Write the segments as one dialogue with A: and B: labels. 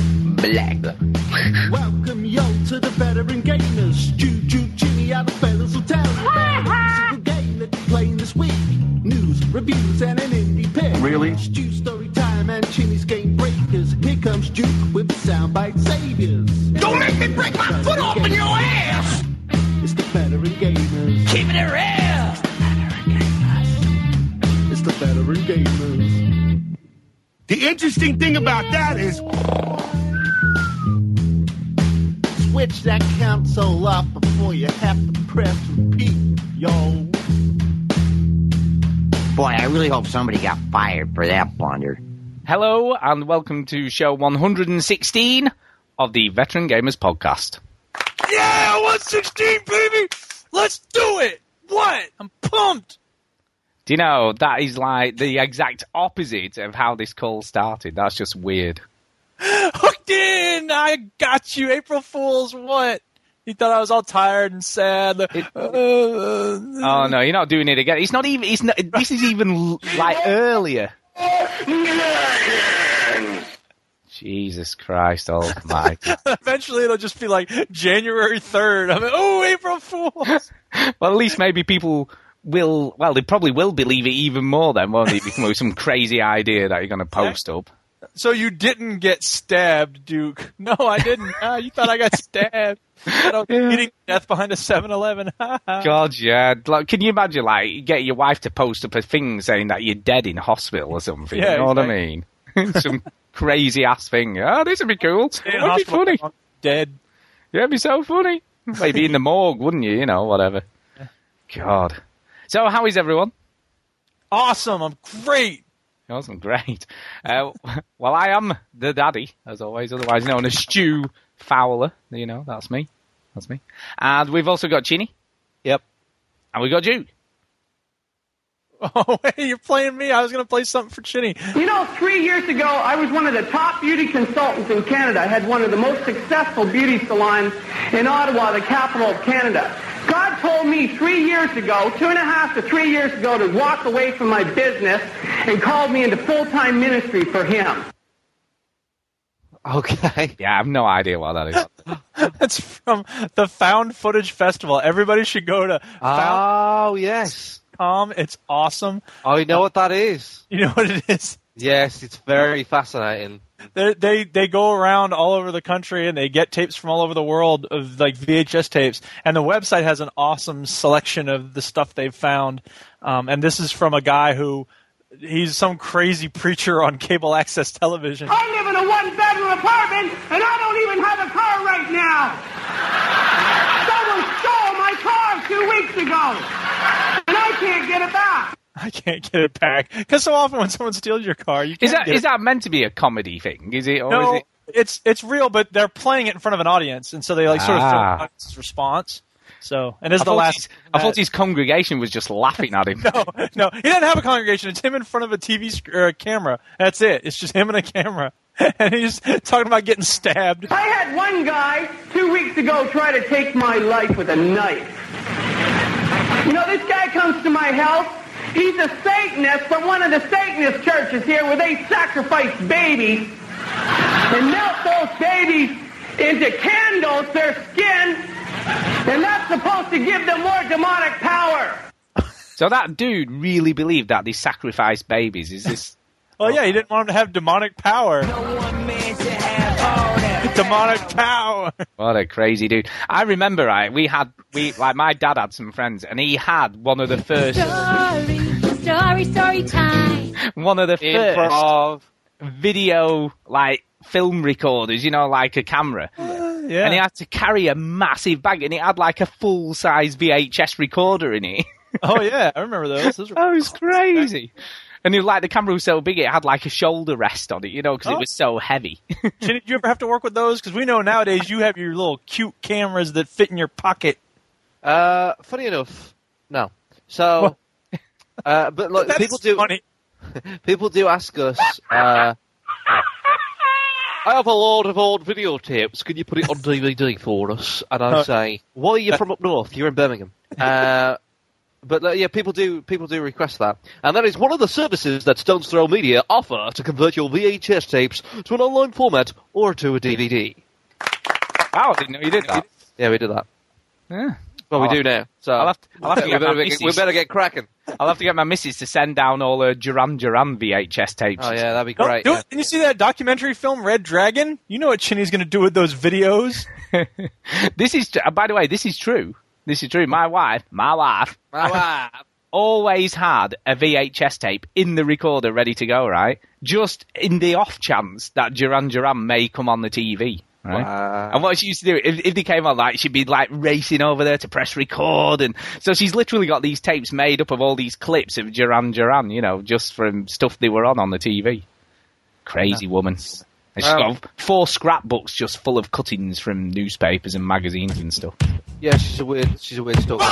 A: Black.
B: Welcome yo to the veteran gamers. Juju, Jimmy, other fellas will tell you about every single game that you're playing this week. News, reviews, and an indie pick.
C: Really?
B: Stu story time and Jimmy's game breakers. Here comes Duke with the soundbite saviors.
D: Don't make me break my foot off in your ass!
B: It's the veteran gamers.
D: Keep it real!
B: It's the veteran gamers.
E: The interesting thing about that is
B: Switch that console off before you have to press repeat, yo.
A: Boy, I really hope somebody got fired for that blunder.
F: Hello and welcome to show 116 of the Veteran Gamers Podcast.
G: Yeah, 116, baby! Let's do it! What? I'm pumped!
F: Do you know that is like the exact opposite of how this call started? That's just weird.
G: Hooked in! I got you, April Fools, what? You thought I was all tired and sad. Uh,
F: Oh no, you're not doing it again. It's not even. It's not. This is even l- like earlier. Jesus Christ Almighty!
G: Uh, eventually it'll just be like January 3rd. I'm like, oh, April Fools!
F: well, at least maybe people will. Well, they probably will believe it even more then, won't they? Because of some crazy idea that you're going to post up.
G: so you didn't get stabbed, Duke. No, I didn't. Ah, you thought I got stabbed. I don't
F: Yeah.
G: eating death behind a 7 Eleven.
F: God, yeah. Like, can you imagine, like, you get your wife to post up a thing saying that you're dead in hospital or something?
G: Yeah,
F: you know
G: exactly.
F: what I mean? Some crazy ass thing. Oh, this would be cool. That'd be funny.
G: Dead.
F: Yeah, it'd be so funny. Maybe in the morgue, wouldn't you? You know, whatever. God. So, how is everyone?
G: Awesome. I'm great.
F: Awesome, great. Uh, well, I am the daddy, as always, otherwise known as Stu Fowler. You know, that's me. That's me. And we've also got Chinny.
G: Yep.
F: And we've got Duke.
G: Oh, wait, you're playing me. I was going to play something for Chinny.
H: You know, three years ago, I was one of the top beauty consultants in Canada. I had one of the most successful beauty salons in Ottawa, the capital of Canada. God told me three years ago, two and a half to three years ago, to walk away from my business and called me into full-time ministry for him.
C: Okay.
F: Yeah, I have no idea what that is.
G: That's from the Found Footage Festival. Everybody should go to
C: Oh yes.
G: found.com. It's awesome.
C: I know what that is.
G: You know what it is?
C: Yes, it's very fascinating.
G: They, they they go around all over the country and they get tapes from all over the world of like VHS tapes. And the website has an awesome selection of the stuff they've found. Um, and this is from a guy who he's some crazy preacher on cable access television.
F: Ah!
H: I live in a one-bedroom apartment, and I don't even have a car right now. Someone stole my car two weeks ago, and I can't get it back.
G: I can't get it back because so often when someone steals your car, you can't
F: Is that
G: get it
F: is that meant to be a comedy thing? Is it? Or
G: no,
F: is it
G: it's it's real, but they're playing it in front of an audience, and so they like sort of
F: Ah.
G: film his response. So, and
F: I
G: this is the
F: thought
G: last.
F: his- I thought his congregation was just laughing at him.
G: no, no, he didn't have a congregation. It's him in front of a TV sc- or a camera. That's it. It's just him and a camera, and he's talking about getting stabbed.
H: I had one guy two weeks ago try to take my life with a knife. You know, this guy comes to my house. He's a Satanist from one of the Satanist churches here where they sacrifice babies and melt those babies into candles, their skin, and that's supposed to give them more demonic power.
F: So that dude really believed that they sacrificed babies. Is this?
G: Well, yeah, he didn't want him to have demonic power. Demonic power.
F: What a crazy dude! I remember, right? We had we like my dad had some friends, and he had one of the first
I: Story, story, story time.
F: one of the first
C: Improv.
F: video like film recorders. You know, like a camera.
G: Yeah.
F: And he had to carry a massive bag, and it had like a full size VHS recorder in it.
G: oh yeah, I remember those. Those were
F: That was Oh, crazy. And it, like the camera was so big, it had like a shoulder rest on it, you know, because
G: Oh.
F: it was so heavy.
G: Jenny, Did you ever have to work with those? Because we know nowadays you have your little cute cameras that fit in your pocket.
C: Uh, funny enough, no. So, uh, but look,
G: That's
C: people do
G: funny.
C: people do ask us. Uh, I have a lot of old videotapes. Can you put it on DVD for us? And I
G: Uh,
C: say, Why are you from up north? You're in Birmingham. Uh, but uh, yeah, people do people do request that, and that is one of the services that Stones Throw Media offer to convert your VHS tapes to an online format or to a DVD.
F: Wow, I didn't know you did that.
C: Yeah, we did that.
F: Yeah.
C: Well,
F: I'll
C: we do
F: have-
C: now. So
F: I'll have to- I'll have to
C: we,
F: get my
C: better,
F: missus.
C: we better get cracking.
F: I'll have to get my missus to send down all her Duran Duran VHS tapes.
C: Oh yeah, that'd be
G: Don't
C: great.
G: do
C: yeah.
G: it. Didn't you see that documentary film Red Dragon? You know what Chinny's going to do with those videos?
F: this is, tr- uh, by the way, this is true. This is true. My wife, my wife,
C: My wife.
F: always had a VHS tape in the recorder ready to go, right? Just in the off chance that Duran Duran may come on the TV. Right? And what she used to do, if, if they came on, like she'd be like racing over there to press record, and so she's literally got these tapes made up of all these clips of Duran Duran, you know, just from stuff they were on on the TV. Crazy woman. And she's
C: Wow.
F: got four scrapbooks just full of cuttings from newspapers and magazines and stuff.
C: Yeah, she's a weird. She's a weird stalker.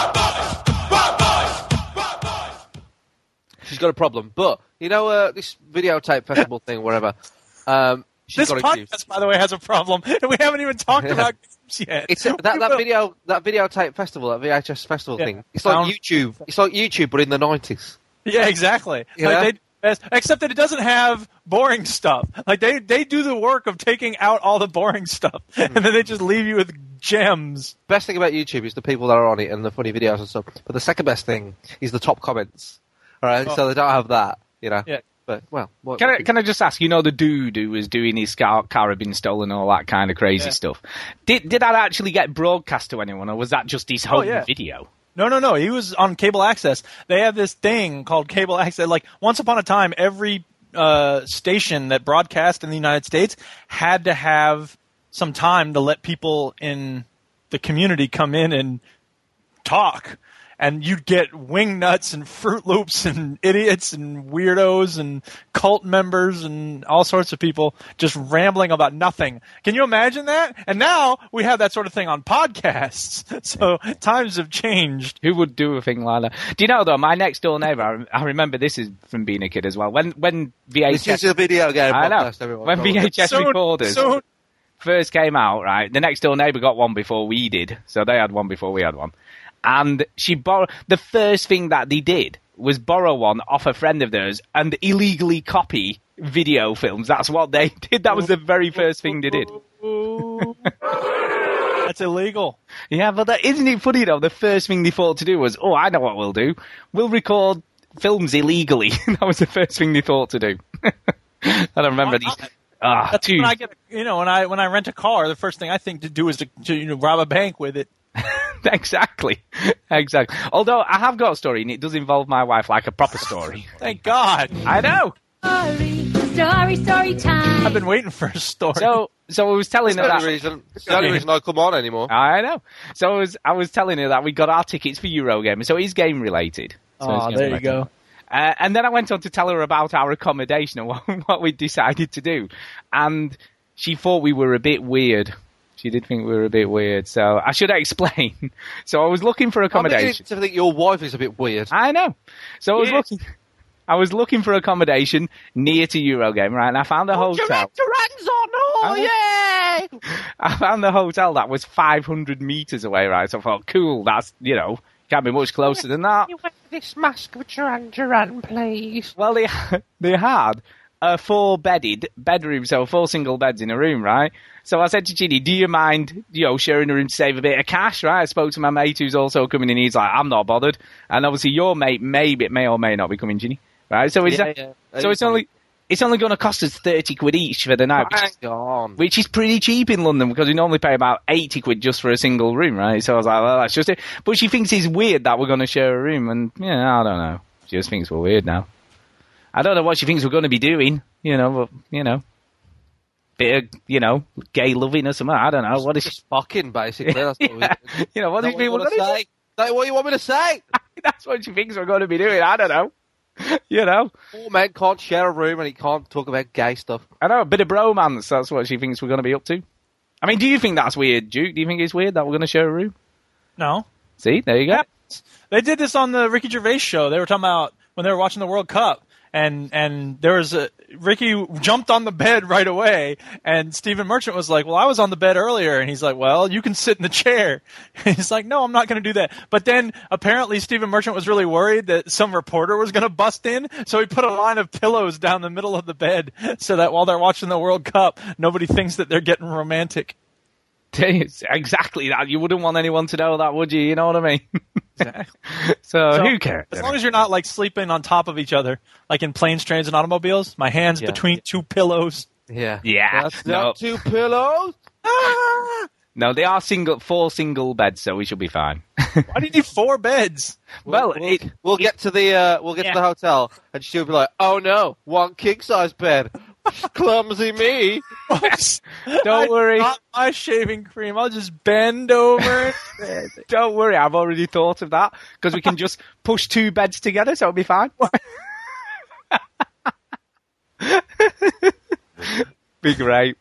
C: She's got a problem, but you know uh, this videotape festival thing, whatever. Um, she's
G: this
C: got excuse.
G: podcast, by the way, has a problem, and we haven't even talked about games yet.
C: It's that,
G: We
C: that
G: will.
C: video that videotape festival that VHS festival
G: Yeah.
C: thing. It's
G: Sound-
C: like YouTube. It's like YouTube, but in the nineties.
G: Yeah, exactly.
C: You
G: Like
C: know?
G: they do best- except that it doesn't have boring stuff. Like they they do the work of taking out all the boring stuff, and then they just leave you with gems.
C: Best thing about YouTube is the people that are on it and the funny videos and stuff. But the second best thing is the top comments. All right, so they don't have that. You know.
G: Yeah.
C: But well, what,
F: Oh. Can I, can I just ask? You know the dude who was doing his car, car had been stolen and all that kind of crazy
G: Yeah.
F: stuff. Did did that actually get broadcast to anyone, or was that just his
C: Oh,
F: home
G: yeah.
F: video?
G: No, no, no. He was on cable access. They have this thing called cable access. Like once upon a time, every uh, station that broadcast in the United States had to have some time to let people in the community come in and talk. And you'd get wing nuts and fruit loops and idiots and weirdos and cult members and all sorts of people just rambling about nothing. Can you imagine that? And now we have that sort of thing on podcasts. So times have changed.
F: Who would do a thing like that? Do you know though? My next door neighbor, I, rem- I remember this is from being a kid as well. When when
C: This is
F: VHS,
C: a video game.
F: I know
C: podcast, everyone.
F: when
C: Don't worry.
F: VHS
G: Soon-
F: recorders
G: soon-
F: first came out, right? The next door neighbor got one before we did, so they had one before we had one. And she borrowed the first thing that they did was borrow one off a friend of theirs and illegally copy video films. That's what they did. That was the very first thing they did.
G: That's illegal.
F: Yeah, but that isn't it funny though? The first thing they thought to do was, oh, I know what we'll do. We'll record films illegally. that was the first thing they thought to do. I don't remember these. Ah,
G: That's
F: two.
G: when I get, a- you know, when I when I rent a car, the first thing I think to do is to, to you know rob a bank with it.
F: exactly, exactly. Although I have got a story, and it does involve my wife, like a proper story.
G: Thank God.
F: I know.
I: Sorry, sorry, sorry time.
G: I've been waiting for a story.
F: So, so I was telling
C: It's
F: her that. Uh,
C: the only reason. It's the only reason I come on anymore.
F: I know. So I was, I was telling her that we got our tickets for Eurogamer, so it is game related. So it's
G: Aw,
F: game
G: there you
F: related.
G: go.
F: Uh, and then I went on to tell her about our accommodation and what, what we decided to do. And she thought we were a bit weird. She did think we were a bit weird. So I should explain. So I was looking for
C: I'm beginning
F: accommodation.
C: to think your wife is a bit weird.
F: I know. So I was
G: Yes.
F: looking. I was looking for accommodation near to Eurogame, right? And I found a hotel.
A: Duran's on! Oh, yay!
F: I found the hotel that was 500 meters away, right? So I thought, cool, that's, you know, can't be much closer than that.
A: You want this mask of Duran Duran, please?
F: Well, they they had a four bedded bedroom, so four single beds in a room, right? So I said to Ginny, "Do you mind, you know, sharing a room to save a bit of cash?" Right? I spoke to my mate who's also coming in. He's like, "I'm not bothered," and obviously your mate may be- may or may not be coming, Ginny. Right? So it's
C: Yeah, yeah.
F: so it's only it's only going to cost us thirty quid each for the night, which is,
C: Hang on.
F: which is pretty cheap in London because we normally pay about eighty quid just for a single room, right? So I was like, "Well, that's just it." But she thinks it's weird that we're going to share a room, and yeah, I don't know. She just thinks we're weird now. I don't know what she thinks we're going to be doing, you know, but, you know, bit of, you know, gay loving or something. I don't know. What is she?
C: Just fucking basically. That's what we.
F: Yeah.
C: Is
F: You know, what these
C: that what you
F: people
C: want to
F: going to
C: say? Is that what you want me to say?
F: That's what she thinks we're going to be doing. I don't know. You know,
C: Poor man can't share a room and he can't talk about gay stuff.
F: I know a bit of bromance. That's what she thinks we're going to be up to. I mean, do you think that's weird, Duke? Do you think it's weird that we're going to share a room?
G: no,
F: See, there you go.
G: They did this on the Ricky Gervais show. They were talking about when they were watching the World Cup, and and there was a Ricky jumped on the bed right away, and Stephen Merchant was like, "Well, I was on the bed earlier," and he's like, "Well, you can sit in the chair." And he's like, "No, I'm not going to do that." But then apparently Stephen Merchant was really worried that some reporter was going to bust in, so he put a line of pillows down the middle of the bed so that while they're watching the World Cup, nobody thinks that they're getting romantic.
F: It's exactly that. You wouldn't want anyone to know that, would you? You know what I mean? so,
G: So,
F: Oh, who cares?
G: As long as you're not like sleeping on top of each other, like in planes, trains, and automobiles. My hands
C: Yeah.
G: between two pillows.
C: Yeah.
F: yeah,
C: That's
F: no,
C: not two pillows.
F: no, they are single, four single beds, so we should be fine.
G: Why do you need four beds?
F: well,
C: we'll,
F: it,
C: we'll get to the uh, we'll get
F: Yeah.
C: to the hotel, and she'll be like, "Oh no, one king size bed, clumsy me."
F: don't worry,
G: Not my shaving cream. I'll just bend over.
F: don't worry. I've already thought of that because we can just push two beds together, so it'll be fine. be great.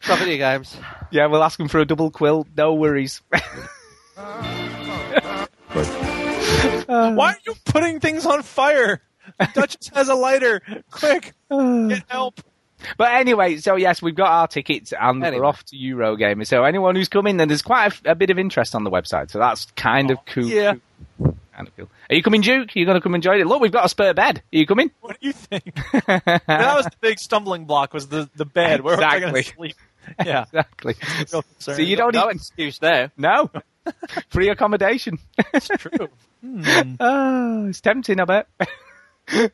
C: Stop video games.
F: Yeah, we'll ask him for a double quilt. No worries.
G: Why are you putting things on fire? The Duchess has a lighter. Quick, get help.
F: But anyway, so yes, we've got our tickets and
C: Anyway.
F: we're off to Eurogamer. So anyone who's coming, then there's quite a, f- a bit of interest on the website. So that's kind of cool.
G: Yeah.
F: Kind of cool. Are you coming, Duke? Are you going to come and join it? Look, we've got a spare bed. Are you coming?
G: What do you think? that was the big stumbling block. Was the the bed? Where was I going to
F: Exactly.
G: sleep? Yeah.
F: Exactly.
G: Real
F: So
G: concern.
F: you don't
C: No
F: even
C: excuse there.
F: no free accommodation.
G: That's true.
F: oh, it's tempting, I bet.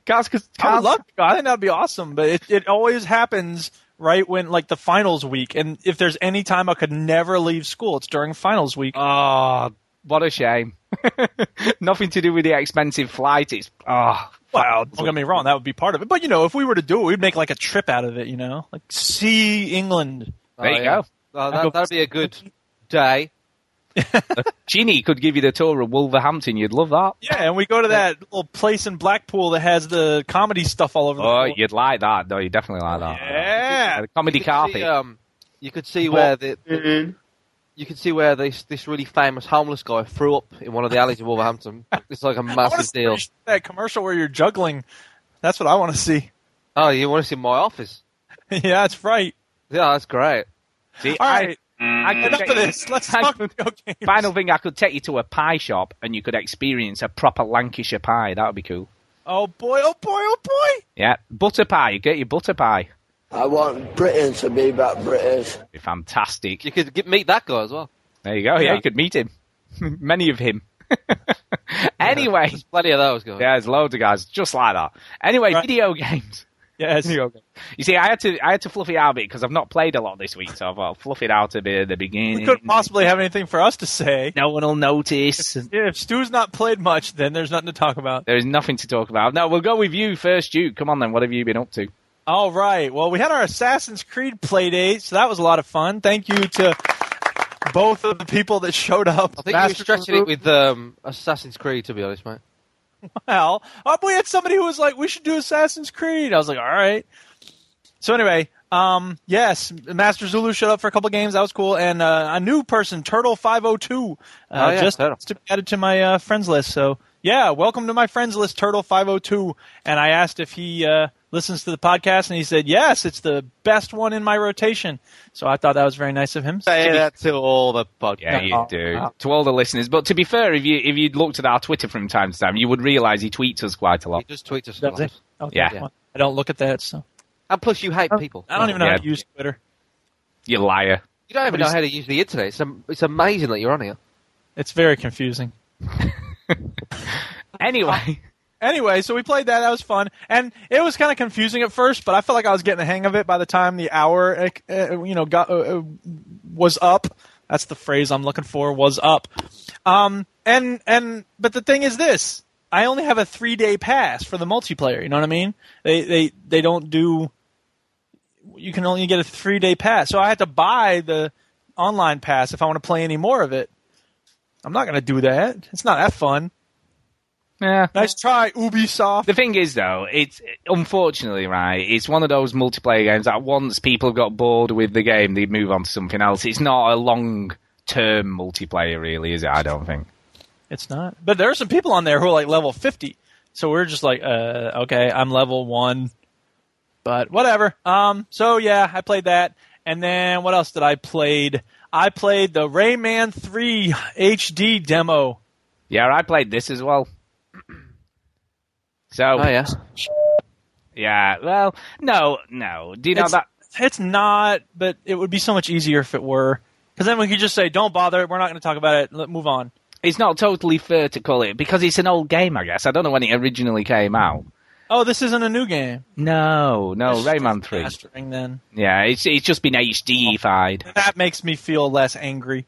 F: Cars, cause,
G: I
F: cars-
G: would love to go. I think that'd be awesome, but it, it always happens right when like the finals week. And if there's any time I could never leave school, it's during finals week.
F: Oh, what a shame. Nothing to do with the expensive flight. It's oh,
G: well, don't get me wrong, that would be part of it. But you know, if we were to do it, we'd make like a trip out of it. You know, like see England.
F: There you go.
C: Oh, that, that'd be a good day.
F: Ginny could give you the tour of Wolverhampton. You'd love that.
G: Yeah, and we go to that little place in Blackpool that has the comedy stuff all over. the
F: Oh,
G: floor.
F: you'd like that. No, you definitely like that.
G: Yeah.
F: The comedy
C: You could see,
F: carpet.
C: um, you could see where the, you could see where this this really famous homeless guy threw up in one of the alleys of Wolverhampton. It's like a
G: I wanna
C: massive
G: see
C: deal.
G: That commercial where you're juggling. That's what I want to see.
C: Oh, you want to see my office?
G: yeah, that's right.
C: Yeah, that's great.
F: See,
G: All
F: I-
G: right,
F: I could
G: enough
F: take
G: of
F: you-
G: this. Let's
F: I
G: talk
F: could-
G: video games.
F: Final thing, I could take you to a pie shop and you could experience a proper Lancashire pie. That would be cool.
G: Oh boy! Oh boy! Oh boy!
F: Yeah, butter pie. You get your butter pie.
J: I want Britain to be back British.
F: Be fantastic.
C: You could get, meet that guy as well.
F: There you go. Yeah,
G: Yeah.
F: you could meet him. Many of him. anyway,
C: There's plenty of those guys.
F: yeah, there's loads of guys just like that. Anyway,
G: Right.
F: video games.
G: Yes.
F: You see, I had to I had to fluff it out a bit because I've not played a lot this week, so I thought I'll fluff it out a bit at the beginning.
G: We couldn't possibly have anything for us to say.
F: no one will notice.
G: Yeah, if Stu's not played much, then there's nothing to talk about.
F: There is nothing to talk about. No, we'll go with you first, Duke. Come on then. What have you been up to?
G: All right. Well, we had our Assassin's Creed play date, so that was a lot of fun. Thank you to both of the people that showed up.
C: I think you were stretching it with um, Assassin's Creed, to be honest, mate.
G: Well, oh, we had somebody who was like, "We should do Assassin's Creed." I was like, "All right." So anyway, um, yes, Master Zulu showed up for a couple games. That was cool, and uh, a new person, Turtle Five Hundred Two, uh,
C: Oh, yeah,
G: just
C: Turtle.
G: to be added to my uh, friends list. So yeah, welcome to my friends list, Turtle Five Hundred Two. And I asked if he uh, listens to the podcast, and he said, "Yes, it's the best one in my rotation." So I thought that was very nice of him.
C: Say that to all the podcast.
F: Yeah, you
G: Oh,
F: do
G: wow.
F: to all the listeners. But to be fair, if you if you'd looked at our Twitter from time to time, you would realise he tweets us quite a
C: He
F: lot.
C: just tweets us.
G: That's it.
C: sometimes.
G: Okay,
F: Yeah.
G: well, I don't look at that, so
C: And plus, you hate people.
G: I don't even know
F: Yeah.
G: how to use Twitter.
F: You liar!
C: You don't even know
G: Please.
C: how to use the internet. It's, am- it's amazing that you're on here.
G: It's very confusing.
F: Anyway,
G: anyway, so we played that. That was fun, and it was kind of confusing at first, but I felt like I was getting the hang of it by the time the hour, uh, uh, you know, got uh, uh, was up. That's the phrase I'm looking for. Was up. Um, and and but the thing is this: I only have a three day pass for the multiplayer. You know what I mean? They they they don't do. You can only get a three day pass, so I had to buy the online pass if I want to play any more of it. I'm not going to do that. It's not that fun.
F: yeah.
G: Nice try, Ubisoft.
F: The thing is, though, it's unfortunately right. It's one of those multiplayer games that once people have got bored with the game, they move on to something else. It's not a long term multiplayer, really, is it? I don't think.
G: It's not. But there are some people on there who are like level 50. So we're just like, uh, okay, I'm level one, but whatever. Um, so yeah, I played that, and then what else did I played? I played the Rayman 3 HD demo.
F: Yeah, I played this as well. So
C: Oh yeah.
F: yeah, well, no, no. Do you know
G: it's,
F: that?
G: it's not, but it would be so much easier if it were, because then we could just say, don't bother. We're not going to talk about it. Let move on.
F: It's not totally fair to call it because it's an old game, I guess. I don't know when it originally came out.
G: Oh, this isn't a new game.
F: No, no,
G: It's just
F: Oh, Rayman Three.
G: Mastering then.
F: Yeah, it's it's just been HDified.
G: That makes me feel less angry.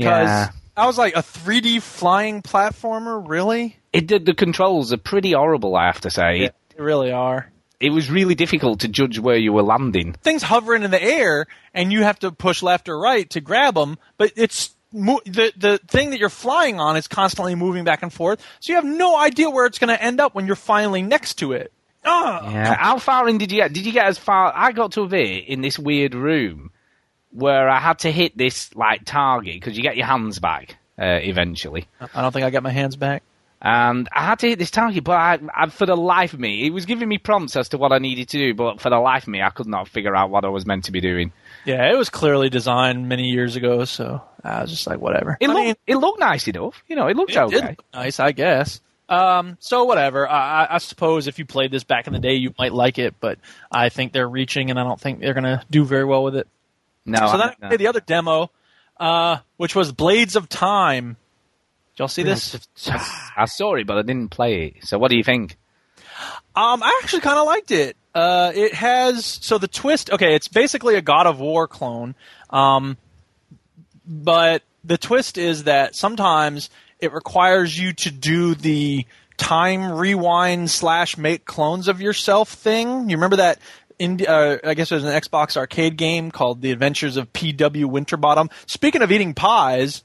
G: 'Cause
F: Yeah,
G: I was like, a 3D flying platformer? Really?
F: it did. The controls are pretty horrible, I have to say. It,
G: They really are.
F: it was really difficult to judge where you were landing.
G: Things hovering in the air, and you have to push left or right to grab them, but it's. Mo- the the thing that you're flying on is constantly moving back and forth, so you have no idea where it's going to end up when you're finally next to it. Ugh.
F: Yeah. How far in did you get? Did you get as far? I got to a bit in this weird room where I had to hit this like target because you get your hands back uh, eventually.
G: I don't think I got my hands back.
F: And I had to hit this target, but I, I, for the life of me, it was giving me prompts as to what I needed to do, but for the life of me, I could not figure out what I was meant to be doing.
G: Yeah, it was clearly designed many years ago, so I was just like, whatever.
F: It
G: I
F: looked,
G: mean,
F: it looked nice enough, you know. It looked
G: it did
F: okay.
G: look nice, I guess. Um, so whatever. I, I- I suppose if you played this back in the day, you might like it, but I think they're reaching, and I don't think they're gonna do very well with it.
F: No,
G: so then
F: I,
G: I played the other demo, uh, which was Blades of Time. Did y'all see
F: Hmm.
G: this?
F: I saw it, but I didn't play it. So what do you think?
G: Um, I actually kind of liked it. Uh, it has so the twist. Okay, it's basically a God of War clone. Um, but the twist is that sometimes it requires you to do the time rewind slash make clones of yourself thing. You remember that? In, uh, I guess there's an Xbox arcade game called The Adventures of P.W. Winterbottom. Speaking of eating pies,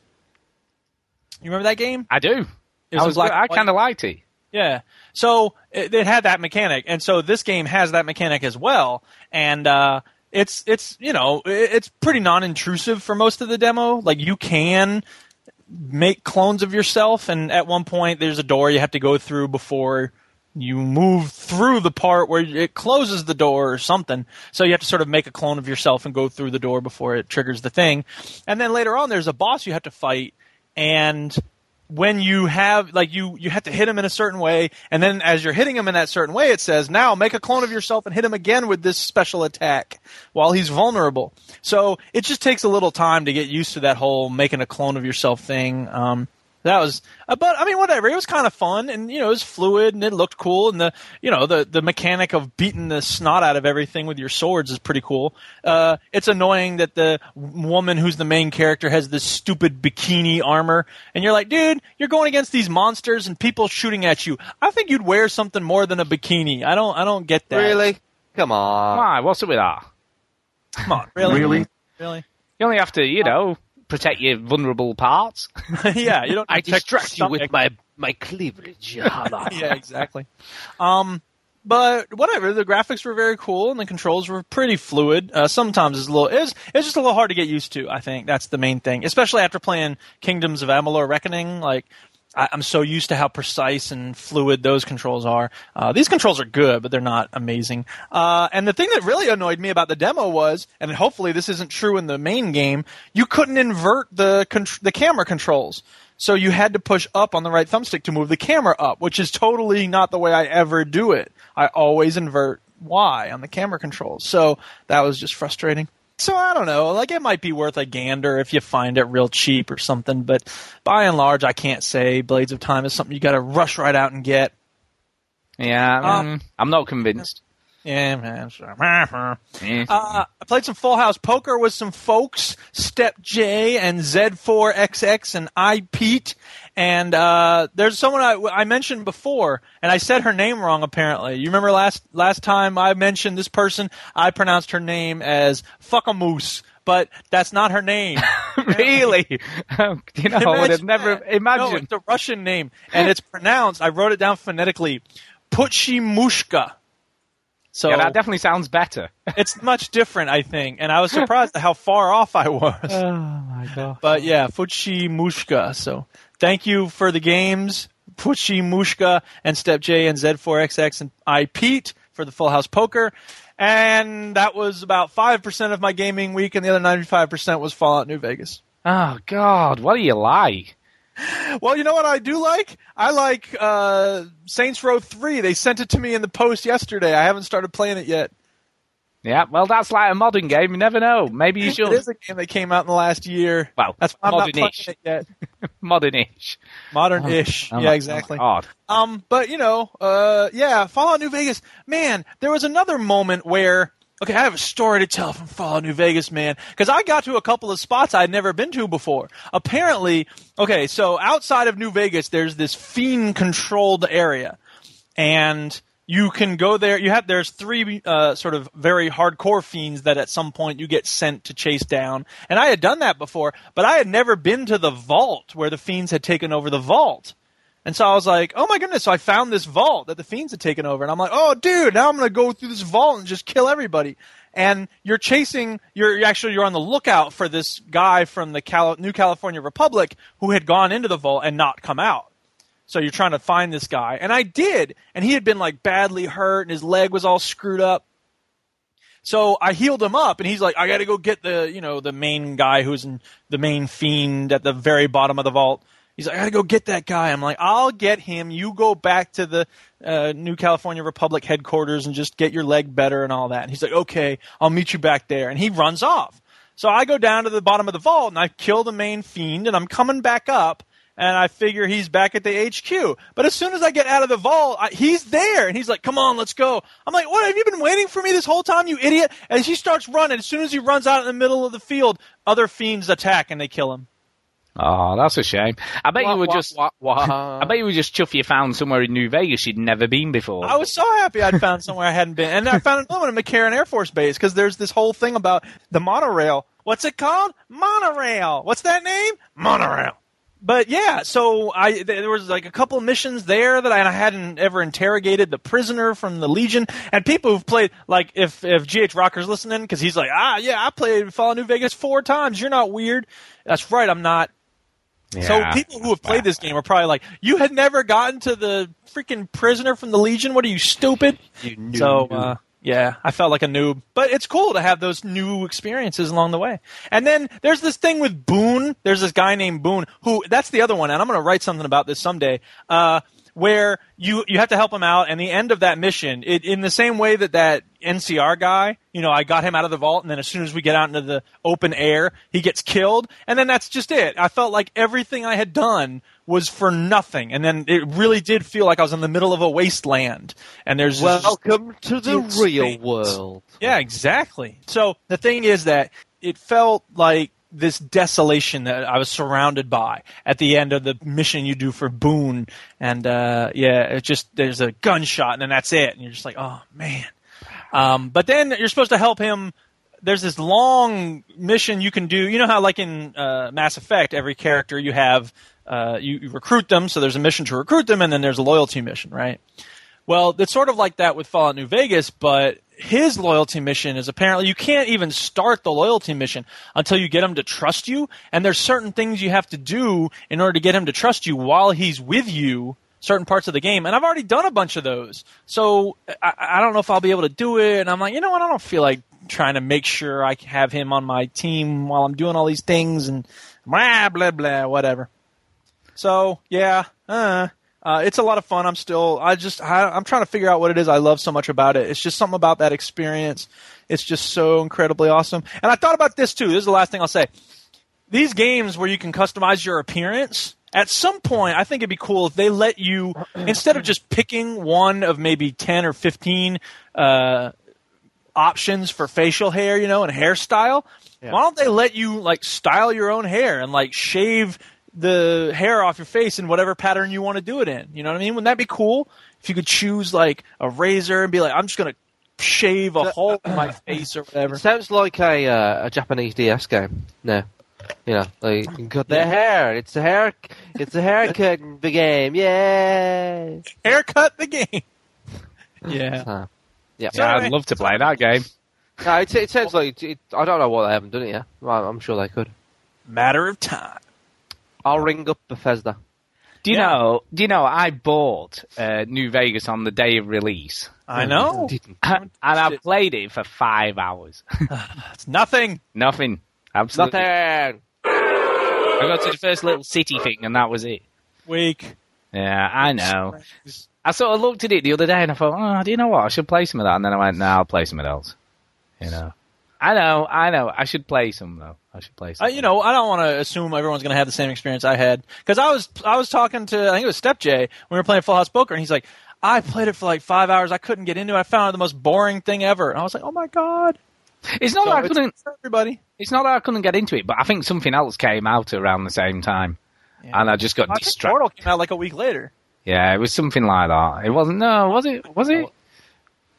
G: you remember that game?
F: I do.
G: It
F: I
G: was
F: was
G: like-
F: like, I kind of liked it.
G: Yeah. So it, it had that mechanic, and so this game has that mechanic as well. And uh, it's it's you know it, it's pretty non-intrusive for most of the demo. Like you can make clones of yourself, and at one point there's a door you have to go through before you move through the part where it closes the door or something. So you have to sort of make a clone of yourself and go through the door before it triggers the thing. And then later on, there's a boss you have to fight, and when you have like you you have to hit him in a certain way and then as you're hitting him in that certain way it says now make a clone of yourself and hit him again with this special attack while he's vulnerable so it just takes a little time to get used to that whole making a clone of yourself thing um that was uh, but i mean whatever it was kind of fun and you know it was fluid and it looked cool and the you know the the mechanic of beating the snot out of everything with your swords is pretty cool uh it's annoying that the w- woman who's the main character has this stupid bikini armor and you're like dude you're going against these monsters and people shooting at you i think you'd wear something more than a bikini i don't i don't get that
C: Really? Come
G: Uh,
C: on.
F: Why? What's up with that?
G: come on really
E: Really?
G: really
F: You only have to, you know, protect your vulnerable parts.
G: yeah you don't
A: I
G: need to check
A: distract you with
G: stomach.
A: my my cleavage. Hannah.
G: yeah, exactly. Um, but whatever, the graphics were very cool and the controls were pretty fluid. Uh, sometimes it's a little, it's it's just a little hard to get used to. I think that's the main thing, especially after playing Kingdoms of Amalur Reckoning. Like, I, I'm so used to how precise and fluid those controls are. Uh, these controls are good, but they're not amazing. Uh, and the thing that really annoyed me about the demo was, and hopefully this isn't true in the main game, you couldn't invert the con- the camera controls. So you had to push up on the right thumbstick to move the camera up, which is totally not the way I ever do it. I always invert Y on the camera controls. So that was just frustrating. So I don't know, like it might be worth a gander if you find it real cheap or something, but by and large I can't say Blades of Time is something you got to rush right out and get.
F: Yeah,
G: Ah.
F: mm, I'm not convinced.
G: Yeah, man. sure.
F: Eh.
G: Uh, I played some Full House Poker with some folks, Step J and Z4XX and I Pete. And uh, there's someone I, I mentioned before, and I said her name wrong. Apparently, you remember last last time I mentioned this person, I pronounced her name as Fuckamoose, but that's not her name.
F: really? you know, I would have Oh, never
G: that. No,
F: imagined.
G: it's a Russian name, and it's pronounced. I wrote it down phonetically, Puchimushka. So
F: yeah, that definitely sounds better.
G: it's much different, I think. And I was surprised at how far off I was.
F: my god.
G: But yeah, Fuchi Mushka. So thank you for the games. Pucci Mushka and Step J and Z4XX and I Pete for the Full House Poker. And that was about 5% of my gaming week, and the other 95% was Fallout New Vegas.
F: Oh God, what do you like?
G: Well, you know what I do like? I like uh, Saints Row 3. They sent it to me in the post yesterday. I haven't started playing it yet.
F: Yeah, well, that's like a modern game. You never know. Maybe you should.
G: It is a game that came out in the last year.
F: Well,
G: That's why I'm not playing
F: modern-ish.
G: it yet.
F: modern-ish.
G: Modern-ish.
F: Oh my- oh
G: yeah,
F: my
G: exactly.
F: God.
G: Um, but you know, uh, yeah, Fallout New Vegas. Man, there was another moment where okay, I have a story to tell from Fallout New Vegas, man, because I got to a couple of spots I'd never been to before. Apparently, okay, so outside of New Vegas, there's this fiend-controlled area, and you can go there. You have there's three uh, sort of very hardcore fiends that at some point you get sent to chase down, and I had done that before, but I had never been to the vault where the fiends had taken over the vault. And so I was like, oh my goodness, so I found this vault that the fiends had taken over. And I'm like, oh dude, now I'm going to go through this vault and just kill everybody. And you're chasing, you're you're actually, you're on the lookout for this guy from the Cali- New California Republic who had gone into the vault and not come out. So you're trying to find this guy. And I did. And he had been like badly hurt and his leg was all screwed up. So I healed him up, and he's like, "I got to go get the you know the main guy who's in, the main fiend at the very bottom of the vault." He's like, "I got to go get that guy." I'm like, "I'll get him. You go back to the uh, New California Republic headquarters and just get your leg better and all that." And he's like, "Okay, I'll meet you back there." And he runs off. So I go down to the bottom of the vault and I kill the main fiend, and I'm coming back up. And I figure he's back at the HQ. But as soon as I get out of the vault, I, he's there. And he's like, come on, let's go. I'm like, what? Have you been waiting for me this whole time, you idiot? And he starts running. As soon as he runs out in the middle of the field, other fiends attack and they kill him.
F: Oh, that's a shame. I bet you were
C: Wah, wah,
F: just.
C: wah, wah.
G: uh,
F: I bet you were just chuffed you found somewhere in New Vegas you'd never been before.
G: I was so happy I'd found somewhere I hadn't been. And I found another one at McCarran Air Force Base because there's this whole thing about the monorail. What's it called? Monorail. What's that name? Monorail. But yeah, so I th- there was like a couple missions there that I, and I hadn't ever interrogated the prisoner from the Legion and people who've played like if if GH Rocker's listening because he's like ah yeah I played Fallout New Vegas four times you're not weird that's right I'm not
F: Yeah.
G: so people who have played this game are probably like, "You had never gotten to the freaking prisoner from the Legion. What are you stupid?"
C: You knew.
G: So uh, yeah, I felt like a noob, but it's cool to have those new experiences along the way. And then there's this thing with Boone. There's this guy named Boone who that's the other one, and I'm going to write something about this someday. Uh, where you you have to help him out, and the end of that mission, it, in the same way that that NCR guy, you know, I got him out of the vault, and then as soon as we get out into the open air, he gets killed, and then that's just it. I felt like everything I had done was for nothing, and then it really did feel like I was in the middle of a wasteland, and there's this-
C: Welcome to the
G: It's
C: real
G: things.
C: world.
G: yeah, exactly. So the thing is that it felt like this desolation that I was surrounded by at the end of the mission you do for Boone, and uh, yeah, it just there's a gunshot and then that's it, and you're just like, oh man. Um, but then you're supposed to help him. There's this long mission you can do. You know how, like in uh, Mass Effect, every character you have, uh, you, you recruit them. So there's a mission to recruit them, and then there's a loyalty mission, right? Well, it's sort of like that with Fallout New Vegas, but his loyalty mission is apparently you can't even start the loyalty mission until you get him to trust you, and there's certain things you have to do in order to get him to trust you while he's with you certain parts of the game and i've already done a bunch of those so i, I don't know if i'll be able to do it and i'm like you know what i don't feel like trying to make sure i have him on my team while i'm doing all these things and blah blah blah whatever so yeah, uh, uh, it's a lot of fun. I'm still, I just, I, I'm trying to figure out what it is I love so much about it. It's just something about that experience. It's just so incredibly awesome. And I thought about this too. This is the last thing I'll say. These games where you can customize your appearance. At some point, I think it'd be cool if they let you, instead of just picking one of maybe ten or fifteen uh, options for facial hair, you know, and hairstyle. Why don't they let you like style your own hair and like shave the hair off your face in whatever pattern you want to do it in? You know what I mean? Wouldn't that be cool if you could choose like a razor and be like, I'm just gonna shave a hole in my face or whatever?
C: Sounds like a uh, a Japanese DS game. No, you know, they you cut their hair. It's a hair. It's a haircut in the game. Yay!
G: Haircut the game. yeah.
C: Uh, yeah,
F: Yeah,
G: Sorry.
F: I'd love to play that game.
C: No, it, it sounds like it, I don't know why they haven't done it yet. Well, I'm sure they could.
G: Matter of time.
C: I'll ring up Bethesda.
F: Do you know? Do you know? I bought uh, New Vegas on the day of release.
G: I know.
F: and I played it for five hours.
G: It's nothing.
F: Nothing. Absolutely.
C: Nothing.
F: I got to the first little city thing, and that was it.
G: Weak.
F: Yeah, I know. I sort of looked at it the other day, and I thought, oh, do you know what? I should play some of that. And then I went, no, I'll play something else. You know. I know. I know. I should play some though. I should play some.
G: I, Uh, you know, I don't want to assume everyone's going to have the same experience I had because I was I was talking to I think it was Step J when we were playing Full House Poker, and he's like, "I played it for like five hours. I couldn't get into it. I found it the most boring thing ever." And I was like, "Oh my god!"
F: It's not
G: So
F: that Oh, I
G: it's-
F: couldn't.
G: for everybody.
F: It's not that I couldn't get into it, but I think something else came out around the same time, and I just got
G: I think
F: distracted.
G: Portal came out like a week later.
F: Yeah, it was something like that. It wasn't. No, was it? Was it?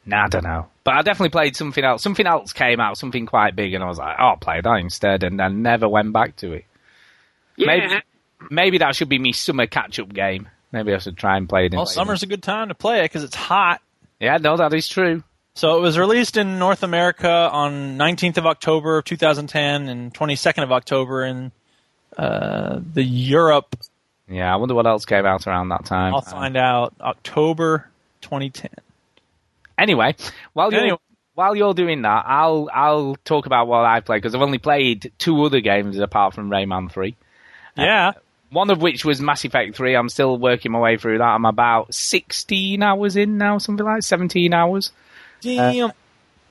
F: No, I don't know. But I definitely played something else. Something else came out, something quite big, and I was like, "Oh, I'll play that instead," and I never went back to it. Maybe, maybe that should be me summer catch-up game. Maybe I should try and play it. In
G: Well,
F: later.
G: Oh, summer's a good time to play it because it's hot.
F: Yeah, no, that is true.
G: So it was released in North America on 19th of October of 2010 and 22nd of October in uh, the Europe.
F: Yeah, I wonder what else came out around that time.
G: I'll find out October 2010.
F: Anyway, while you're
G: Anyway.
F: while you're doing that, I'll I'll talk about what I played because I've only played two other games apart from Rayman Three.
G: Yeah.
F: One of which was Mass Effect 3. I'm still working my way through that. I'm about 16 hours in now, something like 17 hours.
G: Damn.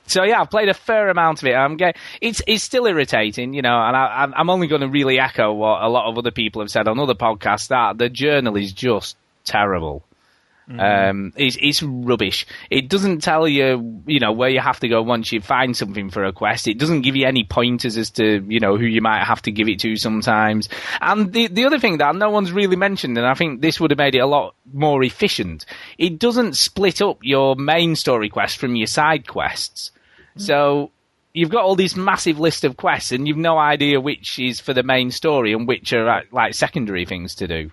F: So yeah, I've played a fair amount of it. I'm get, it's it's still irritating, you know, and I, I'm- I'm only going to really echo what a lot of other people have said on other podcasts that the journal is just terrible. Um, it's it's rubbish. It doesn't tell you, you know, where you have to go once you find something for a quest. It doesn't give you any pointers as to, you know, who you might have to give it to sometimes. And the the other thing that no one's really mentioned, and I think this would have made it a lot more efficient. It doesn't split up your main story quest from your side quests. Mm. So you've got all this massive list of quests, and you've no idea which is for the main story and which are uh, like secondary things to do.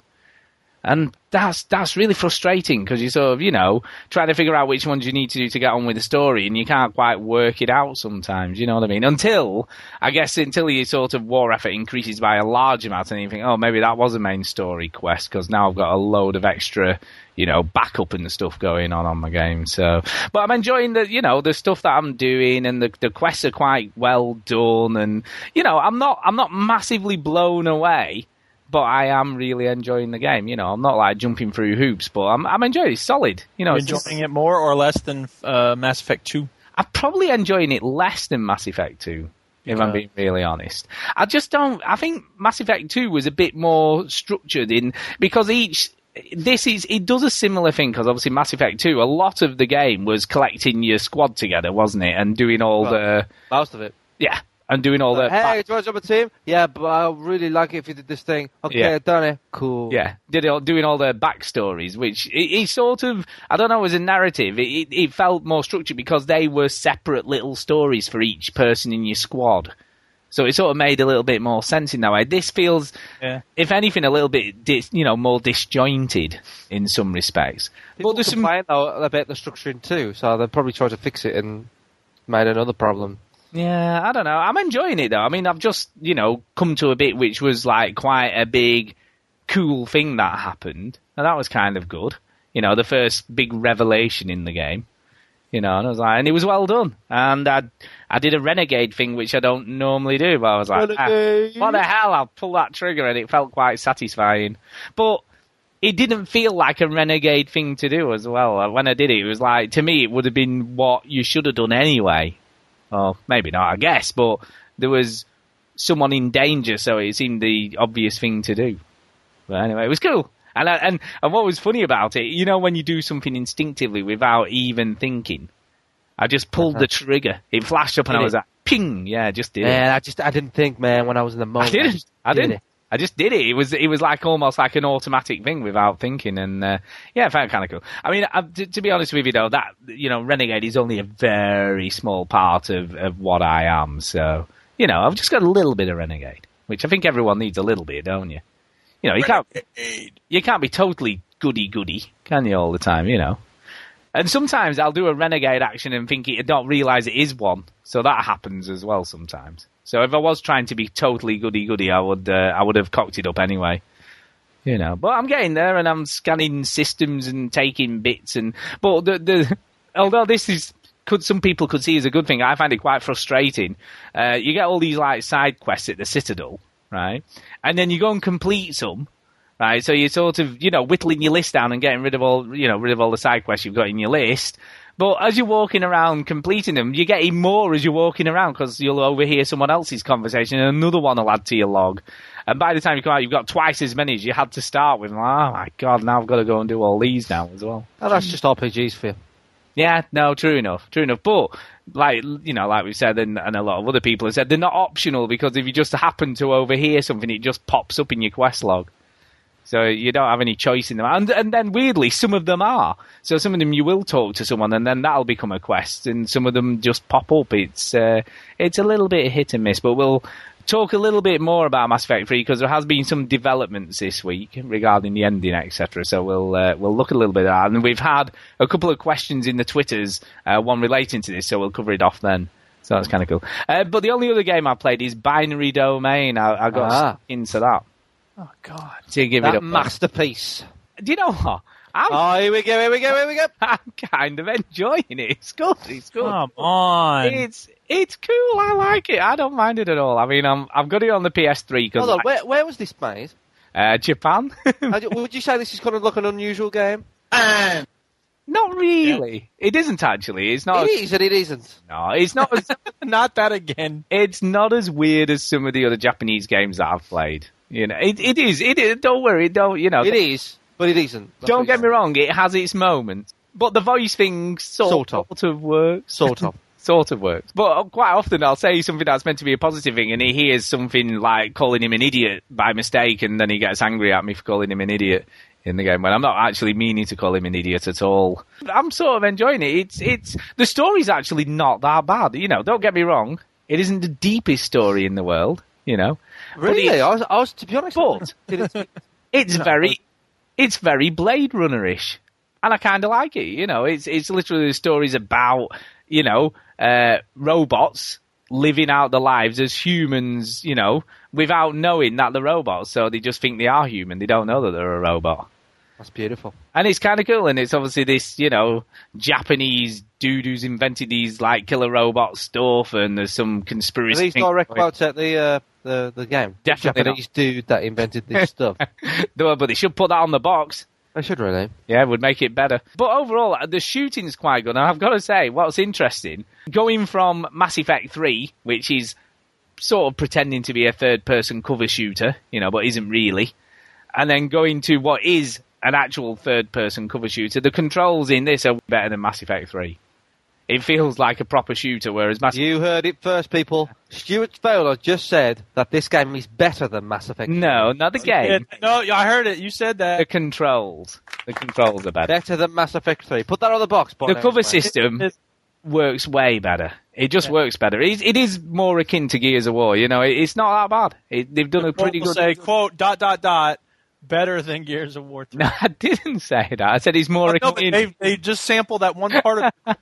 F: And that's that's really frustrating because you sort of you know trying to figure out which ones you need to do to get on with the story, and you can't quite work it out sometimes. You know what I mean? Until I guess until your sort of war effort increases by a large amount, and you think, oh, maybe that was a main story quest because now I've got a load of extra you know backup and stuff going on on my game. So, but I'm enjoying the you know the stuff that I'm doing, and the the quests are quite well done, and you know I'm not I'm not massively blown away but I am really enjoying the game. You know, I'm not like jumping through hoops, but I'm I'm enjoying it. It's solid. You know,
G: You're
F: it's just-
G: Uh, enjoying it more or less than uh, Mass Effect 2?
F: I'm probably enjoying it less than Mass Effect 2. If I'm being really honest, I just don't. I think Mass Effect 2 was a bit more structured in because each. This is it does a similar thing because obviously Mass Effect 2, a lot of the game was collecting your squad together, wasn't it, and doing all the
C: Most of it.
F: yeah, and doing all the
C: Hey, do you want to jump a team? Yeah, but I really like it if you did this thing. Okay,
F: Yeah.
C: done it. Cool.
F: Yeah, did it all, doing all their backstories, which it, it sort of I don't know as a narrative, it, it, it felt more structured because they were separate little stories for each person in your squad. So it sort of made a little bit more sense in that way. This feels,
G: Yeah.
F: if anything, a little bit dis, you know more disjointed in some respects.
C: People
F: But there's some
C: complain though about the structuring too, so they probably tried to fix it and made another problem.
F: Yeah, I don't know. I'm enjoying it though. I mean, I've just you know come to a bit which was like quite a big, cool thing that happened, and that was kind of good. You know, the first big revelation in the game. You know, and I was like, and it was well done. And I, I did a renegade thing which I don't normally do, but I was like, ah, what the hell? I'll pull that trigger, and it felt quite satisfying. But it didn't feel like a renegade thing to do as well. Uh, When I did it, it was like to me, it would have been what you should have done anyway. Well, maybe not, I guess, but there was someone in danger, so it seemed the obvious thing to do. But anyway, it was cool. And, I, and and what was funny about it, you know, when you do something instinctively without even thinking, I just pulled the trigger. It flashed up, and I
C: Uh-huh. Did
F: was
C: it?
F: like, "Ping!" Yeah, I just did. it.
C: Man, I just I didn't think, man, when I was in
F: I
C: the moment.
F: didn't. I
C: did
F: didn't.
C: it.
F: I just did it. It was it was like almost like an automatic thing without thinking, and uh, yeah, I found kind of cool. I mean, I, to, to be honest with you, though, that you know, Renegade is only a very small part of, of what I am. So you know, I've just got a little bit of Renegade, which I think everyone needs a little bit, don't you? You know, you can't you can't be totally goody goody, can you, all the time? You know. And sometimes I'll do a renegade action and think it, not realize it is one. So that happens as well sometimes. So if I was trying to be totally goody goody, I would uh, I would have cocked it up anyway. you know. But I'm getting there, and I'm scanning systems and taking bits. And but the the although this is could some people could see as a good thing, I find it quite frustrating. Uh, you get all these like side quests at the Citadel, right? And then you go and complete some. Right, so you're sort of, you know, whittling your list down and getting rid of all, you know, rid of all the side quests you've got in your list. But as you're walking around completing them, you're getting more as you're walking around because you'll overhear someone else's conversation and another one will add to your log. And by the time you come out, you've got twice as many as you had to start with. And, oh my god, now I've got to go and do all these now as well.
C: Oh, that's just RPGs for you.
F: Yeah, no, true enough, true enough. But like you know, like we've said, and, and a lot of other people have said, they're not optional because if you just happen to overhear something, it just pops up in your quest log. So you don't have any choice in them. And, and then weirdly, some of them are. So some of them you will talk to someone, and then that'll become a quest, and some of them just pop up. It's uh, it's a little bit hit and miss, but we'll talk a little bit more about Mass Effect 3 because there has been some developments this week regarding the ending, etc. So we'll uh, we'll look a little bit at that, and we've had a couple of questions in the twitters, uh, one relating to this, so we'll cover it off then. So that's kind of cool. Uh, but the only other game I played is Binary Domain. I, I got
C: Ah.
F: stuck into that.
G: Oh God.
F: So you give it
C: That
F: up.
C: masterpiece.
F: Do you know what? I'm,
C: Oh, here we go, here we go, here we go.
F: I'm kind of enjoying it. It's good. It's good.
C: Oh,
G: Come on.
F: It's it's cool. I like it. I don't mind it at all. I mean, I'm I've got it on the PS3 because
C: Hold on, where, where was this made?
F: uh, Japan.
C: How do- Would you say this is kind of like an unusual game?
F: not really. It isn't actually. It's not.
C: It is and it isn't.
F: No, it's not. As,
G: Not that again.
F: it's not as weird as some of the other Japanese games that I've played. You know, it, it is. It is. Don't worry. Don't you know?
C: It is, but it isn't. That's
F: Don't
C: what
F: get
C: you
F: me
C: said.
F: wrong. It has its moments, but the voice thing sort,
C: Sort of.
F: sort of works.
C: Sort of.
F: sort of works. But uh, quite often I'll say something that's meant to be a positive thing, and he hears something like calling him an idiot by mistake, and then he gets angry at me for calling him an idiot in the game when I'm not actually meaning to call him an idiot at all. I'm sort of enjoying it. It's it's the story's actually not that bad. You know, don't get me wrong. It isn't the deepest story in the world. You know, But
C: Really?
F: it-
C: I, was, I was, to be honest,
F: But-
C: did it,
F: it's very, it's very Blade Runner ish, and I kind of like it. You know, it's it's literally the stories about you know uh, robots living out their lives as humans. You know, without knowing that they're robots, so they just think they are human. They don't know that they're a robot,
C: that's beautiful.
F: and it's kind of cool. And it's obviously this you know Japanese dude who's invented these like killer robot stuff, and there's some
C: Are
F: conspiracy.
C: these
F: thing
C: direct
F: going-
C: quotes at the, uh, the, the game?
F: Definitely not.
C: Japanese dude that invented this stuff.
F: No, but they should put that on the box.
C: I should really.
F: Yeah, would make it better. But overall, uh, the shooting's quite good. And I've got to say, what's interesting, going from Mass Effect 3, which is sort of pretending to be a third person cover shooter, you know, but isn't really, and then going to what is an actual third person cover shooter, the controls in this are better than Mass Effect 3. It feels like a proper shooter, whereas Mass
C: You heard it first, people. Stuart Fowler just said that this game is better than Mass Effect.
F: No, not the game.
G: It- no, I heard it. You said
F: The
G: that.
F: controls. The controls are better.
C: Better than Mass Effect 3. Put that on the box, Bono,
F: the cover
C: mate.
F: system
G: It's-
F: works way better. It just works better. It, it is more akin to Gears of War. You know, it, it's not that bad. It, they've done a pretty
G: Pretty
F: good.
G: Say quote dot dot dot better than Gears of War three.
F: no, I didn't say that. I said it's more
G: No, but
F: akin.
G: they they just sample that one part of.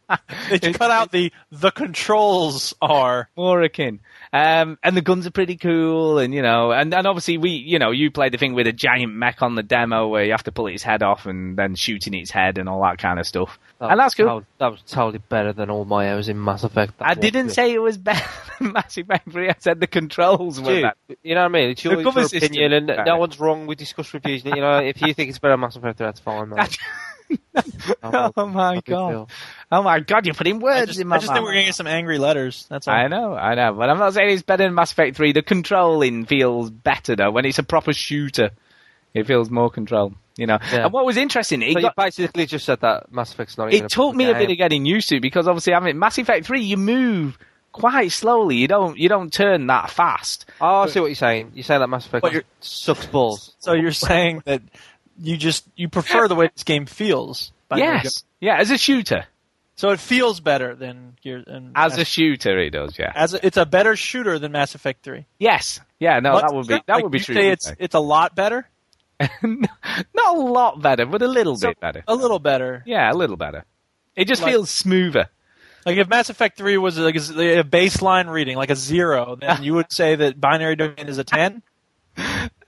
G: they just cut out the the controls are.
F: more akin. Um, and the guns are pretty cool, and you know, and, and obviously we, you know, you played the thing with a giant mech on the demo where you have to pull its head off and then shooting its head and all that kind of stuff.
G: Oh,
C: That
F: and
C: was
F: that's cool.
C: tol- that was totally better than all my hours in Mass Effect. That
F: I
C: was
F: didn't
C: good.
F: say it was better than Mass Effect 3. I said the controls were
C: Dude,
F: better.
C: you know what I mean? It's your,
F: The cover
C: it's your opinion, and
F: system.
C: no one's wrong. We discuss reviews. You know, if you think it's better than Mass Effect, that's fine. mate.
F: oh my
C: Big
F: god.
C: deal.
F: Oh my god, you're putting words
G: I just,
F: in my
G: I just
F: mouth.
G: think we're gonna get some angry letters. That's all.
F: I know, I know, but I'm not saying it's better than Mass Effect 3. The controlling feels better though. When it's a proper shooter, it feels more control. You know.
C: Yeah.
F: And what was interesting, it,
C: So
F: got-
C: you basically just said that Mass Effect's not. even
F: it took me a bit
C: game.
F: of getting used to because obviously, I mean, Mass Effect 3, you move quite slowly. You don't, you don't turn that fast.
C: Oh, I see what you're saying. You're saying that Mass Effect
G: But you're-
C: sucks balls.
G: So you're saying that you just you prefer the way this game feels. by Gears
F: yes,
G: of-
F: yeah, as a shooter,
G: So it feels better than Gears. And
F: as a shooter, it does. Yeah.
G: as a, it's a better shooter than Mass Effect three.
F: yes. Yeah. No,
G: But-
F: that would be that
G: like,
F: would be
G: you
F: true.
G: Say it's
F: wouldn't
G: it's a lot better.
F: it? not a lot better, but a little
G: So-
F: bit better.
G: A little better.
F: Yeah, a little better. It just
G: Like-
F: feels smoother.
G: Like if Mass Effect Three was like a z- a baseline reading, like a zero, then you would say that Binary Domain is a ten.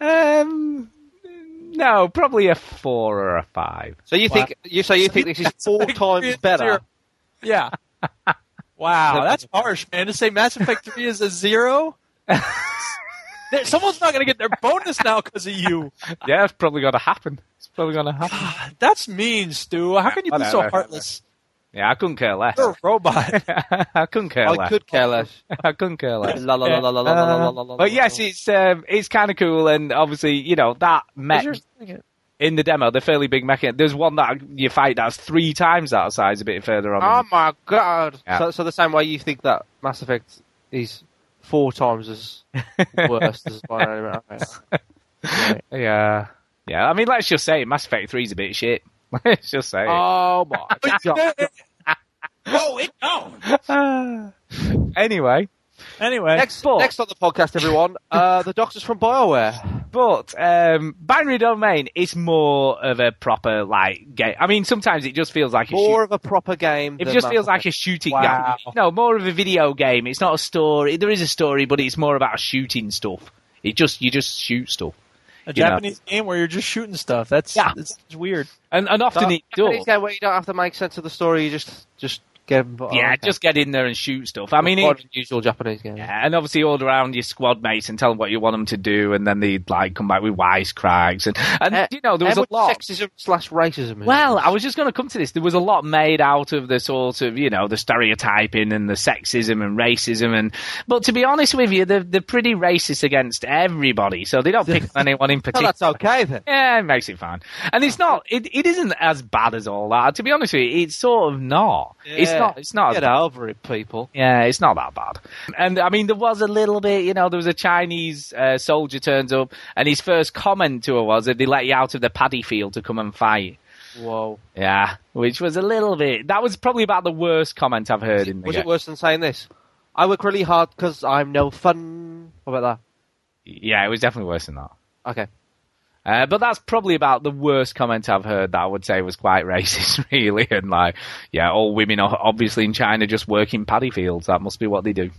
F: Um, No, probably a four or a five.
C: So you think you so you think this is four times better?
G: Yeah. Wow, that's harsh, man. To say Mass Effect 3 is a zero? There- Someone's not going to get their bonus now because of you.
F: Yeah, it's probably going to happen. It's probably going to happen.
G: That's mean, Stu. How can you be so
F: Whatever.
G: heartless?
F: Yeah, I couldn't care less.
G: You're a robot.
F: I couldn't care
C: Oh. I
F: less.
C: could care less.
F: I couldn't care less.
C: La la la la la la la la la la.
F: But yes, it's um, it's kind of cool, and obviously, you know that mech in the demo, the fairly big mech. There's one that you fight that's three times that size, a bit further on.
C: Oh my god!
F: Yeah.
C: So, so the same way you think that Mass Effect is four times as worse as Spider-Man. Okay.
F: yeah, yeah. I mean, let's just say Mass Effect Three is a bit shit. Let's just say. it.
C: Oh my god!
D: Whoa, it gone.
F: uh, anyway,
G: anyway,
C: Next, next on the podcast, everyone, uh, the Doctor's from Bioware.
F: But um, binary domain is more of a proper like game. I mean, sometimes it just feels like a
C: More of a proper game.
F: shoot- it
C: than
F: just
C: Mass
F: feels like a
C: Effect.
F: shooting
G: Wow.
F: game. No, more of a video game. It's not a story. There is a story, but it's more about shooting stuff. It just you just shoot stuff,
G: a
F: you know.
G: Japanese game where you're just shooting stuff. That's
F: Yeah.
G: that's weird.
F: and and often it
C: Japanese
F: does.
C: game where you don't have to make sense of the story. You just just get involved.
F: Yeah,
C: Okay.
F: just get in there and shoot stuff. I mean, it,
C: quite unusual Japanese game.
F: Yeah, and obviously all around your squad mates and tell them what you want them to do, and then they'd like come back with wisecracks and and
C: Uh,
F: you know there was
C: How
F: a
C: much
F: lot.
C: sexism slash racism. is
F: Well,
C: there?
F: I was just going to come to this. There was a lot made out of the sort of, you know, the stereotyping and the sexism and racism and, but to be honest with you, they're, they're pretty racist against everybody, so they don't pick on anyone in
C: well,
F: particular.
C: that's okay then.
F: Yeah, it makes it fun. And it's not, it, it isn't as bad as all that. To be honest with you, it's sort of not. It's
C: Yeah.
F: not, it's not as
C: Get
F: bad.
C: over it, people.
F: Yeah, it's not that bad. And I mean, there was a little bit, you know, there was a Chinese uh, soldier turns up, and his first comment to her was that they let you out of the paddy field to come and fight.
C: Whoa.
F: Yeah, which was a little bit. That was probably about the worst comment I've heard in the
C: Was
F: game.
C: it worse than saying this? I work really hard because I'm no fun. What about
F: yeah, it was definitely worse than that.
C: that? Okay.
F: Uh, but that's probably about the worst comment I've heard that I would say was quite racist, really. And like, yeah, all women are obviously in China just work in paddy fields. That must be what they do.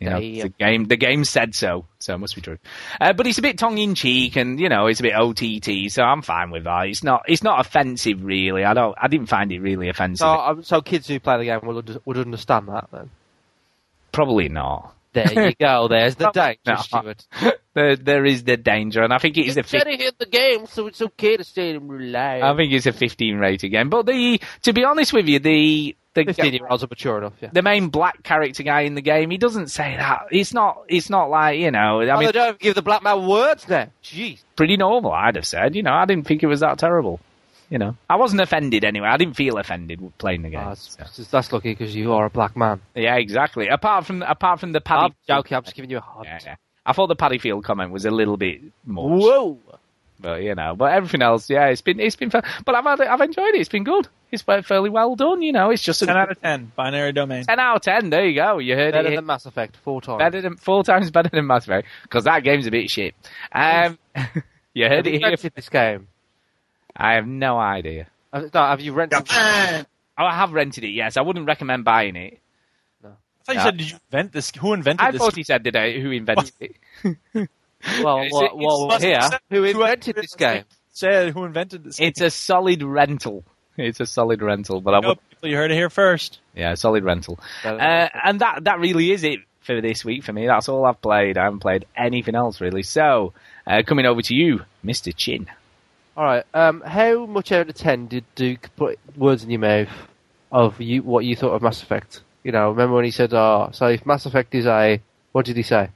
F: You know,
C: Yeah.
F: the game the game said so, so it must be true. Uh, but it's a bit tongue in cheek, and you know, it's a bit OTT, so I'm fine with that. It's not it's not offensive, really. I don't I didn't find it really offensive.
C: So, um, so kids who play the game would, under- would understand that then.
F: probably not.
C: There you go. There's the danger,
F: No.
C: Stuart.
F: There there is the danger, and I think it is a fif-
C: hit the game, so it's okay to stay in real
F: I
C: life.
F: think it's a 15 rated game. But the to be honest with you, the the
C: 15 year olds are mature enough, yeah.
F: the main black character guy in the game, he doesn't say that. It's not. It's not like you know. I
C: I
F: mean,
C: they don't give the black man words now. Jeez.
F: pretty normal. I'd have said. You know, I didn't think it was that terrible. You know, I wasn't offended anyway. I didn't feel offended w- playing the game.
C: Ah, it's-
F: so.
C: it's- that's lucky because you are a black man.
F: Yeah, exactly. Apart from apart from the
C: I'm
F: paddy.
C: joking. I'm just giving you a hard
F: Yeah, yeah. I thought the paddy field comment was a little bit more,
C: Whoa.
F: but you know, but everything else, yeah, it's been it's been. fa- But I've had, I've enjoyed it. It's been good. It's been fairly well done. You know, it's just a
G: Ten out of ten. Binary domain.
F: 10 out of ten. There you go. You heard it.
C: Better
F: here
C: than Mass Effect, four times.
F: better than four times better than Mass Effect because that game's a bit shit. Um, you heard
C: Have
F: it
C: you
F: here.
C: rented this game?
F: I have no idea.
C: Have, no, have you rented
F: Oh, I have rented it. Yes, I wouldn't recommend buying it.
G: I thought you
F: Yeah.
G: said did you invent this. Who invented
F: I
G: this?
F: thought he said today who invented it.
C: Well,
F: Is
C: well,
F: it-
C: well,
G: it's-
C: here,
G: it's-
C: who invented this game?
G: Said who invented this?
F: It's a solid rental. It's a solid rental, but I
G: No,
F: would,
G: people, you heard it here first.
F: yeah, solid rental.
C: Better than
F: Uh, and that that really is it for this week for me. That's all I've played. I haven't played anything else really. So uh, coming over to you, Mister Chin.
C: All right. Um, how much out of ten did Duke put words in your mouth of you what you thought of Mass Effect? You know, remember when he said, "Oh, so if Mass Effect is a what did he say?"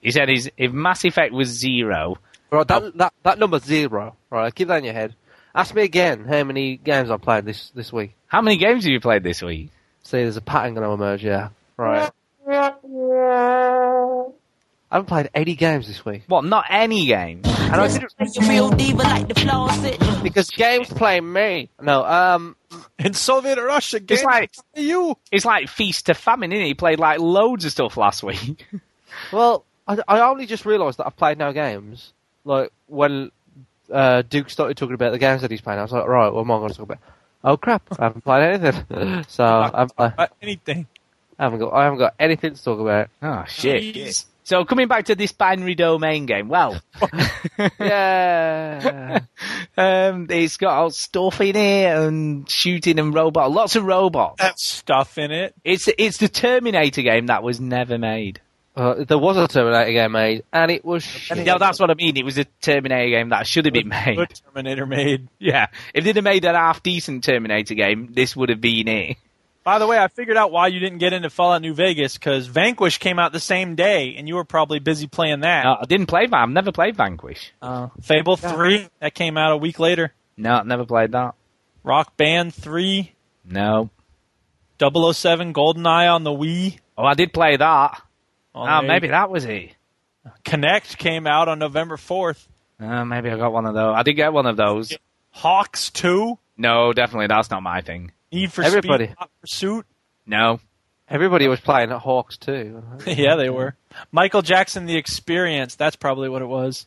F: He said, his, "If Mass Effect was zero,
C: All Right, that that that number zero. All right, keep that in your head. Ask me again how many games I played this this week.
F: how many games have you played this week?"
C: See, there's a pattern going to emerge. Yeah. Right. I haven't played any games this week
F: What? Not any game.
C: And I didn't-
D: You real diva like the faucet.
C: because games play me. No. Um.
G: In Soviet Russia,
F: It's
G: game
F: like
G: you.
F: it's like feast to famine, is He played like loads of stuff last week.
C: Well, I, I only just realised that I've played no games. Like when uh, Duke started talking about the games that he's playing, I was like, right, what am I going to talk about? Oh crap, I haven't played anything. so I'm, I
G: Uh, anything.
C: haven't got I haven't got anything to talk about.
F: Oh shit! So coming back to this binary domain game, well,
C: yeah,
F: um, it's got all stuff in it and shooting and robot, lots of robots.
G: That stuff in it.
F: It's it's the Terminator game that was never made.
C: Uh, there was a Terminator game made, and it was shit.
F: No, that's what I mean. It was a Terminator game that should have been made.
G: Good Terminator made.
F: Yeah, if they'd have made an half decent Terminator game, this would have been it.
G: By the way, I figured out why you didn't get into Fallout New Vegas because Vanquish came out the same day, and you were probably busy playing that.
F: No, I didn't play. Van- I've never played Vanquish.
G: Uh, Fable three that came out a week later.
F: No, I've never played that.
G: Rock Band three.
F: No.
G: 007 GoldenEye on the Wii.
F: Oh, I did play that.
G: On
C: Ah,
F: Oh,
G: the-
F: maybe that was it.
G: Connect came out on November fourth.
F: Uh, maybe I got one of those. I did get one of those.
G: Hawks two.
F: No, definitely that's not my thing.
G: Need for
C: Everybody.
G: Speed Hot Pursuit.
F: No.
C: Everybody was playing at Hawks too.
G: yeah, they were. Michael Jackson The Experience. That's probably what it was.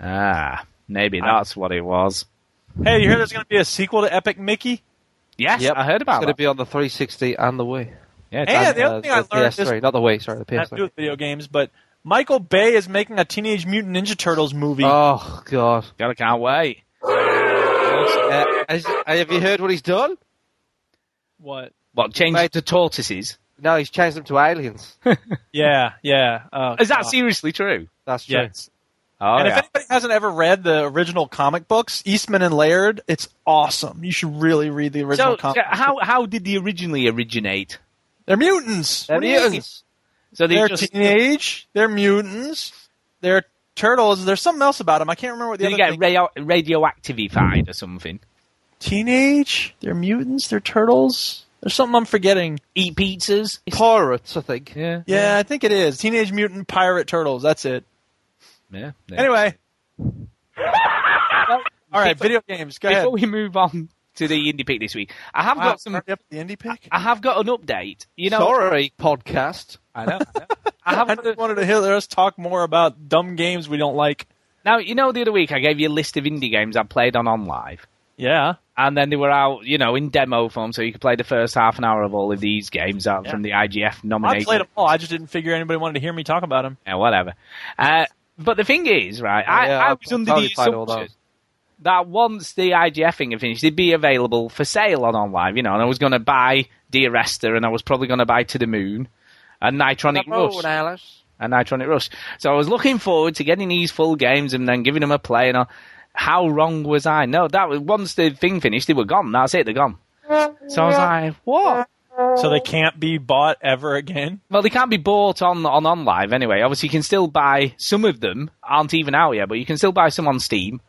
F: Ah, maybe that's what it was.
G: Hey, you hear there's going to be a sequel to Epic Mickey?
F: Yes, I heard
C: It's
F: about
C: going to
F: that.
C: be on the 360 and the Wii.
F: Yeah, it's-
G: Yeah, the
C: And,
G: other
C: uh,
G: thing I learned
C: PS3,
G: this-
C: not the Wii, sorry, the
G: Not to do
C: PS3.
G: with video games, but Michael Bay is making a Teenage Mutant Ninja Turtles movie.
C: Oh god!
F: God, I can't wait.
C: Uh, has- have you heard what he's done?
G: what?
F: What, change
C: Mate.
F: to tortoises?
C: No, he's changed them to aliens.
G: Yeah, yeah. Oh,
F: Is that
G: God.
F: seriously true?
C: That's true.
G: Yes.
F: Oh,
G: and
F: yeah.
G: if anybody hasn't ever read the original comic books, Eastman and Laird, it's awesome. You should really read the original
F: So,
G: comic. books.
F: how, how did they originally originate?
G: They're mutants.
C: They're
G: What do you mean?
C: mutants.
F: So they
G: They're
F: just did
G: teenage. They're mutants. They're turtles. There's something else about them. I can't remember what the
F: they
G: other
F: get
G: thing.
F: radio- radioactivified or something?
G: teenage. They're mutants. They're turtles. There's something I'm forgetting.
F: Eat pizzas?
C: Pirates, I think.
F: Yeah.
G: Yeah, I think it is. Teenage Mutant Pirate Turtles. That's it.
F: Yeah. yeah.
G: Anyway. All right, video games. Go ahead.
F: Before we move on to the indie pick this week, I have
G: Wow,
F: got some.
G: hurry up with the indie pick.
F: I have got an update. You know,
C: Sorry, podcast.
F: I know. I, know. I have
G: I just wanted to hear us talk more about dumb games we don't like.
F: now. You know, the other week I gave you a list of indie games I played on on live,
G: Yeah.
F: and then they were out, you know, in demo form, so you could play the first half an hour of all of these games out from the IGF
G: I
F: nomination.
G: played them all. I just didn't figure anybody wanted to hear me talk about them.
F: Yeah, whatever. Uh, but the thing is, right? I,
C: Yeah,
F: I
C: I
F: was under
C: totally
F: the
C: played all
F: assumption
C: those.
F: that once the IGF thing had finished, they'd be available for sale on online, you know. And I was going to buy Dear Esther, and I was probably going to buy To the Moon, and Nitronic Rush.
C: Alice.
F: and Nitronic Rush. So I was looking forward to getting these full games and then giving them a play. And all. how wrong was I? No, that was once the thing finished, they were gone. That's it, they're gone. So I was like, what?
G: So they can't be bought ever again.
F: Well, they can't be bought on on on live anyway. Obviously, you can still buy some of them. Aren't even out yet, but you can still buy some on Steam.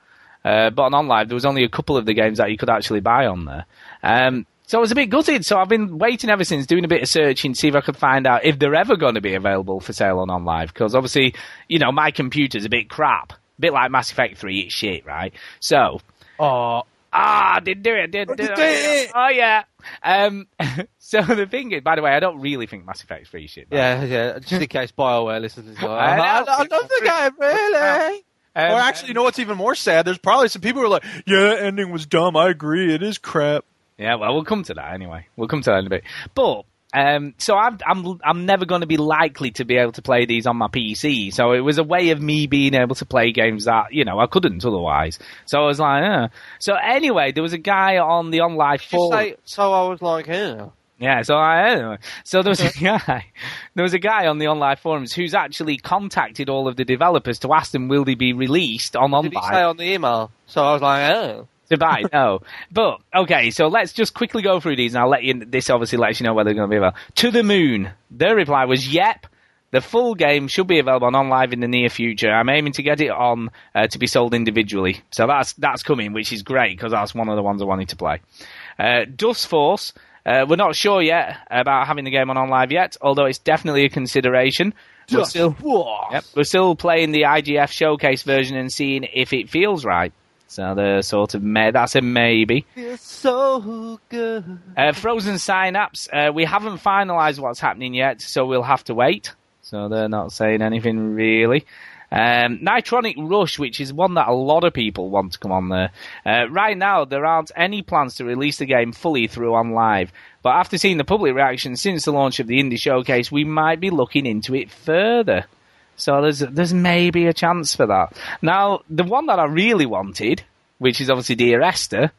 F: Uh, but on on live, there was only a couple of the games that you could actually buy on there. Um, so I was a bit gutted. So I've been waiting ever since, doing a bit of searching, see if I could find out if they're ever going to be available for sale on on live. Because obviously, you know, my computer's a bit crap, a bit like Mass Effect Three. It's shit, right? So
G: Oh,
F: Ah, I didn't do it. Didn't do
G: you
F: it.
G: did it.
F: Oh yeah. Um, so the thing is, by the way, I don't really think Mass Effect's free shit. man.
C: Yeah, yeah. Just in case Bioware listens. Uh-huh. Like,
F: I know.
C: I,
G: I love the guy, really.
F: Um,
G: or actually, you know what's even more sad? There's probably some people who are like, "Yeah, that ending was dumb. I agree. It is crap."
F: yeah. Well, we'll come to that anyway. We'll come to that in a bit. But um, so I'm I'm I'm never going to be likely to be able to play these on my PC. So it was a way of me being able to play games that you know I couldn't otherwise. So I was like, uh. so anyway, there was a guy on the online
C: just
F: forum.
C: say, so I was like, yeah.
F: Yeah, so I anyway, so there was a guy, there was a guy on the online forums who's actually contacted all of the developers to ask them will they be released on
C: Did he say
F: online
C: on the email? So I was like, oh.
F: to buy. No, but okay, so let's just quickly go through these, and I'll let you. This obviously lets you know whether they're going to be available. To the moon. Their reply was, "Yep, the full game should be available on online in the near future. I'm aiming to get it on uh, to be sold individually. So that's that's coming, which is great because that's one of the ones I wanted to play. Uh, Dust Force. Uh, we're not sure yet about having the game on on live yet, although it's definitely a consideration. We're still, Yep, we're still playing the IGF showcase version and seeing if it feels right. So they're sort of may- that's a maybe.
C: It's so good.
F: Uh, frozen sign-ups. Uh, we haven't finalised what's happening yet, so we'll have to wait. So they're not saying anything really. Um, Nitronic Rush, which is one that a lot of people want to come on there. Uh, right now, there aren't any plans to release the game fully through on live, but after seeing the public reaction since the launch of the indie showcase, we might be looking into it further. So there's there's maybe a chance for that. Now the one that I really wanted, which is obviously Dear Esther,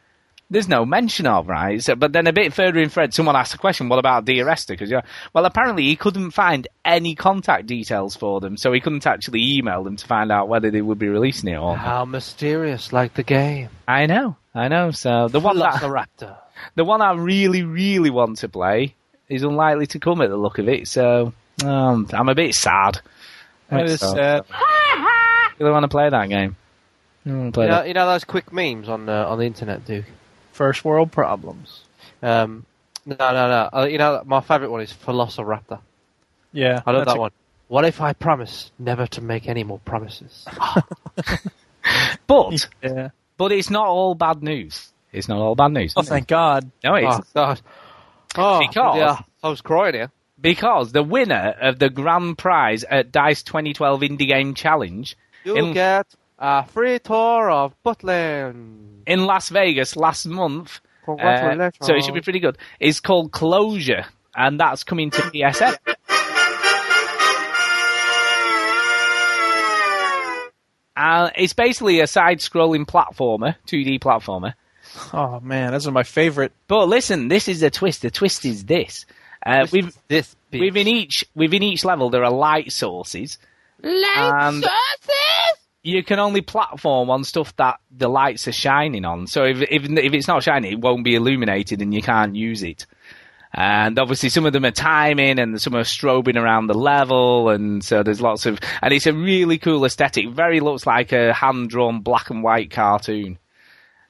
F: there's no mention of right. So, but then a bit further in thread, someone asked a question: What about Dear Esther? Because yeah, well, apparently he couldn't find any contact details for them, so he couldn't actually email them to find out whether they would be releasing it or.
C: How mysterious, like the game.
F: I know, I know. So the one that
C: Velociraptor.
F: the one I really, really want to play is unlikely to come at the look of it. So um, I'm a bit sad.
G: That is sad.
F: Really want to play that game. I wanna play
C: You know,
F: that.
C: you know those quick memes on uh, on the internet, Duke.
G: First world problems.
C: Um, no, no, no. Uh, you know my favourite one is Velociraptor.
G: Yeah,
C: I love
G: that's
C: that
G: a-
C: one. What if I promise never to make any more promises?
F: But
G: Yeah.
F: but it's not all bad news. It's not all bad news.
G: Oh, thank God.
F: no, it's
C: Oh God! Oh,
F: Because-
C: yeah, I was crying here.
F: because the winner of the grand prize at Dice 2012 Indie Game Challenge
C: You
F: in,
C: get a free tour of Butland.
F: in Las Vegas last month. Uh,
C: Congratulations.
F: so it should be pretty good. It's called Closure, and that's coming to PSN. Uh, it's basically a side-scrolling platformer, 2D platformer.
G: Oh man, that's one of my favorite.
F: But listen, this is the twist. The twist is this: uh, we've
C: this bitch.
F: within each within each level there are light sources. Light sources. You can only platform on stuff that the lights are shining on. So if if if it's not shining, it won't be illuminated, and you can't use it. And obviously, some of them are timing, and some are strobing around the level, and so there's lots of. And it's a really cool aesthetic. Very looks like a hand-drawn black and white cartoon.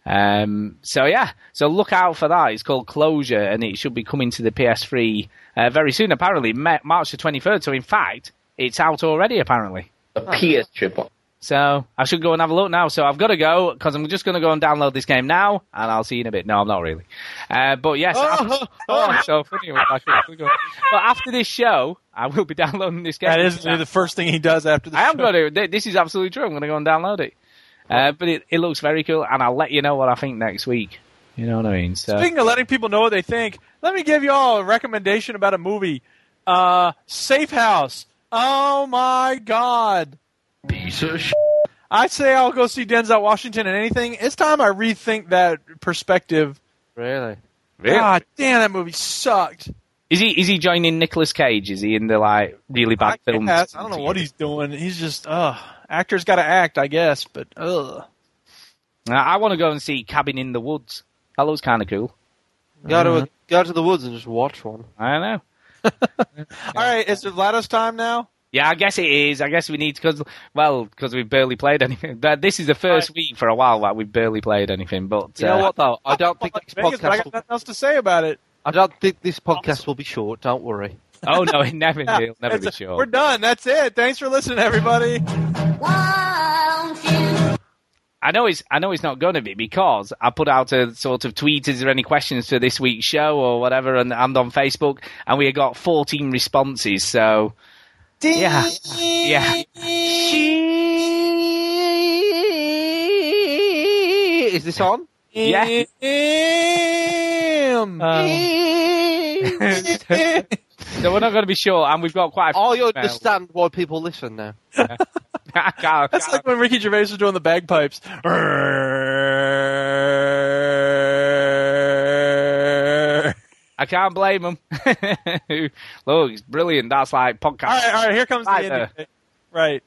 F: Um, so yeah, so look out for that. It's called Closure, and it should be coming to the PS3 uh, very soon. Apparently, Ma- March the 23rd. So in fact, it's out already. Apparently.
K: A PS chip on.
F: So I should go and have a look now. So I've got to go because I'm just going to go and download this game now, and I'll see you in a bit. No, I'm not really. Uh, but yes, after, oh, it's so funny. when I keep going. But after this show, I will be downloading this game.
G: That is the first thing he does after the.
F: I am
G: show.
F: going to. This is absolutely true. I'm going to go and download it. Uh, but it, it looks very cool, and I'll let you know what I think next week. You know what I mean? So
G: Speaking of letting people know what they think, let me give you all a recommendation about a movie. Uh, Safe House. Oh my God.
K: Piece of sh-
G: I say I'll go see Denzel Washington and anything. It's time I rethink that perspective.
C: really.
G: God damn, that movie sucked.
F: is he is he joining Nicolas Cage? Is he in the like really bad
G: I,
F: films?
G: guess. I don't know what he's doing. He's just, ugh. Actors got to act, I guess, but ugh.
F: Uh, I want to go and see Cabin in the Woods. That looks kind of cool.
C: Go to a, go to the woods and just watch one.
F: I don't know.
G: All right, is it Vlado's time now?
F: Yeah, I guess it is. I guess we need because well, because we've barely played anything. But this is the first week for a while that we've barely played anything. But
C: You know
F: uh,
C: what though? I don't think
G: Las
C: this
G: Vegas, but I
C: podcast.
G: got
C: Will,
G: nothing else to say about it.
C: I don't think this podcast will be short. Don't worry.
F: oh no, it never will never be
G: It's-
F: sure.
G: We're done. That's it. Thanks for listening, everybody.
F: I know it's I know it's not going to be because I put out a sort of tweet. Is there any questions for this week's show or whatever? And, and on Facebook, and we got 14 responses. So yeah, yeah.
C: Is this on?
F: Yeah. Um,
G: Damn.
F: so we're not going to be sure, and we've got quite. A
C: Oh, you
F: few emails.
C: understand why people listen now.
F: I can't-
G: That's like when Ricky Gervais was doing the bagpipes. All
F: I can't blame them. Look, it's brilliant. That's like podcast.
G: right, all right. Here comes the
F: Right
G: ending. Right.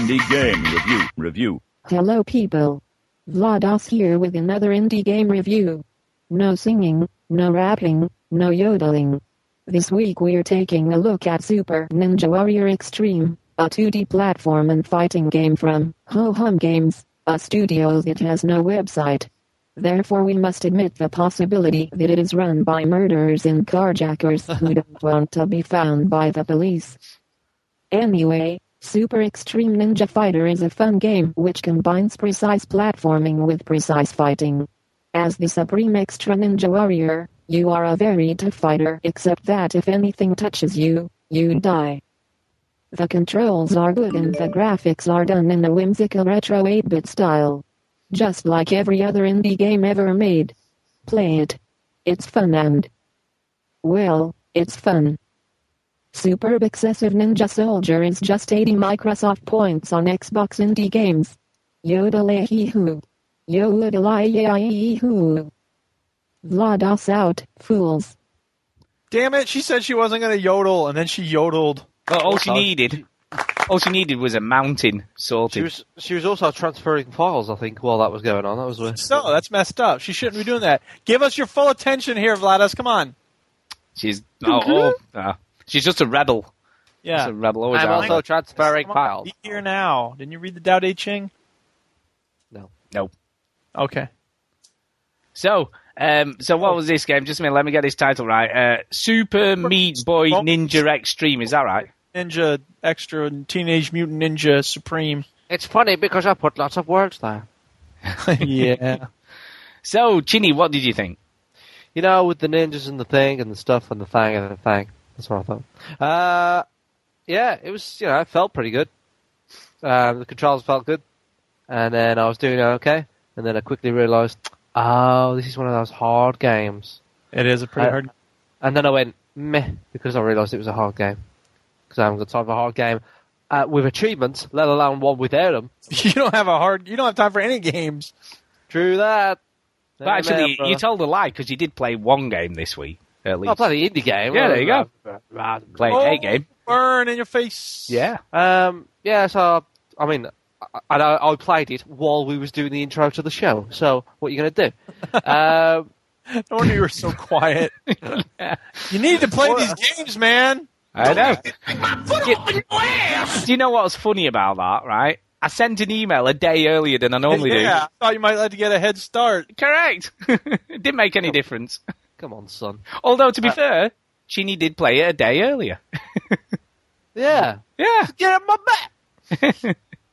E: Indie game review. Review.
L: Hello people. Vlados here with another indie game review. No singing, no rapping, no yodeling. This week we're taking a look at Super Ninja Warrior Extreme, a 2D platform and fighting game from Ho Hum Games, a studio that has no website. Therefore we must admit the possibility that it is run by murderers and carjackers who don't want to be found by the police. Anyway, Super Extreme Ninja Fighter is a fun game which combines precise platforming with precise fighting. As the Supreme Extra Ninja Warrior, you are a very tough fighter, except that if anything touches you, you die. The controls are good and the graphics are done in a whimsical retro 8 bit style. Just like every other indie game ever made. Play it. It's fun and. Well, it's fun. Superb Excessive Ninja Soldier is just 80 Microsoft points on Xbox Indie Games. Yodelahihu. Yodelahihu. Vlados out, fools.
G: Damn it! She said she wasn't going to yodel, and then she yodeled.
F: But all she needed, all she needed was a mountain sorted.
C: She was she was also transferring files, I think, while that was going on. That was weird.
G: So that's messed up. She shouldn't be doing that. Give us your full attention here, Vlados. Come on.
F: She's oh, oh, ah. she's just a rebel.
G: Yeah.
F: She's a rebel. Always
G: I'm
F: has
G: also
F: been.
C: transferring
G: Come on, Be here now. Didn't you read the Tao Te Ching?
F: No.
G: Okay.
F: So, um, so what was this game? Just a minute, let me get this title right. Uh, Super Meat Boy Ninja Extreme. Is that right?
G: Ninja Extra Teenage Mutant Ninja Supreme.
C: It's funny because I put lots of words there.
G: yeah.
F: So, Chinny, what did you think?
C: You know, with the ninjas and the thing and the stuff and the thing and the thing. That's what I thought. Uh, yeah, it was. You know, it felt pretty good. Um, the controls felt good, and then I was doing okay, and then I quickly realised, oh, this is one of those hard games.
G: It is a pretty
C: Uh,
G: hard.
C: And then I went meh because I realised it was a hard game because I haven't got time for a hard game uh, with achievements, let alone one without them.
G: You don't have a hard. You don't have time for any games.
C: True that.
F: But actually,
C: uh,
F: you told a lie because you did play one game this week. At least.
C: I played the indie game.
F: Yeah, there you go.
C: Rather than
F: Play
C: play-
F: a game.
G: Oh, Burn in your face.
F: Yeah.
C: Um, yeah, so I mean, I, I, I played it while we was doing the intro to the show. So what are you going to do? um,
G: No wonder you were so quiet. You need to play
C: uh,
G: these games, man.
F: I know. Do you know what's funny about that? Right, I sent an email a day earlier than I normally
G: yeah, I thought you might like to get a head start.
F: do. Correct. it didn't make any difference.
C: Come on, son.
F: Although
G: Uh,
F: to be fair, Chinny did play it a day earlier.
C: Yeah,
F: yeah.
C: get on my back.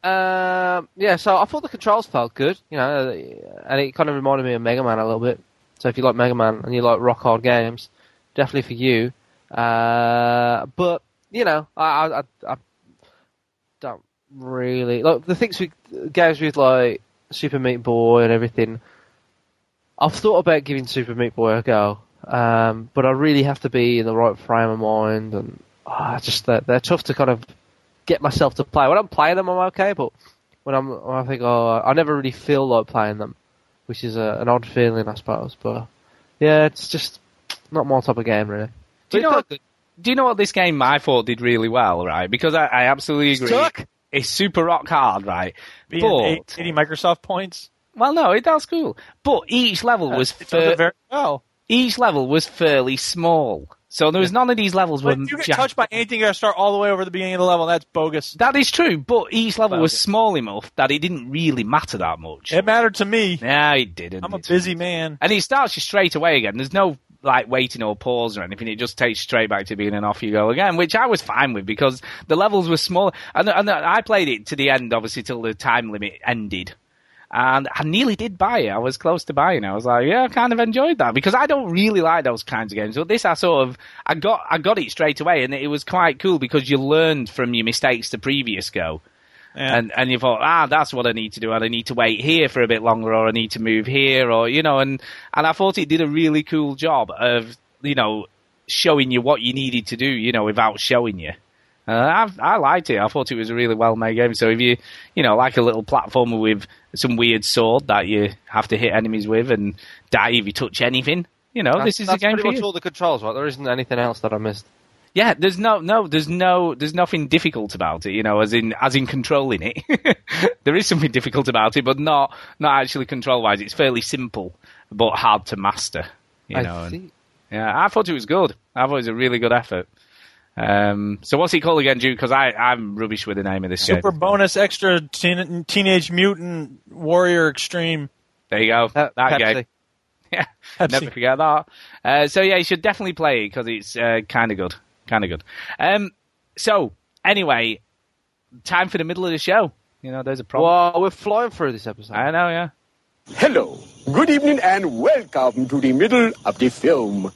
C: Um, yeah, so I thought the controls felt good, you know, and it kind of reminded me of Mega Man a little bit. So if you like Mega Man and you like rock hard games, definitely for you. Uh, but you know, I, I, I, I don't really like the things we games with like Super Meat Boy and everything. I've thought about giving Super Meat Boy a go, um, but I really have to be in the right frame of mind, and ah, just they're, they're tough to kind of get myself to play. When I'm playing them, I'm okay, but when I'm, when I think, oh, I never really feel like playing them, which is a, an odd feeling, I suppose. But yeah, it's just not my type of game, really.
F: Do you
C: But
F: know?
C: it
F: What, do you know what this game I thought did really well, right? Because I, I absolutely agree.
G: Stuck.
F: It's super rock hard, right?
G: Being
F: but
G: eight- 80 Microsoft points.
F: well, no, it that's cool. But each level was
G: Uh, It does
C: Uh,
F: fur-
G: it very well.
F: each level was fairly small, so there was none of these levels were.
G: But you get
F: giant.
G: touched by anything, you gotta start all the way over the beginning of the level. That's bogus.
F: That is true, but each level
G: Well,
F: was
G: yeah.
F: small enough that it didn't really matter that much.
G: It mattered to me.
F: No, it didn't.
G: I'm a
F: It-
G: busy man.
F: And it starts you straight away again. There's no like waiting or pause or anything. It just takes you straight back to being an off you go again, which I was fine with because the levels were small. And, and I played it to the end, obviously, till the time limit ended. And I nearly did buy it. I was close to buying. it. I was like, yeah, I kind of enjoyed that because I don't really like those kinds of games. But this, I sort of, I got, I got it straight away, and it was quite cool because you learned from your mistakes the previous go.
G: Yeah.
F: And and you thought, ah, that's what I need to do, and I need to wait here for a bit longer, or I need to move here, or you know, and and I thought it did a really cool job of you know showing you what you needed to do, you know, without showing you. Uh, I I liked it. I thought it was a really well made game. So if you you know like a little platformer with some weird sword that you have to hit enemies with and die if you touch anything, you know,
C: That's-
F: this is a
C: that's
F: game
C: pretty
F: for
C: much
F: you.
C: all the controls, right? There isn't anything else that I missed.
F: Yeah, there's no, no, there's no, there's nothing difficult about it, you know, as in, as in controlling it. there is something difficult about it, but not, not actually control wise. It's fairly simple, but hard to master, you
C: I
F: know. and-
C: think-
F: yeah, I thought it was good. I thought it was a really good effort. Um, so what's it called again, Jude? Because I, I'm rubbish with the name of this
G: Super
F: game.
G: bonus extra teen, Teenage Mutant Warrior Extreme.
F: There you go.
C: Uh,
F: That
C: Pepsi.
F: game. Yeah,
G: Pepsi.
F: never forget that. Uh, so yeah, you should definitely play it because it's uh, kind of good, kind of good. Um, so anyway, time for the middle of the show. You know, there's a problem.
C: Well, we're flying through this episode.
F: I know, yeah.
M: Hello, good evening, and welcome to the middle of the film.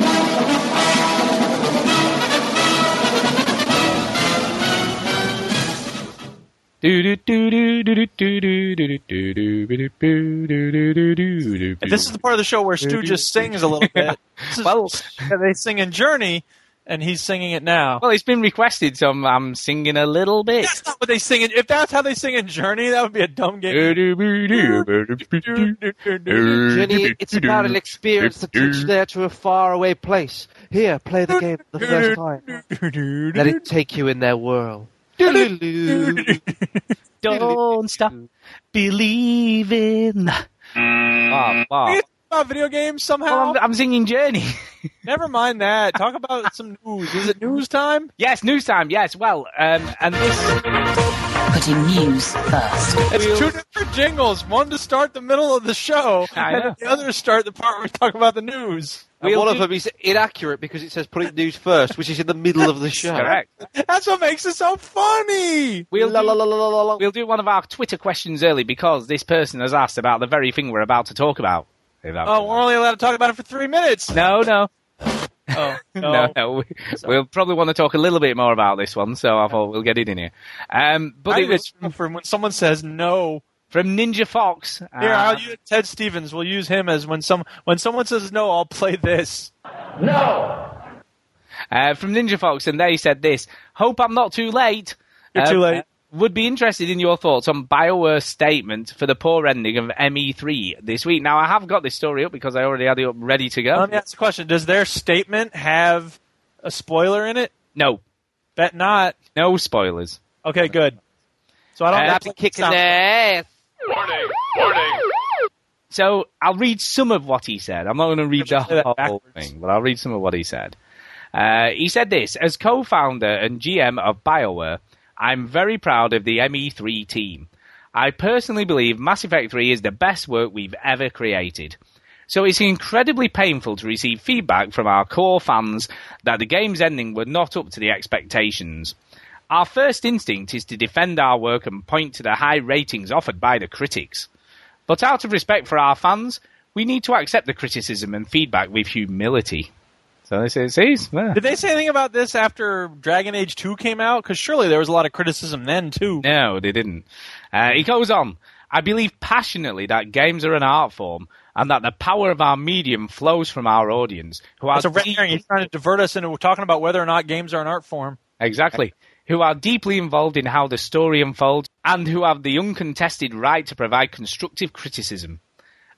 G: And this is the part of the show where Stu just sings a little bit. This is-
F: Well-
G: yeah, they sing in Journey, and he's singing it now.
F: Well, it's been requested, so I'm, I'm singing a little bit.
G: That's not what they sing. In, if that's how they sing in Journey, that would be a dumb game.
C: Journey, it's about an experience that takes you there to a faraway place. Here, play the game for the first time. Let it take you in their world.
F: Don't stop believing. Ah, Wow, wow.
G: About video games somehow.
F: Oh, I'm, I'm singing Journey.
G: Never mind that. Talk about some news. Is it news time?
F: Yes, news time. Yes, well, um, and this.
N: Putting news first.
G: It's two different jingles. One to start the middle of the show,
F: I know.
G: and the other to start the part where we talk about the news.
C: And one of them is inaccurate because it says put it news first, which is in the middle of the show.
F: Correct.
G: That's what makes it so funny.
F: We'll do, we'll do one of our Twitter questions early because this person has asked about the very thing we're about to talk about. If that-
G: Oh, we're only allowed to talk about it for three minutes.
F: No, no.
G: Oh, no.
F: No, no, we, we'll probably want to talk a little bit more about this one, so I thought we'll get it in here. Um, but
G: I
F: it was
G: remember from when someone says no.
F: from Ninja Fox.
G: Here,
F: uh,
G: I'll use Ted Stevens. We'll use him as when some when someone says no, I'll play this.
F: uh, from Ninja Fox, and they said this. Hope I'm not too late. Um, uh,
G: You're too late.
F: Would be interested in your thoughts on Bioware's statement for the poor ending of ME3 this week. Now, I have got this story up because I already had it up ready to go.
G: Let me ask a question: Does their statement have a spoiler in it?
F: No,
G: Bet not.
F: no spoilers.
G: Okay, good. So I don't
F: Uh,
G: have
C: That'd
G: to
C: be kicking
G: sound-
C: their ass.
F: So I'll read some of what he said. I'm not going to read the
G: Just say that
F: whole
G: backwards.
F: thing, but I'll read some of what he said. Uh, he said this As co founder and GM of BioWare, I'm very proud of the ME3 team. I personally believe Mass Effect 3 is the best work we've ever created. So it's incredibly painful to receive feedback from our core fans that the game's ending were not up to the expectations. Our first instinct is to defend our work and point to the high ratings offered by the critics. But out of respect for our fans, we need to accept the criticism and feedback with humility. So this is he's
G: Did they say anything about this after Dragon Age Two came out? Because surely there was a lot of criticism then too.
F: No, they didn't. Uh, he goes on. I believe passionately that games are an art form and that the power of our medium flows from our audience, who are
G: That's a red
F: deep-
G: herring. He's trying to divert us into talking about whether or not games are an art form.
F: Exactly. Who are deeply involved in how the story unfolds and who have the uncontested right to provide constructive criticism.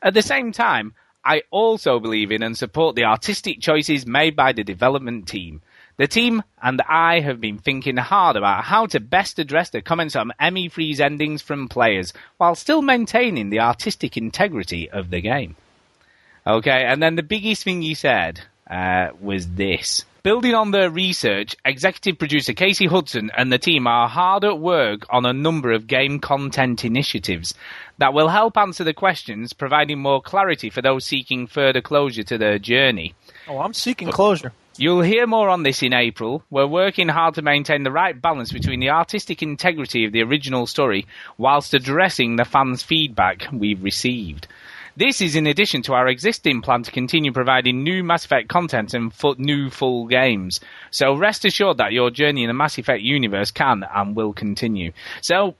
F: At the same time, I also believe in and support the artistic choices made by the development team. The team and I have been thinking hard about how to best address the comments on ME3's endings from players while still maintaining the artistic integrity of the game. Okay, and then the biggest thing he said uh, was this. Building on their research, executive producer Casey Hudson and the team are hard at work on a number of game content initiatives that will help answer the questions, providing more clarity for those seeking further closure to their journey.
G: Oh, I'm seeking closure.
F: You'll hear more on this in April. We're working hard to maintain the right balance between the artistic integrity of the original story whilst addressing the fans' feedback we've received. This is in addition to our existing plan to continue providing new Mass Effect content and fu- new full games. So rest assured that your journey in the Mass Effect universe can and will continue. So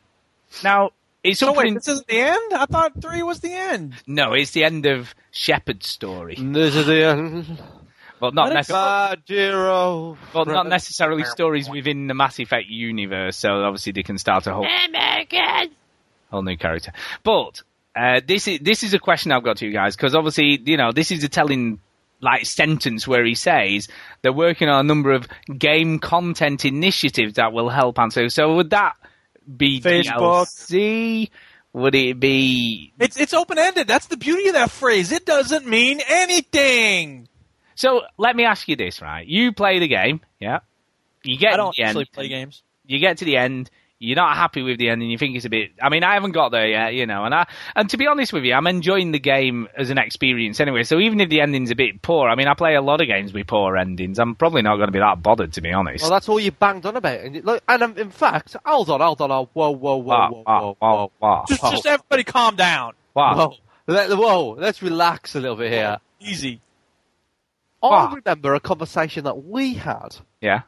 F: now it's
G: So
F: up
G: wait,
F: in-
G: this isn't the end? I thought three was the end.
F: no, it's the end of Shepard's
G: Mm.
F: story,
C: This is the uh, end.
F: but not
G: Let it
F: necessarily.
C: My dear old
F: Well,
C: friend.
F: not necessarily stories within the Mass Effect universe, so obviously they can start a whole whole new character. But uh, this is this is a question I've got to you guys because obviously you know this is a telling like sentence where he says they're working on a number of game content initiatives that will help answer. So would that be
G: Facebook.
F: DLC? Would it be
G: It's it's open ended. That's the beauty of that phrase. It doesn't mean anything.
F: so? Let me ask you this, right? You play the game, yeah. You get
G: I don't
F: the end-
G: actually play games.
F: you get to the end, you're not happy with the end, and you think it's a bit. I mean, I haven't got there yet, you know. And I, and to be honest with you, I'm enjoying the game as an experience anyway. So even if the ending's a bit poor, I mean, I play a lot of games with poor endings. I'm probably not going to be that bothered, to be honest.
C: Well, that's all you banged on about. And, it- look, and um, in fact, hold on, hold on, hold on. Whoa, whoa,
F: Wah,
G: Ah,
C: whoa, whoa,
F: wah,
C: whoa,
F: wah,
C: whoa.
F: wah,
G: Just
F: wah,
G: just everybody calm down.
F: wah.
C: Whoa. Let, whoa, let's relax a little bit here.
G: Easy.
C: I
G: Ah.
F: Wah.
C: remember a conversation that we had,
F: Yeah.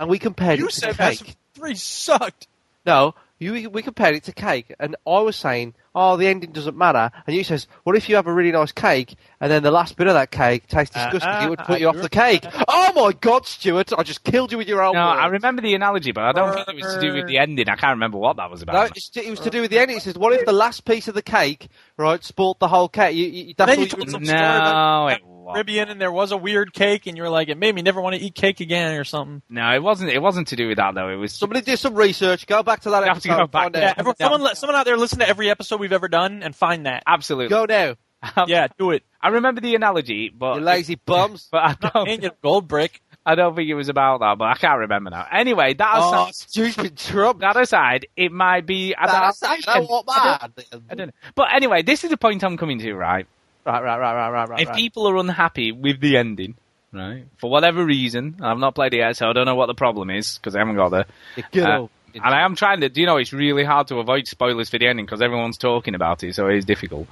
C: and we compared
G: You
C: it to
G: said
C: cake.
G: that's three sucked.
C: No, you, we compared it to cake, and I was saying "Oh, the ending doesn't matter," and you says, "What if you have a really nice cake, and then the last bit of that cake tastes disgusting?
F: Uh, uh,
C: it would
F: I
C: put you off
F: do
C: the cake." Oh my God, Stuart! I just killed you with your own.
F: No,
C: words.
F: I remember the analogy, but I don't think it was to do with the ending. I can't remember what that was
C: No,
F: about.
C: it's, it was to do with the ending. It says, "What if the last piece of the cake, right, spoilt the whole cake?" You, you, that's
G: then
C: all
G: you told some
C: you
G: story about
F: it
G: Caribbean and there was a weird cake, and you were like, it made me never want to eat cake again or something.
F: No, it wasn't. It wasn't to do with that though. It was
C: somebody do some research. Go back to that
F: have to go back.
G: Yeah, everyone, someone, let- someone out there listen to every episode we've ever done and find that.
F: Absolutely.
C: Go now.
G: yeah, do it.
F: I remember the analogy, but
G: You
C: lazy bums.
F: but I don't think
G: gold brick.
F: I don't think it was about that, but I can't remember now. Anyway, that
C: Oh,
F: aside, that aside, it might be. I
C: That
F: don't-
C: aside, that what
F: I
C: bad.
F: don't- I don't know. But anyway, this is the point I'm coming to, right?
C: Right, right, right, right, right, right.
F: if people are unhappy with the ending, right, for whatever reason, and I've not played it yet, so I don't know what the problem is because I haven't got there.
C: good
F: Uh,
C: old-
F: and I am trying to, do you know, it's really hard to avoid spoilers for the ending because everyone's talking about it, so it is difficult.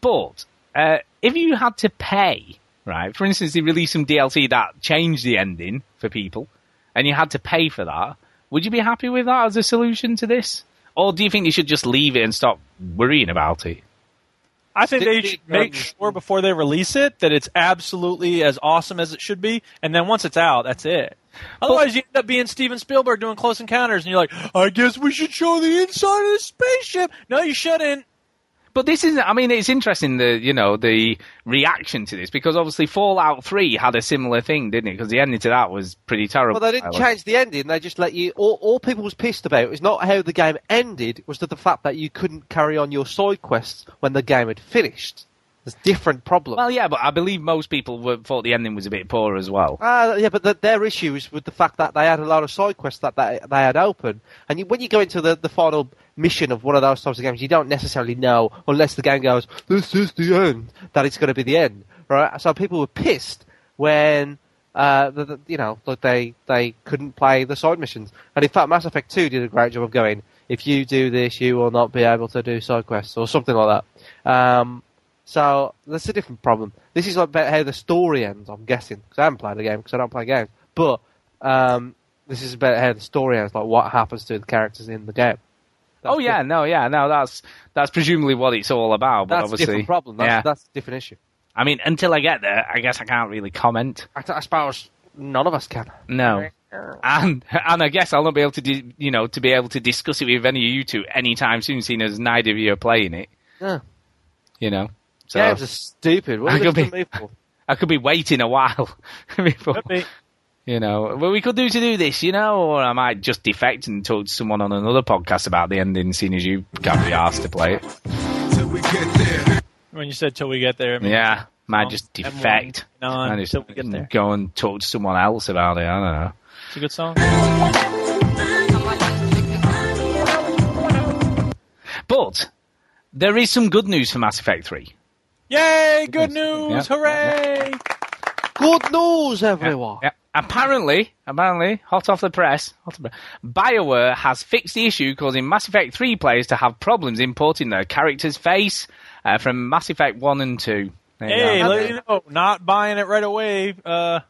F: But uh, if you had to pay, right, for instance, they released some DLC that changed the ending for people, and you had to pay for that, would you be happy with that as a solution to this? Or do you think you should just leave it and stop worrying about it?
G: I think
F: Stick
G: they
F: to
G: should
F: your-
G: make sure before they release it that it's absolutely as awesome as it should be, and then once it's out, that's it. Otherwise, you end up being Steven Spielberg doing Close Encounters, and you're like, I guess we should show the inside of the spaceship. No, you shouldn't.
F: But this is, I mean, it's interesting the you know the reaction to this because obviously Fallout Three had a similar thing, didn't it? Because the ending to that was pretty terrible.
C: Well, they didn't change the ending. They just let you. All, all people was pissed about was not how the game ended, was that the fact that you couldn't carry on your side quests when the game had finished. There's different problems.
F: Well, yeah, but I believe most people were, thought the ending was a bit poor as well.
C: Ah, yeah, but the, their issue is with the fact that they had a lot of side quests that they, they had open, and you, when you go into the, the final mission of one of those types of games, you don't necessarily know unless the game goes, "This is the end," that it's going to be the end, right? So people were pissed when uh, the, the, you know, like they they couldn't play the side missions, and in fact, Mass Effect Two did a great job of going, "If you do this, you will not be able to do side quests," or something like that. Um, so that's a different problem. This is about how the story ends. I'm guessing because I haven't played the game because I don't play games. But um, this is about how the story ends, like what happens to the characters in the game.
F: oh yeah, no, yeah, no, that's that's presumably what it's all about. But
C: That's
F: obviously,
C: a different problem. That's,
F: yeah.
C: that's a different issue.
F: I mean, until I get there, I guess I can't really comment.
C: I, I suppose none of us can.
F: No. And and I guess I'll not be able to di- you know to be able to discuss it with any of you two anytime soon, seeing as neither of you are playing it.
C: Yeah.
F: You know. So
C: Games are stupid. What
F: I
C: are
F: could
C: they
F: be-
C: made for?
F: I could be waiting a while before. You know, well, we could do to do this, you know, or I might just defect and talk to someone on another podcast about the ending, seeing as you can't be asked to play it.
G: When you said till we get there, I mean,
F: Yeah, might
G: Um,
F: just
G: M1,
F: defect.
G: no,
F: I just
G: until we get there.
F: go and talk to someone else about it. I don't know.
G: it's a good song.
F: But there is some good news for Mass Effect 3.
G: Yay! Good news! Hooray!
C: Good news, everyone.
F: Yeah. Apparently, apparently, hot off the press, hot off the press, Bioware has fixed the issue causing Mass Effect 3 players to have problems importing their character's face uh, from Mass Effect 1 and 2. There you
G: Hey,
F: go.
G: let you know, not buying it right away. Uh,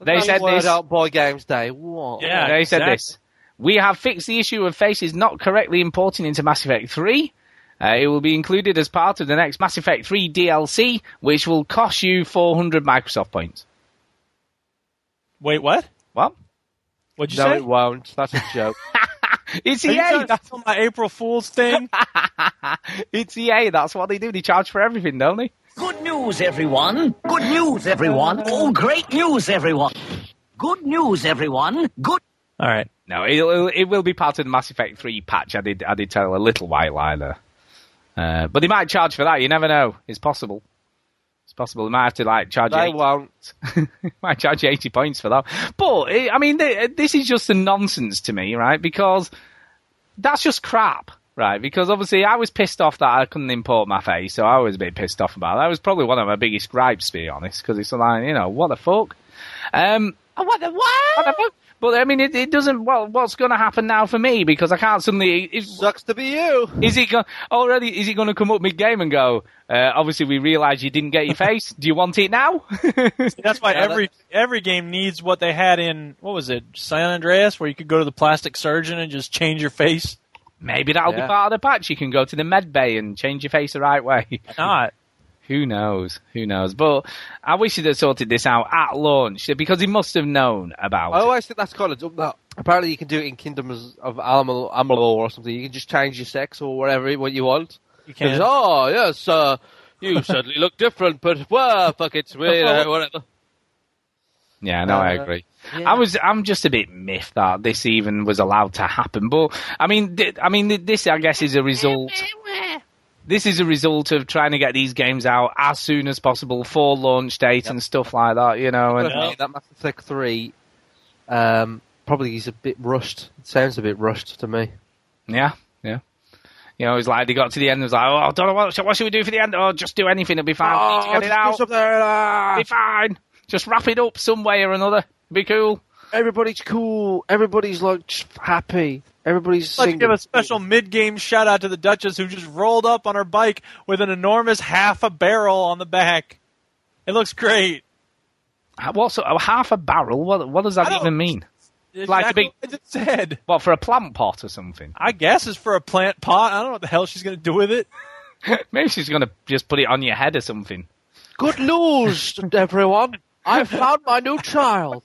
F: They said
C: Word
F: this-
C: out by Games Day. What?
G: Yeah,
F: they said
G: exactly.
F: this. We have fixed the issue of faces not correctly importing into Mass Effect 3. Uh, it will be included as part of the next Mass Effect 3 DLC, which will cost you 400 Microsoft points.
G: Wait, what?
F: What?
G: What'd you
C: no,
G: say?
C: it won't. That's a joke.
F: It's E
G: Are you
F: EA.
G: trying to steal my April Fool's thing.
F: It's EA. That's what they do. They charge for everything, don't they?
N: Good news, everyone. Good news, everyone. Oh, great news, everyone. Good news, everyone. Good.
G: All right.
F: No, it will it will be part of the Mass Effect 3 patch. I did I did tell a little white lie there. Uh, but they might charge for that. You never know. It's possible. It's possible. They might have to like charge.
C: They
F: 80
C: won't.
F: might charge you eighty points for that. But eh, I mean, th- this is just the nonsense to me, right? Because that's just crap, right? Because obviously, I was pissed off that I couldn't import my face, so I was a bit pissed off about that. That was probably one of my biggest gripes, to be honest, because it's like, you know, what the fuck? Um, oh, what the what? the fuck? But I mean, it, it doesn't. Well, what's going to happen now for me? Because I can't suddenly. It,
C: Sucks to be you.
F: Is it go- already? Is it going to come up mid game and go? Uh, obviously, we realise you didn't get your face. Do you want it now?
G: That's why
F: Yeah,
G: every every game needs what they had in what was it San Andreas, where you could go to the plastic surgeon and just change your face.
F: Maybe that'll
G: Yeah.
F: be part of the patch. You can go to the med bay and change your face the right way.
G: not?
F: Who knows? Who knows? But I wish he'd have sorted this out at launch because he must have known about
C: I
F: it.
C: always think that's kind of dumb. That apparently you can do it in Kingdoms of Amal- Amalur or something. You can just change your sex or whatever what you want. You
G: can.
C: Oh yes, uh, you certainly look different, but well, fuck it, we, you know, whatever.
F: Yeah, no, I
C: Uh,
F: agree.
C: yeah.
F: I was, I'm just a bit miffed that this even was allowed to happen. But I mean, th- I mean, th- this I guess is a result. This is a result of trying to get these games out as soon as possible for launch date and stuff like that. You know, and
C: Personally, That Mass Effect Three um, probably is a bit rushed. It sounds a bit rushed to me.
F: Yeah, yeah. You know, it was like they got to the end. It was like, oh, I don't know what, what should we do for the end. Oh, just do anything. It'll be
C: Ah,
D: Oh,
F: fine. We need to get it
D: just do
F: out.
D: something,
F: be fine. Just wrap it up some way or another. Be cool.
C: Everybody's cool. Everybody's like ch- happy. Everybody's
G: Let's
C: singing.
G: give a special mid-game shout out to the Duchess who just rolled up on her bike with an enormous half a barrel on the back. It looks great.
F: What's a, uh, half a barrel? What, what does that even mean? Like a
G: Exactly
F: big,
G: what I just said.
F: what for a plant pot or something?
G: I guess it's for a plant pot. I don't know what the hell she's going to do with it.
F: Maybe she's gonna just put it on your head or something.
C: Good news, everyone! I found my new child.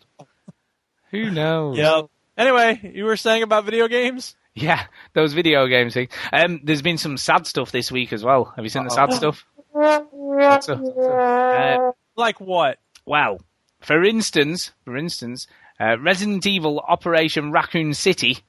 F: Who knows?
G: Yep. Anyway, you were saying about video games?
F: Yeah, those video games thing. Um, there's been some sad stuff this week as well. Have you seen the sad stuff? Uh,
G: like what?
F: Well, for instance, for instance, uh, Resident Evil Operation Raccoon City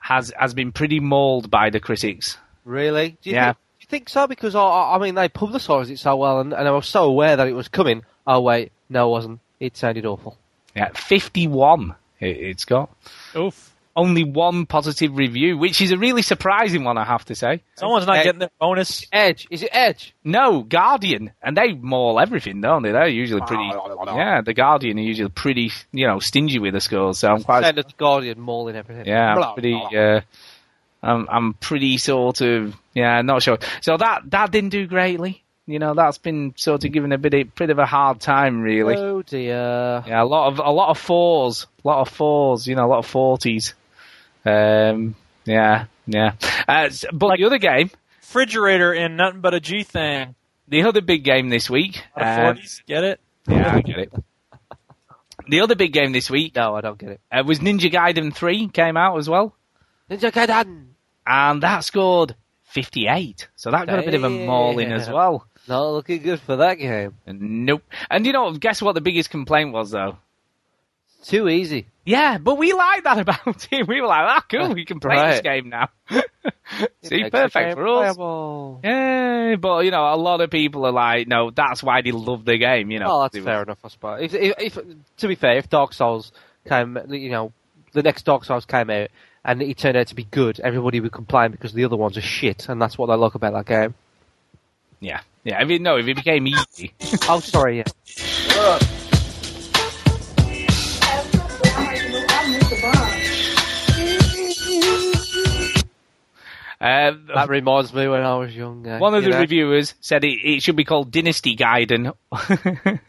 F: has has been pretty mauled by the critics.
C: Really? Do you
F: Yeah.
C: Think, do you think so? Because I, I I mean, they publicised it so well, and, and I was so aware that it was coming. Oh wait, no, it wasn't. It sounded awful.
F: Yeah, fifty-one. It, it's got
G: Oof.
F: only one positive review, which is a really surprising one, I have to say.
G: Someone's not
F: Uh,
G: getting their bonus.
C: Edge. Is it Edge?
F: No, Guardian, and they maul everything, don't they? They're usually pretty. Yeah, the Guardian are usually pretty, you know, stingy with the scores. So I'm quite.
C: Sound of the Guardian mauling everything.
F: Yeah,
C: Blah,
F: I'm pretty.
C: blah.
F: Uh, I'm I'm pretty sort of yeah, not sure. So that that didn't do greatly. You know, that's been sort of given a bit a bit of a hard time, really.
C: Oh dear.
F: Yeah, a lot of a lot of fours, a lot of fours. You know, a lot of forties. Um, yeah, yeah. Uh, s- but the other game,
G: Refrigerator in nothing but a G thing.
F: the other big game this week.
G: Out of
F: um,
G: 40s, get it?
F: yeah, I get it. The other big game this week.
C: No, I don't get it.
F: Uh, was Ninja Gaiden Three came out as well.
C: Ninja Gaiden.
F: and that scored 58. So that got a bit of a mauling as
C: Damn.
F: well.
C: Not looking good for that game.
F: Nope. And you know, guess what the biggest complaint was though?
C: Too easy.
F: Yeah, but we liked that about it. We were like, ah, cool, we can play this
C: Right.
F: game now. See,
C: Makes the
F: perfect
C: game
F: for us.
C: playable.
F: Yeah, but you know, a lot of people are like, no, that's why they love the game, you know.
C: Oh, that's
F: They-
C: fair enough, I suppose. If, if, if, to be fair, if Dark Souls came, you know, the next Dark Souls came out and it turned out to be good, everybody would complain because the other ones are shit, and that's what they like about that game.
F: Yeah. Yeah, I mean, no, if it became easy.
C: oh, sorry, yeah.
F: Um,
C: That reminds me when I was young. uh,
F: one of
C: you
F: the
C: know.
F: reviewers said it, it should be called Dynasty Gaiden.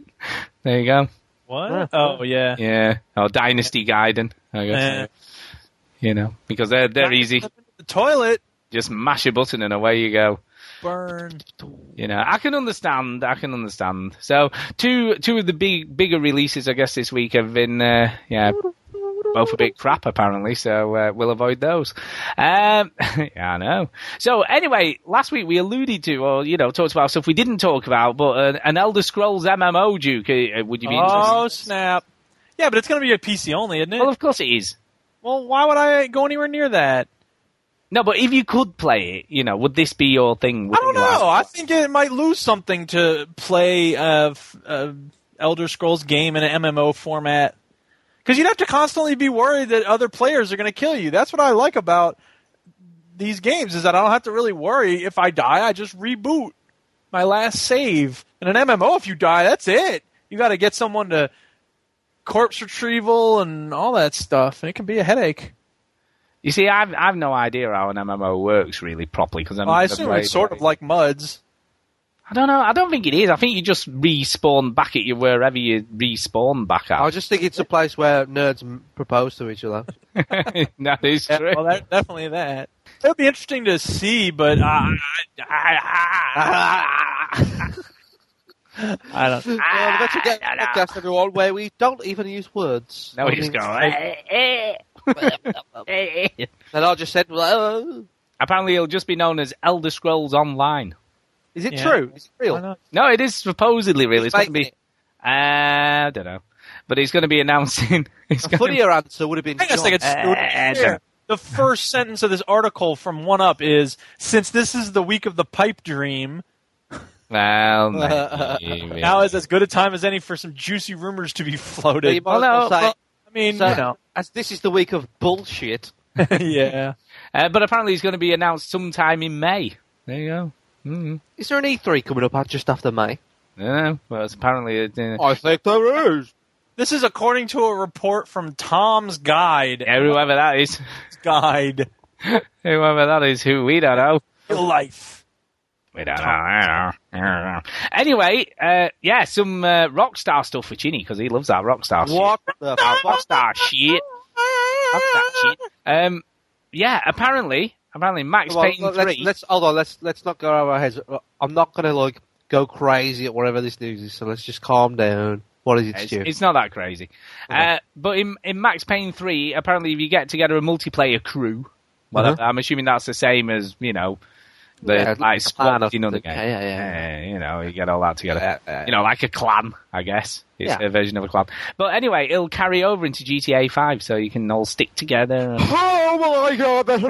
F: there you go.
G: What? Oh, yeah.
F: Yeah. Oh, Dynasty Gaiden, I guess.
G: Eh.
F: You know, because they're they're easy.
G: The toilet.
F: Just mash a button and away you go.
G: Burn.
F: You know, I can understand. I can understand. So two two of the big bigger releases, I guess, this week have been uh, yeah, both a bit crap apparently. So uh, we'll avoid those. Um, yeah, I know. So anyway, last week we alluded to or you know talked about stuff we didn't talk about, but uh, an Elder Scrolls MMO, Duke. Uh, would you be interested?
G: Oh, snap. Yeah, but it's going to be a PC only, isn't it?
F: Well, of course it is.
G: Well, why would I go anywhere near that?
F: No, but if you could play it, you know, would this be your thing? Would
G: I don't
F: you like-
G: know. I think it might lose something to play uh, f- uh, Elder Scrolls game in an MMO format because you'd have to constantly be worried that other players are going to kill you. That's what I like about these games is that I don't have to really worry. If I die, I just reboot my last save. In an MMO, if you die, that's it. You got to get someone to corpse retrieval and all that stuff, and it can be a headache.
F: You see, I've I've no idea how an MMO works really properly because I'm.
G: I assume it's sort of like MUDs.
F: I don't know. I don't think it is. I think you just respawn back at you wherever you respawn back
C: I
F: at.
C: just think it's a place where nerds m- propose to each other.
F: that is true.
G: Well, that, definitely that. it'll be interesting to see, but uh, I, I don't.
C: Well, that's a podcast, everyone, where we don't even use words.
F: No, we just go, eh,
C: And I just said, oh, "Whoa."
F: Apparently, it'll just be known as Elder Scrolls Online.
C: Is it
F: Yeah.
C: true? Is it real?
F: No, it is supposedly really. It's,
C: Who's
F: going to be. Uh, I don't know, but he's going to be announcing. It's
C: A funnier answer would have been.
G: Hang on a second.
F: John.
G: Stuart.
F: Eh,
G: Here, The first sentence of this article from One Up is: "Since this is the week of the pipe dream, uh,
F: Well,
G: now is as good a time as any for some juicy rumors to be
C: Well, you
G: floated."
C: might as well say-
G: I mean,
C: so,
G: you know.
C: as this is the week of bullshit.
G: yeah.
F: Uh, but apparently, he's going to be announced sometime in May. There you go. Mm.
C: Is there an E3 coming up just after May?
F: Yeah, well, it's apparently. Uh,
C: I think there is.
G: This is according to a report from Tom's Guide.
F: yeah, whoever that is,
G: Guide
F: whoever that is, who we don't know.
G: to life.
F: We don't know. I don't know. I don't know. Anyway, uh, yeah, some uh, rock star stuff for Chinny because he loves that rock star shit.
C: What the
F: Rock
C: fuck?
F: star shit. Rock star shit. Um, yeah, apparently, apparently Max
C: Well,
F: Payne
C: let's,
F: 3
C: let's hold on. Let's let's not go over our heads. Uh, I'm not going to like go crazy at whatever this news is. So let's just calm down. What is it,
F: It's,
C: Stu?
F: it's not that crazy. Uh, but in, in Max Payne 3, apparently, if you get together a multiplayer crew, well,
C: Uh-huh.
F: I'm assuming that's the same as, you know, the
C: Yeah,
F: like
C: the clan
F: squad
C: of
F: in other
C: the-
F: game.
C: yeah, yeah,
F: Uh, you know, you get all that together.
C: Uh, uh,
F: you know, like a clan, I guess. It's
C: Yeah.
F: a version of a clan. But anyway, it'll carry over into GTA 5, so you can all stick together and
C: Oh my god! That's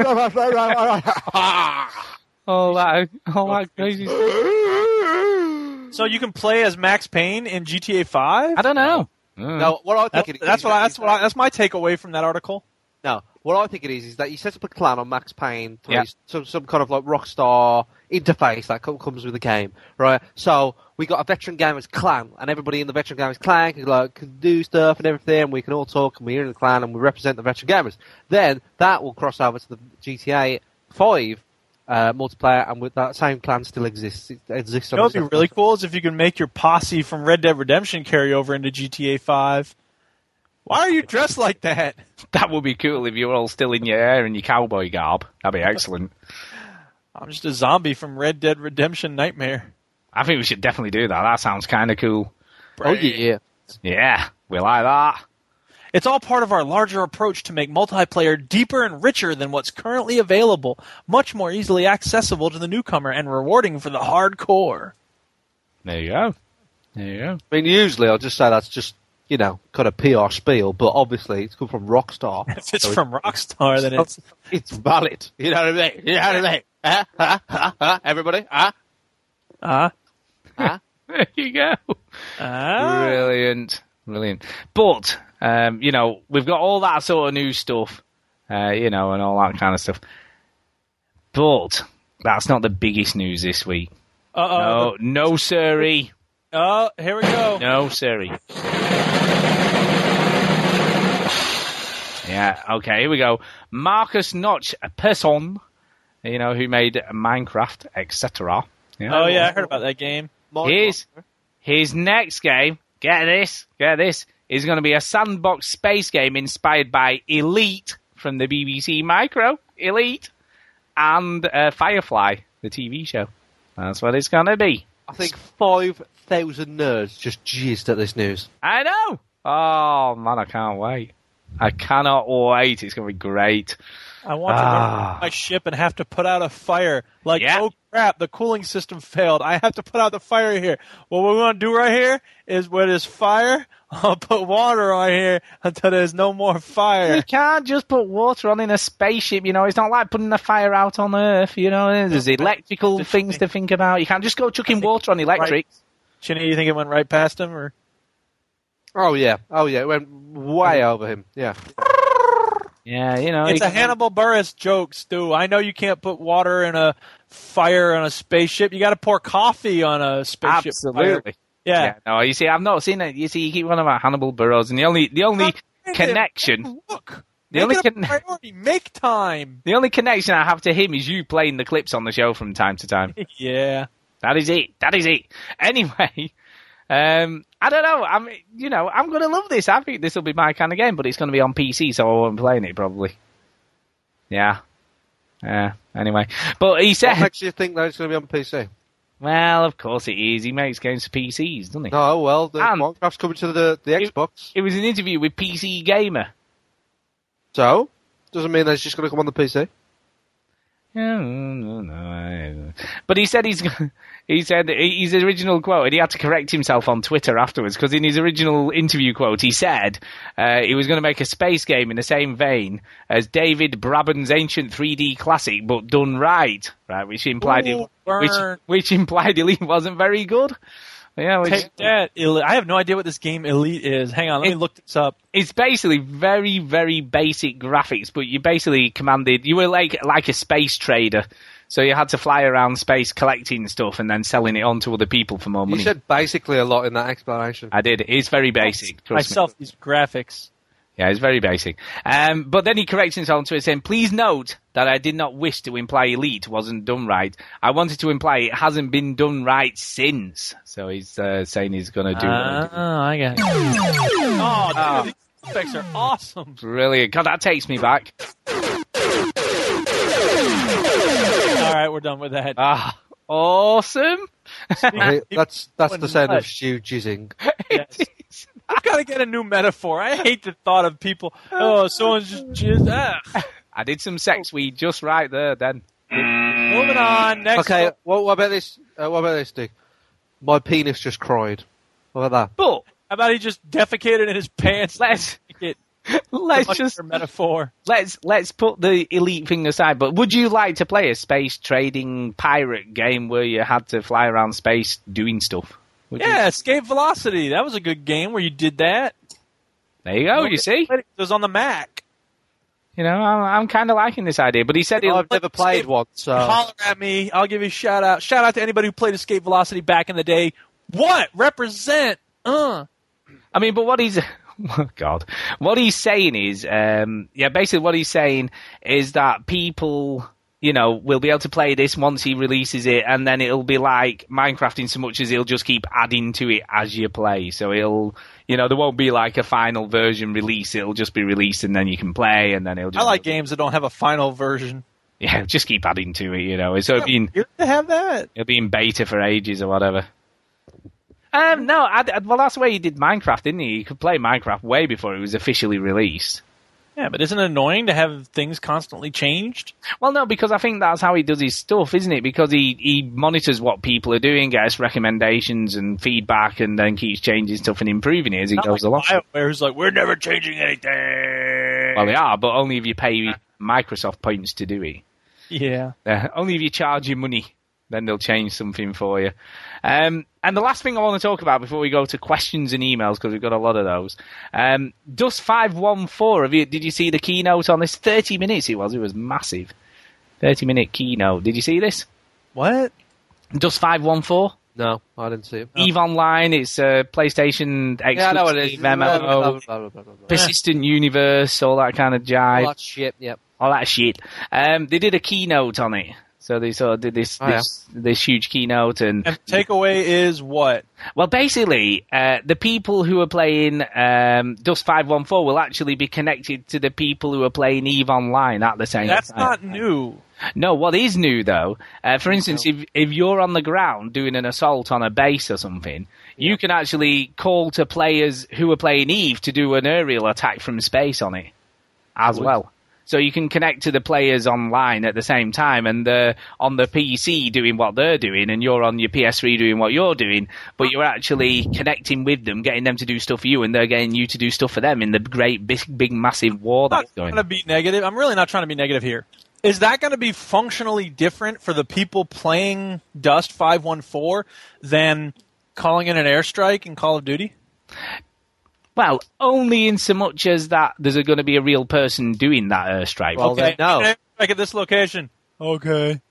F: all that, all that crazy stuff.
G: So you can play as Max Payne in GTA Five.
F: I don't know. Mm.
C: no, what I
G: That's,
C: think it is.
G: that's what. I, that's
C: is
G: what. I, that's my takeaway from that article.
C: No, what I think it is is that you set up a clan on Max Payne, through
F: Yeah.
C: some some kind of like Rockstar interface that co- comes with the game, right? So we got a veteran gamers clan, and everybody in the veteran gamers clan can like can do stuff and everything. And we can all talk, and we're in the clan, and we represent the veteran gamers. Then that will cross over to the GTA Five uh, multiplayer, and with that same clan still exists. It exists.
G: You
C: on
G: know,
C: the
G: what'd be really
C: same-
G: cool is if you can make your posse from Red Dead Redemption carry over into GTA Five. Why are you dressed like that?
F: That would be cool if you were all still in your hair and your cowboy garb. That'd be excellent.
G: I'm just a zombie from Red Dead Redemption Nightmare.
F: I think we should definitely do that. That sounds kind of cool.
C: Oh yeah,
F: Yeah, we like that.
G: It's all part of our larger approach to make multiplayer deeper and richer than what's currently available, much more easily accessible to the newcomer and rewarding for the hardcore.
F: There you go. There you go.
C: I mean, usually I'll just say that's just you know kind of PR spiel, but obviously it's come from Rockstar.
G: If it's
C: so
G: from Rockstar, then it's
C: it's valid. You know what I mean? You know what I mean? Huh? Huh? Huh? Huh? Everybody? Huh?
G: uh,
F: There you go.
G: uh,
F: Brilliant. Brilliant. But, um, you know, we've got all that sort of new stuff, uh, you know, and all that kind of stuff. But that's not the biggest news this week. No,
G: oh,
F: no, siree.
G: oh, here we go.
F: No, siree. Yeah, okay, here we go. Marcus Notch, a person, you know, who made Minecraft, etc.
G: Oh yeah, I heard about that game.
F: His his next game, get this, get this, is going to be a sandbox space game inspired by Elite from the BBC Micro, Elite, and uh, Firefly, the TV show. That's what it's going to be.
C: I think 5,000 nerds just jizzed at this news.
F: I know. Oh man, I can't wait. I cannot wait. It's going to be great.
G: I want to
F: Ah.
G: learn my ship and have to put out a fire. Like,
F: Yeah.
G: oh crap, the cooling system failed. I have to put out the fire here. Well, what we're going to do right here is where there's fire, I'll put water on here until there's no more
F: You
G: fire.
F: can't just put water on in a spaceship, you know. It's not like putting a fire out on Earth, you know. There's electrical things to think about. You can't just go chucking water on electric.
G: Chinny, you think it went right past him? or
C: Oh, yeah. Oh, yeah. It went way over him. Yeah.
F: Yeah, you know. you
G: It's a
F: can't-
G: Hannibal Burris joke, Stu. I know you can't put water in a fire on a spaceship. You got to pour coffee on a spaceship. fire.
F: Absolutely.
G: Yeah.
F: Yeah. No, you see, I've not seen it. You see, you keep one about Hannibal Burrows, and the only the only connection,
G: Look.
F: The
G: Make
F: only
G: it a
F: con-
G: priority. Make time.
F: the only connection I have to him is you playing the clips on the show from time to time.
G: Yeah.
F: That is it. That is it. Anyway, um, I don't know. I'm, you know, I'm gonna love this. I think this will be my kind of game, but it's gonna be on PC, so I won't be playing it probably. Yeah. Yeah. Anyway, but he said,
C: What makes you think that it's going to be on PC?
F: "Well, of course it is. He makes games for PCs, doesn't he?"
C: No, well, the Minecraft's coming to the, the Xbox.
F: It was an interview with PC Gamer.
C: So? Doesn't mean that it's just going to come on the PC.
F: Yeah, no, no, no. But he said he's he said his original quote, and he had to correct himself on Twitter afterwards because in his original interview quote, he said uh, he was going to make a space game in the same vein as David Brabham's ancient 3D classic, but done right, right, which implied
G: Ooh,
F: it, which
G: burn.
F: which implied it wasn't very good. Yeah, which,
G: Take that. Elite. I have no idea what this game Elite is. Hang on, let me look this up.
F: It's basically very, very basic graphics, but you basically commanded. You were like like a space trader, so you had to fly around space collecting stuff and then selling it on to other people for more
C: You
F: money.
C: said basically a lot in that explanation.
F: I did. It's very basic. Trust me.
G: Myself, these graphics.
F: Yeah, it's very basic. Um, but then he corrects himself on Twitter saying, please note that I did not wish to imply Elite wasn't done right. I wanted to imply it hasn't been done right since. So he's uh, saying he's going to do
G: Ah, I got. Oh, dude,
F: Ah.
G: these effects are awesome.
F: Brilliant. God, that takes me back.
G: All right, we're done with that.
F: Ah, awesome.
C: I think that's that's the sound of
G: Nice.
C: Stu jizzing.
G: Yes. I've got to get a new metaphor. I hate the thought of people. Oh, someone's just ah." jizzed. Ugh.
F: I did some sex weed just right there then.
G: Moving on. Next.
C: okay, what, what about this? Uh, what about this, Dick? My penis just cried. What about that?
F: But
G: How about he just defecated in his pants?
F: let's
G: It-
F: let's
G: much
F: just
G: better metaphor.
F: let's let's put the elite thing aside. But would you like to play a space trading pirate game where you had to fly around space doing stuff? Would you-
G: Yeah, Escape Velocity. That was a good game where you did that.
F: There you go. Oh, You see,
G: It was on the Mac.
F: you know, I'm, I'm kind of liking this idea. But he said,
C: I've
G: Oh,
F: he'll-
C: never played
G: Escape-
C: one, so
G: Holler at me. I'll give you a shout out. Shout out to anybody who played Escape Velocity back in the day. What? Represent. Uh.
F: I mean, but what he's oh, God, what he's saying is, um, yeah, basically what he's saying is that people, you know, will be able to play this once he releases it, and then it'll be like Minecraft in so much as he'll just keep adding to it as you play. So it'll, you know, there won't be like a final version release. It'll just be released, and then you can play, and then it'll
G: I
F: just
G: like games that don't have a final version.
F: yeah, just keep adding to it, you know. So it'll be in,
G: You're to have that.
F: it'll be in beta for ages or whatever. Um, no, I, I- well, that's the way he did Minecraft, didn't he? You could play Minecraft way before it was officially released.
G: Yeah, but isn't it annoying to have things constantly changed?
F: Well, no, because I think that's how he does his stuff, isn't it? Because he, he monitors what people are doing, gets recommendations and feedback, and then keeps changing stuff and improving it as he
G: Not
F: goes
G: like
F: along.
G: BioWare's like, we're never changing anything.
F: Well, they are, but only if you pay Microsoft points to do it.
G: yeah.
F: Uh, only if you charge your money, then they'll change something for you. Um, and the last thing I want to talk about before we go to questions and emails, because we've got a lot of those. Um, Dust five one four. Have you? Did you see the keynote on this? Thirty minutes. It was. It was massive. Thirty minute keynote. Did you see this?
G: What?
F: Dust five one four.
C: no, I didn't see it.
F: Eve Online. It's a PlayStation exclusive
C: Yeah, I know what it is.
F: MMO,
C: Blah, blah, blah, blah, blah, blah, blah.
F: persistent universe, all that kind of jive,
C: All that shit. Yep.
F: all that shit. Um, they did a keynote on it, so they sort of did this
C: Oh, yeah.
F: this, this huge keynote, and,
G: And takeaway is what?
F: well, basically, uh, the people who are playing um, Dust Five One Four will actually be connected to the people who are playing Eve Online at the same
G: That's
F: time.
G: not new.
F: No, what is new though, uh, for instance, if if you're on the ground doing an assault on a base or something, you can actually call to players who are playing Eve to do an aerial attack from space on it as well. So you can connect to the players online at the same time, and they're on the PC doing what they're doing, and you're on your PS3 doing what you're doing, but you're actually connecting with them, getting them to do stuff for you, and they're getting you to do stuff for them in the great big, big massive war
G: I'm
F: that's
G: not
F: going.
G: trying to
F: on.
G: be negative. I'm really not trying to be negative here. Is that going to be functionally different for the people playing Dust 514 than calling in an airstrike in Call of Duty?
F: Well, only in so much as that there's going to be a real person doing that airstrike.
C: Well, then no.
G: Airstrike at this location. Okay.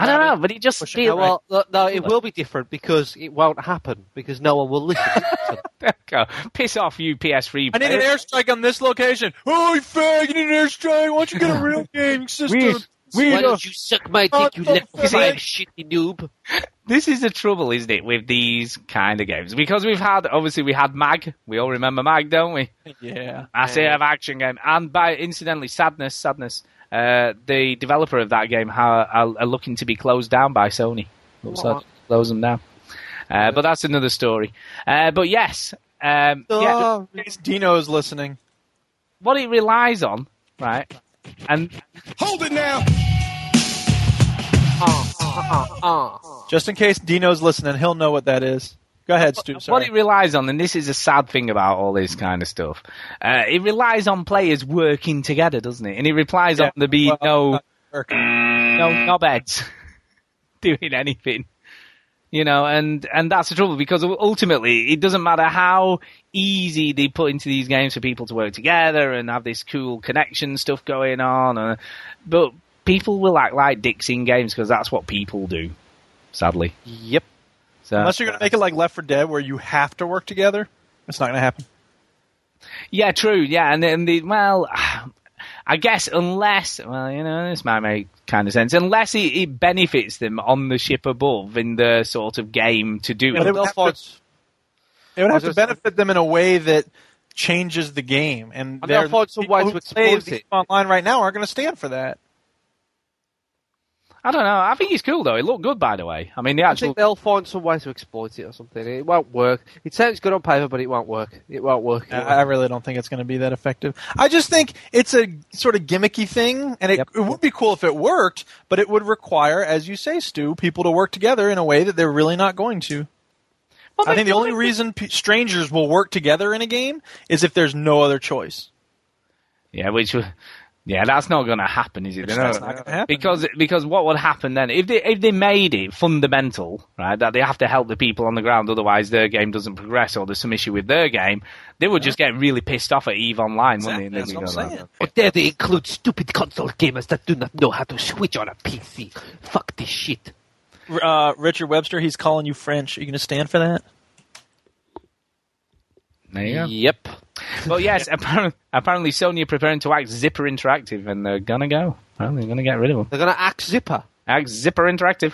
F: I don't know, but it just
C: Yeah,
F: feels
C: well, no, uh, no, it will be different because it won't happen because no one will listen.
F: like go, piss off, you PS3.
G: I need an
F: player.
G: airstrike on this location. Oh, you fag, you need an airstrike. Why don't you get a real game
F: We
G: system? We
A: Why
G: love-
A: don't you suck my dick, you
G: What the
A: little
F: fuck?
A: fat shitty noob?
F: This is the trouble, isn't it, with these kind of games? Because we've had, obviously, we had Mag. We all remember Mag, don't we?
G: Yeah.
F: Massive action game. And by incidentally, sadness, sadness. Uh, the developer of that game are, are, are looking to be closed down by Sony. Looks like
C: What?
F: close them down. Uh, but that's another story. Uh, but yes, um, yeah,
G: Oh, Dino's listening.
F: what it relies on, right? And
M: hold it now.
G: Just in case Dino's listening, he'll know what that is. Go ahead, Stu. Sorry.
F: What it relies on, and this is a sad thing about all this kind of stuff, uh, it relies on players working together, doesn't it? And it relies on there be
G: uh,
F: no no knobheads doing anything, you know. And and that's the trouble because ultimately it doesn't matter how easy they put into these games for people to work together and have this cool connection stuff going on, uh, but people will act like dicks in games because that's what people do, sadly.
G: Yep.
F: So,
G: Unless you're going to make it like Left 4 Dead, where you have to work together, it's not going to happen.
F: Yeah, true. Yeah, and then the well, I guess unless well, you know, this might make kind of sense. Unless it, it benefits them on the ship above in the sort of game to do it.
G: But it would have to,
F: I
G: it would have
F: was
G: to
F: just-
G: benefit them in a way that changes the game. And
C: And
G: they're-
C: they'll find some
G: people
C: way
G: who
C: to
G: play
C: exploit
G: the
C: it.
G: game online right now aren't going to stand for that.
F: I don't know. I think it's cool though. It looked good, by the way. I mean, the
C: I
F: actual
C: think they'll find some way to exploit it or something. It won't work. It sounds good on paper, but it won't work. It won't work. It
G: Uh, I I really don't think it's going to be that effective. I just think it's a sort of gimmicky thing, and it, it would be cool if it worked, but it would require, as you say, Stu, people to work together in a way that they're really not going to. I think the only reason p- strangers will work together in a game is if there's no other choice.
F: yeah, which was- yeah, that's not going to happen, is it?
G: Which
F: They're
G: that's not gonna happen.
F: Because because what would happen then if they if they made it fundamental, right? That they have to help the people on the ground, otherwise their game doesn't progress, or there's some issue with their game. They would just get really pissed off at Eve Online, wouldn't
A: Exactly,
F: they? They'd
A: that's
F: be
A: what I'm
F: going,
A: saying. Or dare they include stupid console gamers that do not know how to switch on a PC? Fuck this shit.
G: R- Uh, Richard Webster, he's calling you French. Are you going to stand for that?
F: There you go.
C: Yep.
F: Well, yes, apparently, apparently Sony are preparing to act Zipper Interactive, and they're gonna go. Apparently, they're gonna get rid of them.
C: They're gonna act Zipper.
F: Act Zipper Interactive.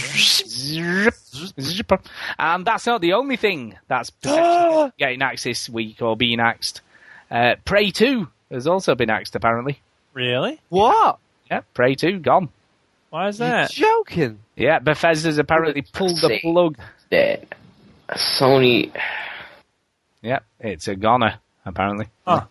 F: Zip- Zipper. And that's not the only thing that's potentially getting axed this week or being axed. Uh, Prey 2 has also been axed, apparently.
G: Really?
C: What?
F: Yeah, Prey 2 gone.
G: Why is
C: You're
G: that?
C: joking.
F: Yeah, Bethesda's apparently pulled the
K: sake.
F: plug.
K: That Sony.
F: Yeah, it's a goner, apparently.
G: Huh.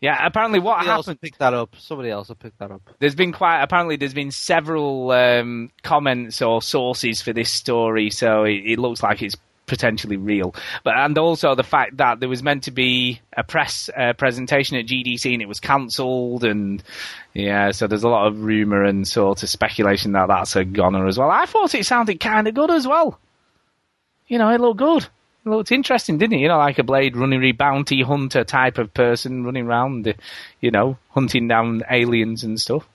F: Yeah, apparently what
C: Somebody else
F: happened.
C: will pick that up. Somebody else will pick that up.
F: There's been quite apparently there's been several um, comments or sources for this story, so it, it looks like it's potentially real. But and also the fact that there was meant to be a press uh, presentation at GDC and it was cancelled, and yeah, so there's a lot of rumor and sort of speculation that that's a goner as well. I thought it sounded kind of good as well. You know, it looked good. It looked interesting, didn't it? You know, like a Blade Runner bounty hunter type of person running around, uh, you know, hunting down aliens and stuff.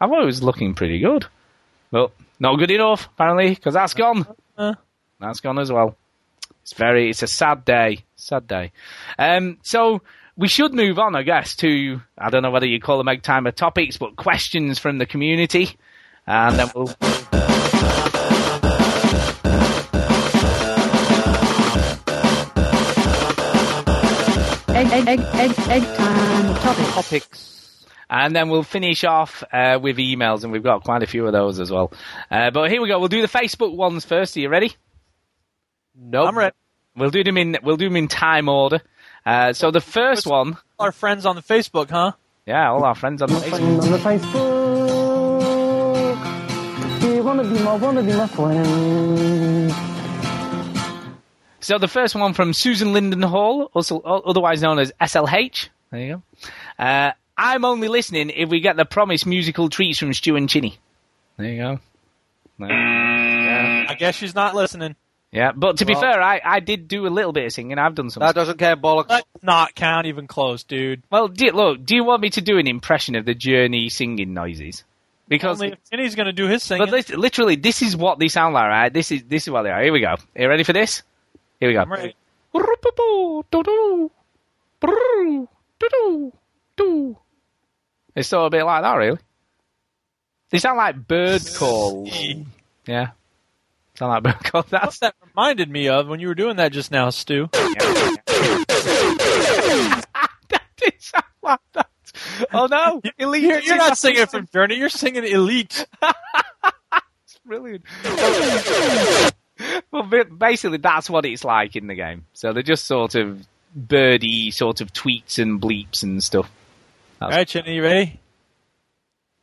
F: I thought it was looking pretty good. But not good enough, apparently, because that's gone.
G: Uh.
F: That's gone as well. It's very, it's a sad day. Sad day. Um, so we should move on, I guess, to, I don't know whether you call them egg timer topics, but questions from the community. And then we'll.
L: Egg, egg, egg, egg, egg time topic.
C: Topics.
F: And then we'll finish off uh, with emails, and we've got quite a few of those as well. Uh, but here we go. We'll do the Facebook ones first. Are you ready?
C: No.
G: I'm ready.
F: We'll do them in we'll do them in time order. Uh, so the first one,
G: Our friends on the Facebook, huh?
F: yeah, all our friends on Facebook.
O: friend on the Facebook. Do you wanna be my wanna be my friend?
F: So the first one from Susan Linden Hall, also o- otherwise known as SLH. There you go. Uh, I'm only listening if we get the promised musical treats from Stu and Chinny. There you go.
G: I guess she's not listening.
F: Yeah, but to be
C: Well-
F: fair, I, I did do a little bit of singing. I've done some.
C: That doesn't care bollocks.
G: Let's not count even close, dude.
F: Well, do, look, do you want me to do an impression of the Journey singing noises? Because
G: Only if Kenny's going to do his singing.
F: but lit- literally, this is what they sound like, right? This is this is what they are. Here we go. Are you ready for this? Here we go.
G: I'm ready.
F: It's sort of a bit like that, really. They sound like bird calls. yeah. Sound like bird calls. That's
G: that reminded me of when you were doing that just now, Stu.
F: Oh no, elite!
G: You're, you're not singing from Journey. You're singing Elite.
F: It's brilliant. well, ba- basically, that's what it's like in the game. So they're just sort of birdy, sort of tweets and bleeps and stuff.
G: All right, Chinny, you ready?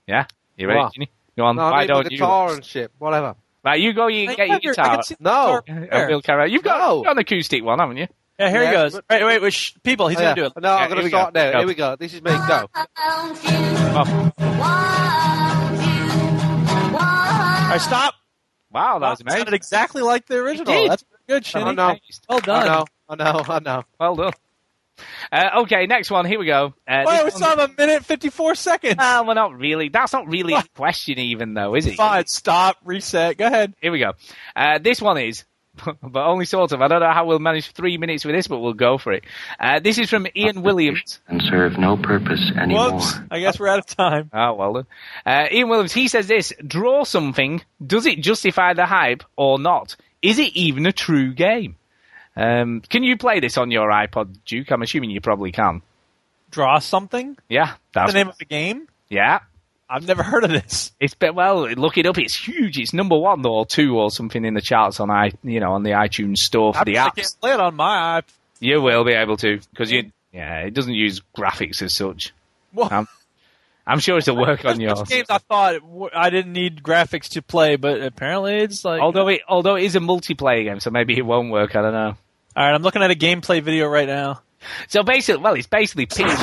F: Yeah, you ready?
C: What?
F: Ginny? Go on.
C: No,
F: Why
C: I need my
F: don't you?
C: guitar and shit, whatever.
F: Right, you go. You
C: I
F: get your
C: have your- I
F: guitar.
C: can see the No.
F: A
C: guitar
F: real
C: there.
F: karaoke. You've got,
C: No.
F: you've got an acoustic one, haven't you?
G: Yeah, here
C: Yeah,
G: he goes.
C: but-
G: Wait, wait, wait, shh, people, he's
C: Oh,
G: gonna
C: yeah.
G: do it.
C: No, I'm
G: Yeah,
C: gonna
G: here we
C: start
G: go.
C: now. Here we go. This is me. Go.
G: All right, stop.
F: Wow, that was
G: It sounded
F: amazing.
G: exactly like the original.
F: did.
G: That's pretty good, Shinny.
C: I know.
G: Well
C: I
G: done.
C: know. I know. I know.
F: Well done. Uh, okay, next one. Here we go. Uh,
G: Wait, we
F: this
G: saw
F: one-
G: him a minute fifty four seconds.
F: Ah, well, not really. That's not really a question, even though, is it?
G: Fine, stop, reset. Go ahead.
F: Here we go. Uh, this one is, but only sort of. I don't know how we'll manage three minutes with this, but we'll go for it. Uh, this is from Ian Williams.
P: and serve no purpose anymore.
G: Whoops. I guess we're out of time.
F: Oh, well done. Uh, Ian Williams, he says this draw something. Does it justify the hype or not? Is it even a true game? Um, can you play this on your iPod, Duke? I'm assuming you probably can.
G: Draw something.
F: Yeah, that's
G: the name of the game.
F: Yeah.
G: I've never heard of this.
F: It's been, well, look it up. It's huge. It's number one or two or something in the charts on i you know on the iTunes store for
G: I
F: the
G: probably
F: apps.
G: can't play it on my iP-
F: You will be able to because you yeah it doesn't use graphics as such.
G: What?
F: I'm, I'm sure it'll work on
G: There's
F: yours.
G: games I thought it w- I didn't need graphics to play, but apparently it's like.
F: Although it although it is a multiplayer game, so maybe it won't work. I don't know.
G: All right, I'm looking at a gameplay video right now.
F: So basically, well, it's basically pixel.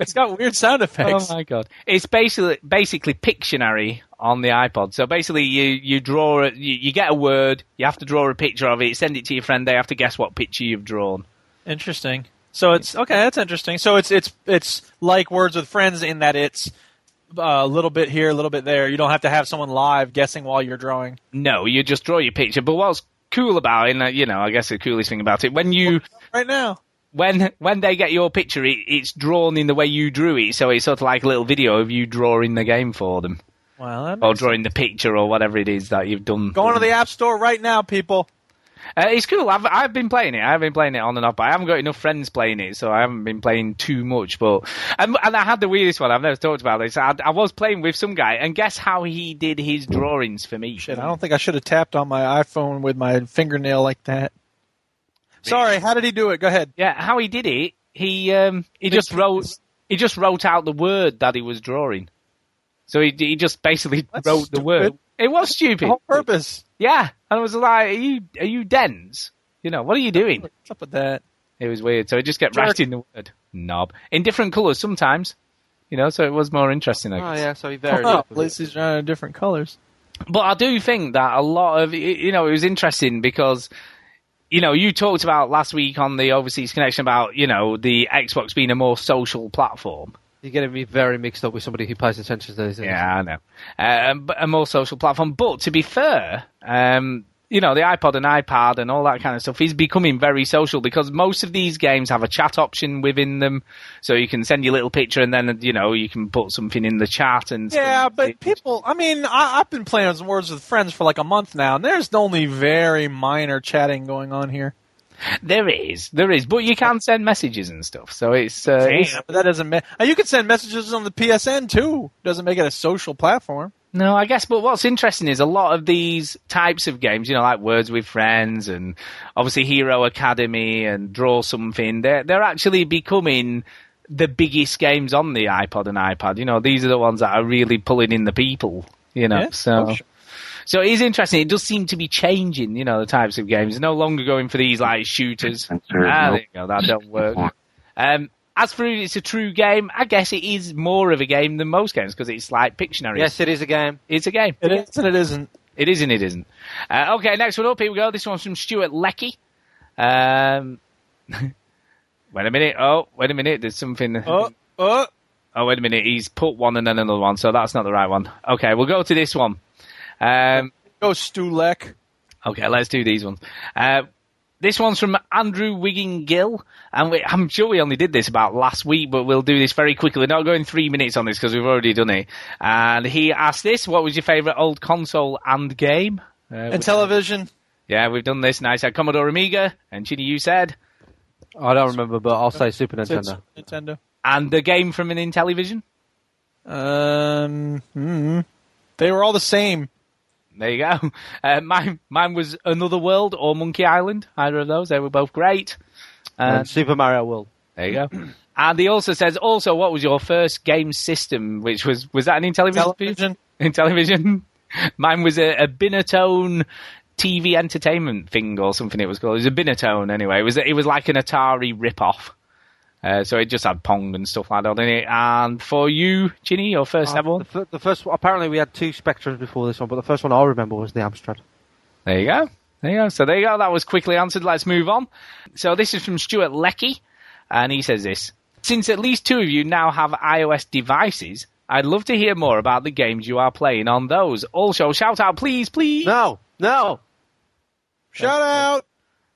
G: It's got weird sound
F: Oh
G: effects.
F: my god! It's basically basically Pictionary on the iPod. So basically, you you draw a, you, you get a word, you have to draw a picture of it, send it to your friend. They have to guess what picture you've drawn.
G: Interesting. So it's okay. That's interesting. So it's it's it's like Words with Friends in that it's uh, a little bit here, a little bit there. You don't have to have someone live guessing while you're drawing.
F: No, you just draw your picture. But what's cool about it, and uh, you know, I guess the coolest thing about it, when you
G: Right now,
F: when when they get your picture, it, it's drawn in the way you drew it, so it's sort of like a little video of you drawing the game for them,
G: well, that
F: or
G: makes
F: drawing the picture, or whatever it is that you've done.
G: Going to the App Store right now, people.
F: Uh, it's cool. I've I've been playing it. I've been playing it on and off. But I haven't got enough friends playing it, so I haven't been playing too much. But and, and I had the weirdest one. I've never talked about this. I, I was playing with some guy, and guess how he did his drawings for me?
G: Shit, I don't think I should have tapped on my iPhone with my fingernail like that. Sorry, how did he do it? Go ahead.
F: Yeah, how he did it, he um, he just wrote he just wrote out the word that he was drawing. So he he just basically
G: That's
F: wrote the word.
G: stupid. Oh.
F: It was
G: The
F: stupid.
G: whole purpose.
F: Yeah, and I was like, "Are you are you dense? You know, what are you doing?"
G: What's up with that?
F: It was weird. So he just kept
G: Jerk.
F: writing the word knob in different colours sometimes. You know, so it was more interesting. I
C: Oh
F: guess.
C: yeah, so he varied.
G: oh,
C: it
G: at
C: with it.
G: least he's running in different colors.
F: But I do think that a lot of you know it was interesting because you know you talked about last week on the Overseas Connection about you know the Xbox being a more social platform.
C: You're getting me very mixed up with somebody who pays attention to these things.
F: Yeah, I know. Uh, um, but a more social platform. But to be fair, um, you know, the iPod and iPad and all that kind of stuff is becoming very social because most of these games have a chat option within them. So you can send your little picture and then, you know, you can put something in the chat and
G: Yeah,
F: stuff.
G: but people, I mean, I, I've been playing some words with friends for like a month now, and there's only very minor chatting going on here.
F: there is. There is. But you can send messages and stuff. So it's. Uh, it's-
G: But that doesn't ma- uh, You can send messages on the PSN too. Doesn't make it a social platform.
F: No, I guess. But what's interesting is a lot of these types of games, you know, like Words with Friends and obviously Hero Academy and Draw Something, they're they're actually becoming the biggest games on the iPod and iPad. You know, these are the ones that are really pulling in the people. You know,
G: Yeah,
F: so.
G: oh, sure.
F: So it is interesting. It does seem to be changing, you know, the types of games. No longer going for these like shooters. Ah,
P: Sure, no.
F: there you go. That don't work. Um, as for it's a true game, I guess it is more of a game than most games because it's like Pictionary.
C: Yes, it is a game.
F: It's a game.
G: It is and it isn't.
F: It is and it isn't. Uh, okay, next one up. Here we go. This one's from Stuart Leckie. Um, wait a minute. Oh, wait a minute. There's something.
G: Oh, oh.
F: Oh, wait a minute. He's put one and then another one, so that's not the right one. Okay, we'll go to this one. Um,
G: Go Stulek.
F: okay, let's do these ones. Uh, This one's from Andrew Wiggin Gill, and we, I'm sure we only did this about last week, but we'll do this very quickly. We're not going three minutes on this because we've already done it. And he asked this: What was your favourite old console and game? Uh,
G: and television.
F: Yeah, we've done this. Nice. I had Commodore Amiga, and Chini, you said.
C: I don't remember, but I'll say Super
G: It's-
C: Nintendo.
G: Nintendo.
F: And the game from an Intellivision.
G: Um, hmm. They were all the same.
F: There you go. Uh, mine, mine was Another World or Monkey Island. Either of those. They were both great. Uh,
C: and Super Mario World.
F: there you go. And he also says, also, what was your first game system? Which was was that an Intellivision? Television. Intellivision. Mine was a, a Binatone TV entertainment thing or something. It was called. It was a Binatone anyway. It was it was like an Atari rip-off. Uh, so it just had Pong and stuff like that in it. And for you, Ginny, your first ever one.
C: Uh, The, the first one, apparently we had two Spectrums before this one, but the first one I remember was the Amstrad.
F: There you go. There you go. So there you go. That was quickly answered. Let's move on. So this is from Stuart Leckie, and he says this: Since at least two of you now have iOS devices, I'd love to hear more about the games you are playing on those. Also, shout out, please, please.
C: No, no.
F: Shout out.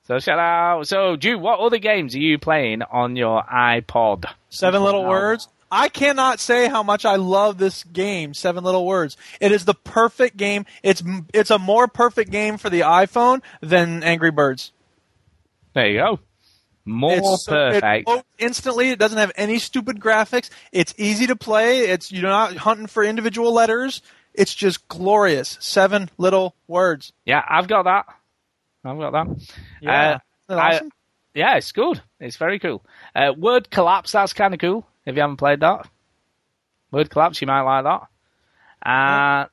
F: So shout out. So, Jude, what other games are you playing on your iPod?
G: Seven Little Words. I cannot say how much I love this game, Seven Little Words. It is the perfect game. It's it's a more perfect game for the iPhone than Angry Birds.
F: There you go. More
G: It's so- Oh. it
F: perfect.
G: loads instantly. It doesn't have any stupid graphics. It's easy to play. It's you're not hunting for individual letters. It's just glorious. Seven little words.
F: Yeah, I've got that. I've got that.
G: Yeah.
F: Uh,
G: Isn't that
F: I-
G: awesome?
F: yeah, it's good. It's very cool. Uh, Word Collapse, that's kind of cool. If you haven't played that, Word Collapse, you might like that. Uh,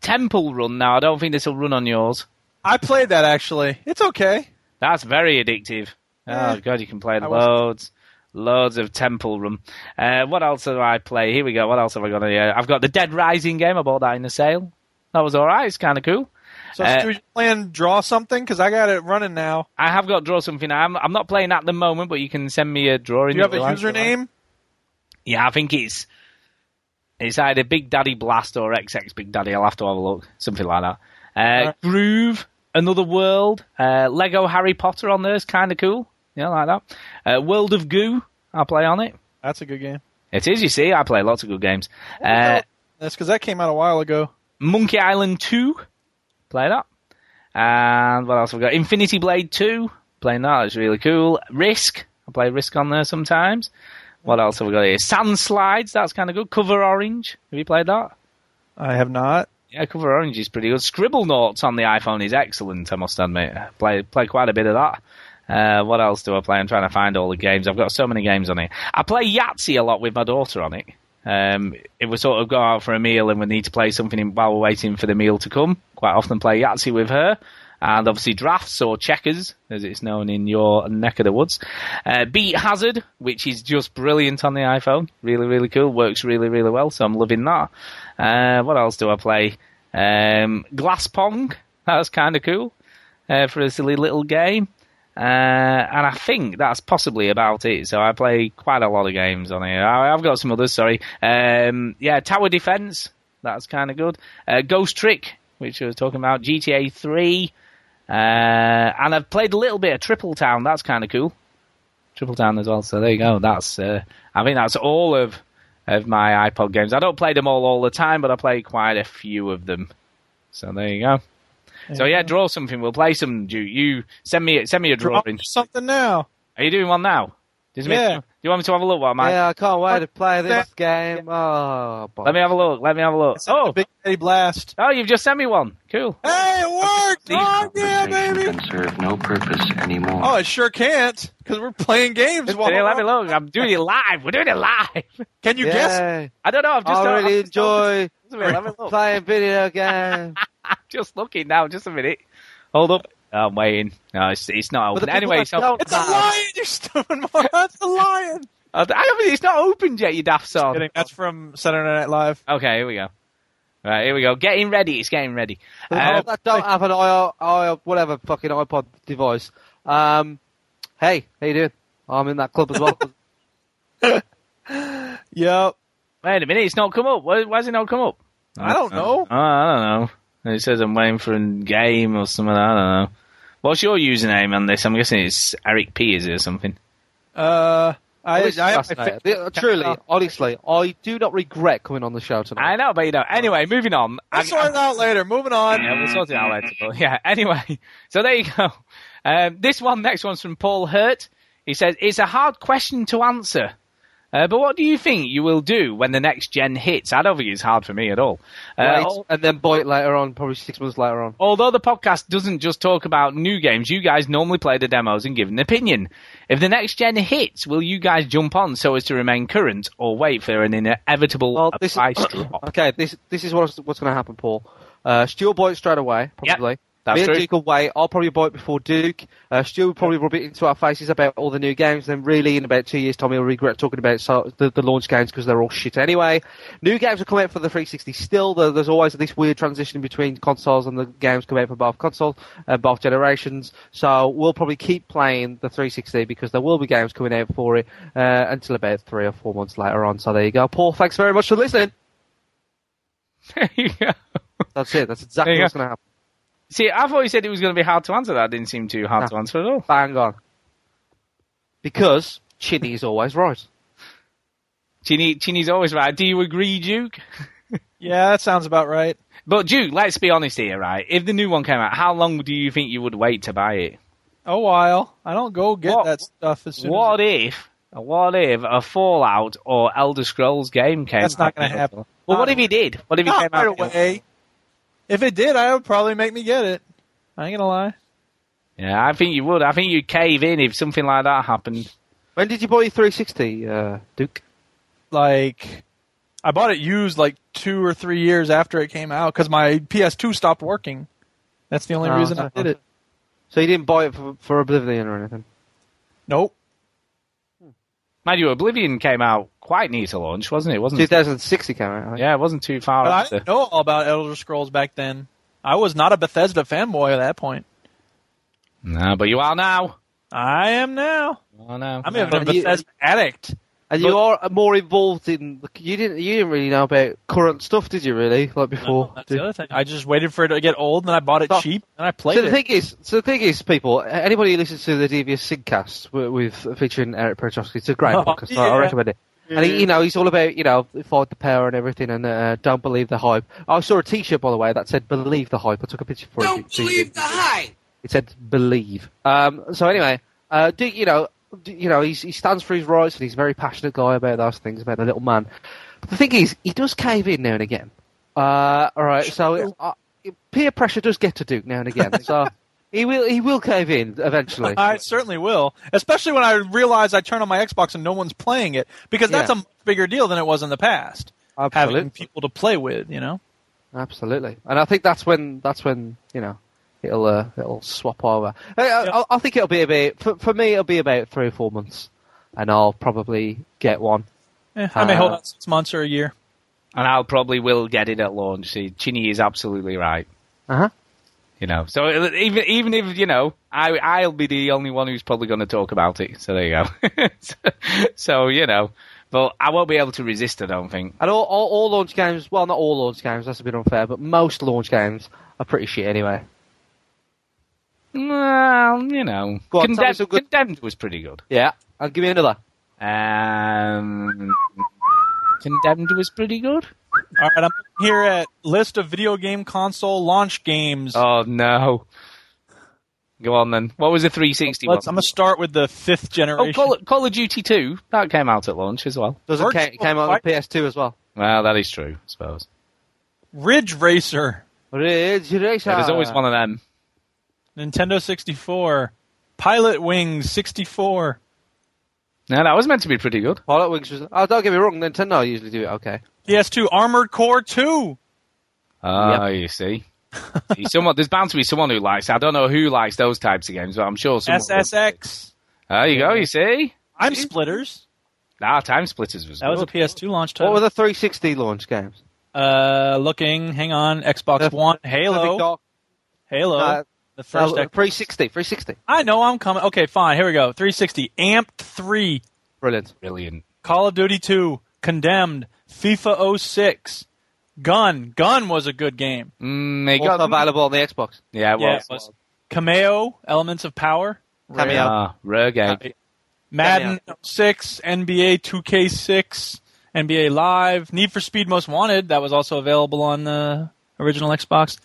F: Temple Run. Now, I don't think this will run on yours.
G: I played that actually. It's okay.
F: That's very addictive.
G: Yeah.
F: Oh god, you can play
G: Eh, I was-
F: loads, loads of Temple Run. Uh, what else do I play? Here we go. What else have I got? Here? I've got the Dead Rising game. I bought that in a sale. That was all right. It's kind of cool.
G: So
F: Uh,
G: Stu, you playing draw something? Because I got it running now.
F: I have got draw something. I'm I'm not playing at the moment, but you can send me a drawing.
G: Do you have a
F: that like.
G: username?
F: Yeah, I think it's it's either Big Daddy Blast or XX Big Daddy. I'll have to have a look, something like that. Uh, Groove, Another World, uh, Lego Harry Potter on there's kind of cool. Yeah, like that. Uh, World of Goo, I play on it.
G: That's a good game.
F: It is, you see, I play lots of good games. Uh,
G: That's because that came out a while ago.
F: Monkey Island 2, play that. And what else have we got? Infinity Blade 2, playing that, it's really cool. Risk, I play Risk on there sometimes. What else have we got here? Sand Slides, that's kind of good. Cover Orange, have you played that?
G: I have not.
F: Yeah, Cover Orange is pretty good. Scribble Notes on the iPhone is excellent, I must admit. Play, play quite a bit of that. Uh, what else do I play? I'm trying to find all the games. I've got so many games on it. I play Yahtzee a lot with my daughter on it. Um, if we sort of go out for a meal and we need to play something in- while we're waiting for the meal to come, quite often play Yahtzee with her. And obviously drafts or checkers, as it's known in your neck of the woods. Uh, Beat Hazard, which is just brilliant on the iPhone. Really, really cool. Works really, really well. So I'm loving that. Uh, what else do I play? Um, Glass Pong. That was kind of cool uh, for a silly little game. Uh, and I think that's possibly about it. So I play quite a lot of games on here. I, I've got some others, sorry. Um, yeah, Tower Defense. That's kind of good. Uh, Ghost Trick, which I was talking about. GTA 3. Uh, and I've played a little bit of Triple Town. That's kind of cool. Triple Town as well. So there you go. That's uh, I think that's all of of my iPod games. I don't play them all all the time, but I play quite a few of them. So there you go. So yeah, draw something. We'll play some. You, you send me send me a
G: Draw
F: drawing.
G: something now.
F: Are you doing one now? Does it make-
C: Yeah.
F: Do you want me to have a look? What am I?
C: Yeah, I can't wait to play this game. Oh,
F: Let me have a look. Let me have a look. Oh,
G: Big Daddy Blast.
F: Oh, you've just sent me one. Cool.
G: Hey, it worked! Oh, yeah, baby!
P: Can serve no purpose anymore.
G: Oh, it sure can't because we're playing games. while
F: Hey,
G: we're
F: let me look. I'm doing it live. We're doing it live.
G: Can you
C: Yeah.
G: guess?
F: I don't know. I've just
C: I
F: I've
C: really
F: just noticed-
C: enjoy
F: Just a minute, let me look.
C: playing video games.
F: I'm just looking now. Just a minute. Hold up. I'm waiting. No, it's, it's not
C: But the
F: open.
C: people
F: Anyway,
C: that
F: so
C: don't It's a have- lion,
G: you stupid moron. That's a lion.
F: I mean, it's not opened yet, you daft son.
G: Kidding. That's from Saturday Night Live.
F: Okay, here we go. Right, here we go. Getting ready. It's getting ready.
C: I
F: Uh,
C: don't, don't have an I, I, whatever fucking iPod device. Um, hey, how you doing? I'm in that club as well.
G: Yep.
F: wait a minute. It's not come up. Why, why has it not come up? Uh,
G: I don't know.
F: Oh, I don't know. It says I'm waiting for a game or something. I don't know. What's your username on this? I'm guessing it's Eric P. Is it or something?
C: Uh, I,
F: I- I-
C: truly, honestly, I do not regret coming on the show tonight.
F: I know, but you know. Anyway, moving on.
G: We'll sort it out later. Moving on.
F: Yeah, we'll sort it out later. But yeah. Anyway, so there you go. Um, this one, next one's from Paul Hurt. He says it's a hard question to answer. Uh, but what do you think you will do when the next gen hits? I don't think it's hard for me at all. Uh,
C: Right,
F: al-
C: and then buy it later on, probably six months later on.
F: Although the podcast doesn't just talk about new games, you guys normally play the demos and give an opinion. If the next gen hits, will you guys jump on so as to remain current or wait for an inevitable price drop?
C: Okay, this this is what's, what's going to happen, Paul. Uh, Stu will buy it straight away, probably.
F: that's
C: Me and
F: true.
C: Duke will wait. I'll probably buy it before Duke. Uh, Stu will probably rub it into our faces about all the new games. Then, really, in about two years' time, he'll regret talking about so, the, the launch games because they're all shit anyway. New games will come out for the 360 still. There, there's always this weird transition between consoles and the games come out for both consoles, uh, both generations. So, we'll probably keep playing the 360 because there will be games coming out for it uh, until about three or four months later on. So, there you go. Paul, thanks very much for listening. That's it. That's
F: There
C: exactly
F: you
C: what's
F: go.
C: going to happen.
F: See, I thought you said it was going to be hard to answer. That didn't seem too hard to answer at all.
C: Bang on. Because Chinny is always right.
F: Chini, Chini's always right. Do you agree, Duke?
G: Yeah, that sounds about right.
F: But Duke, let's be honest here, right? If the new one came out, how long do you think you would wait to buy it?
G: A while. I don't go get that stuff as soon
F: What if? What if a Fallout or Elder Scrolls game came?
G: That's not
F: out?
G: gonna happen.
F: Well, what if he did? What if he
G: Not
F: came
G: right
F: out?
G: away. as. If it did, I would probably make me get it. I ain't gonna lie.
F: Yeah, I think you would. I think you'd cave in if something like that happened.
C: When did you buy your 360, uh, Duke?
G: Like, I bought it used like two or three years after it came out because my PS2 stopped working. That's the only
C: Oh,
G: reason I did it.
C: So you didn't buy it for, for Oblivion or anything?
G: Nope.
F: Mind you, Oblivion came out quite near to launch, wasn't it?
G: Hmm.
F: Wasn't it?
C: 2060 came out.
F: Yeah, it wasn't too far
G: But I
F: after.
G: didn't know all about Elder Scrolls back then. I was not a Bethesda fanboy at that point.
F: No, but you are now.
G: I am now.
F: I know.
G: I'm even a Bethesda addict.
C: And you are more involved in. You didn't. You didn't really know about current stuff, did you? Really, like before.
G: That's the other thing. I just waited for it to get old, and then I bought it cheap, and I played
C: so the
G: it.
C: thing is, so the thing is, people, anybody who listens to the Devious Sidcast wi- with, featuring Eric Petrosky, it's a great
G: Oh,
C: podcast. I- I
G: yeah.
C: recommend it. And he, you know, he's all about you know fight the power and everything, and uh, don't believe the hype. I saw a T-shirt by the way that said "Believe the hype." I took a picture for it. Don't believe the hype. It said "Believe." Um, so anyway, uh, do you know? Do, you know, he's, he stands for his rights, and he's a very passionate guy about those things, about the little man. But the thing is, he does cave in now and again. Uh, all right, so uh, peer pressure does get to Duke now and again. So he will he will cave in eventually.
G: I certainly will, especially when I realize I turn on my Xbox and no one's playing it, because that's
C: Yeah.
G: a much bigger deal than it was in the past.
C: Absolutely.
G: Having people to play with, you know.
C: Absolutely, and I think that's when that's when you know it'll uh, it'll swap over. I, I, I think it'll be about for, for me it'll be about three or four months, and I'll probably get one.
G: Eh, I may
F: Uh,
G: hold out six months or a year.
F: and I'll probably will get it at launch. See, Chini is absolutely right.
C: Uh huh.
F: You know, so it- even even if you know, I I'll be the only one who's probably going to talk about it. So there you go. so, so, you know, but I won't be able to resist. I don't think.
C: And all, all all launch games, well, not all launch games. That's a bit unfair, but most launch games are pretty shit anyway.
F: Well, you know,
C: Go on, tell me
F: Condemned,
C: some good-
F: Condemned was pretty good.
C: Yeah, and give me another.
F: Um, Condemned was pretty good.
G: All right, I'm looking here at list of video game console launch games.
F: Oh no. Go on then. What was the 360
G: Let's, I'm
F: one?
G: gonna start with the fifth
F: Oh,
G: generation.
F: Call, Call of Duty 2 that came out at launch as well.
C: Does it came, came out on PS2 as well?
F: Well, that is true, I suppose.
G: Ridge Racer,
C: Ridge Racer.
F: Yeah, there's
C: uh,
F: always one of them.
G: Nintendo 64, Pilot Wings 64.
F: No, that was meant to be pretty good.
C: Pilot Wings was. Oh, don't get me wrong. Nintendo usually do it okay.
G: PS2 Armored Core 2.
F: Ah, you see. See, someone, there's bound to be someone who likes. I don't know who likes those types of games, but I'm sure someone.
G: SSX.
F: There you go. You see.
G: Time Splitters.
F: Ah, Time Splitters was
G: That was a
F: good.
G: PS2 launch
C: What
F: Oh,
G: title.
C: were the 360 launch games?
G: Uh, looking, hang on, Xbox One,
C: Perfect
G: Halo,
C: Dark-
G: Halo,
C: Uh,
G: the first.
C: Oh, uh,
G: X-
C: 360, 360.
G: I know I'm coming. Okay, fine. Here we go. 360, Amped 3,
C: Brilliant.
F: Brilliant.
G: Call of Duty 2, Condemned, FIFA 06, Gun. Gun was a good game.
F: Mm, they
C: Also
F: got,
C: available on the Xbox.
F: yeah,
G: Yeah,
F: well,
G: it was. Cameo, Elements of Power.
C: Cameo. Ah, rare game.
G: Madden 6, NBA 2K6, NBA Live, Need for Speed Most Wanted. That was also available on the original Xbox.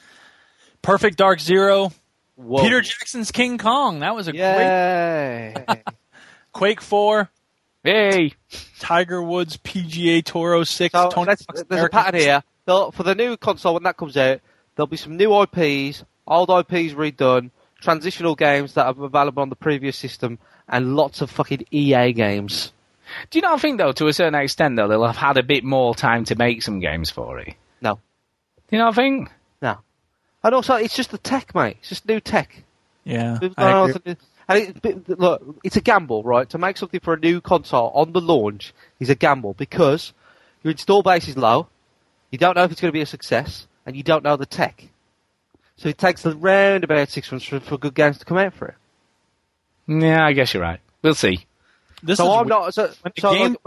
G: Perfect Dark Zero.
C: Whoa.
G: Peter Jackson's King Kong. That was a
C: great.
G: Quake 4.
C: Hey.
G: Tiger Woods PGA Toro 6.
C: So
G: Tony
C: let's-
G: Hawk's
C: there's a
G: American
C: pattern here. They'll- for the new console, when that comes out, there'll be some new IPs, old IPs redone, transitional games that are available on the previous system, and lots of fucking EA games.
F: Do you not think though, to a certain extent though, they'll have had a bit more time to make some games for it?
C: No.
F: Do you not think?
C: No. And also, it's just the tech, mate. It's just new tech.
G: Yeah.
C: We've
G: I
C: gone
G: agree.
C: on to do- and it, but look, it's a gamble, right? To make something for a new console on the launch is a gamble because your install base is low, you don't know if it's going to be a success, and you don't know the tech. So it takes around about six months for, for good games to come out for it.
F: Yeah, I guess you're right. We'll see.
G: This
C: so
G: is
C: I'm
G: weird.
C: not. So,
G: When the
C: so,
G: game-
C: like,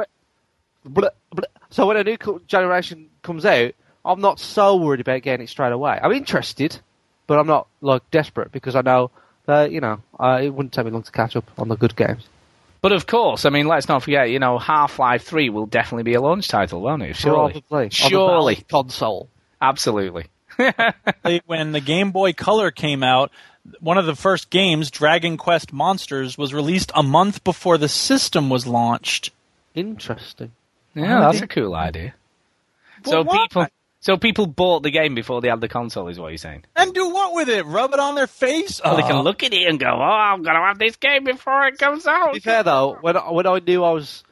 C: when- bleh, bleh. so when a new co- generation comes out, I'm not so worried about getting it straight away. I'm interested, but I'm not like desperate because I know that you know uh, it wouldn't take me long to catch up on the good games.
F: But of course, I mean, let's not forget, you know, Half Life 3 will definitely be a launch title, won't it? Surely.
C: Probably. On the
F: Surely.
C: Valve console.
F: Absolutely.
G: Like, when the Game Boy Color came out, one of the first games, Dragon Quest Monsters, was released a month before the system was launched.
C: Interesting.
F: Yeah, that's a cool idea. so
G: why?
F: people so people bought the game before they had the console is what you're saying.
G: And do what with it? Rub it on their face?
F: Well, they can
G: Oh.
F: look at it and go, "Oh, I'm going to have this game before it comes
C: To
F: out."
C: be fair though, when I, when I knew I was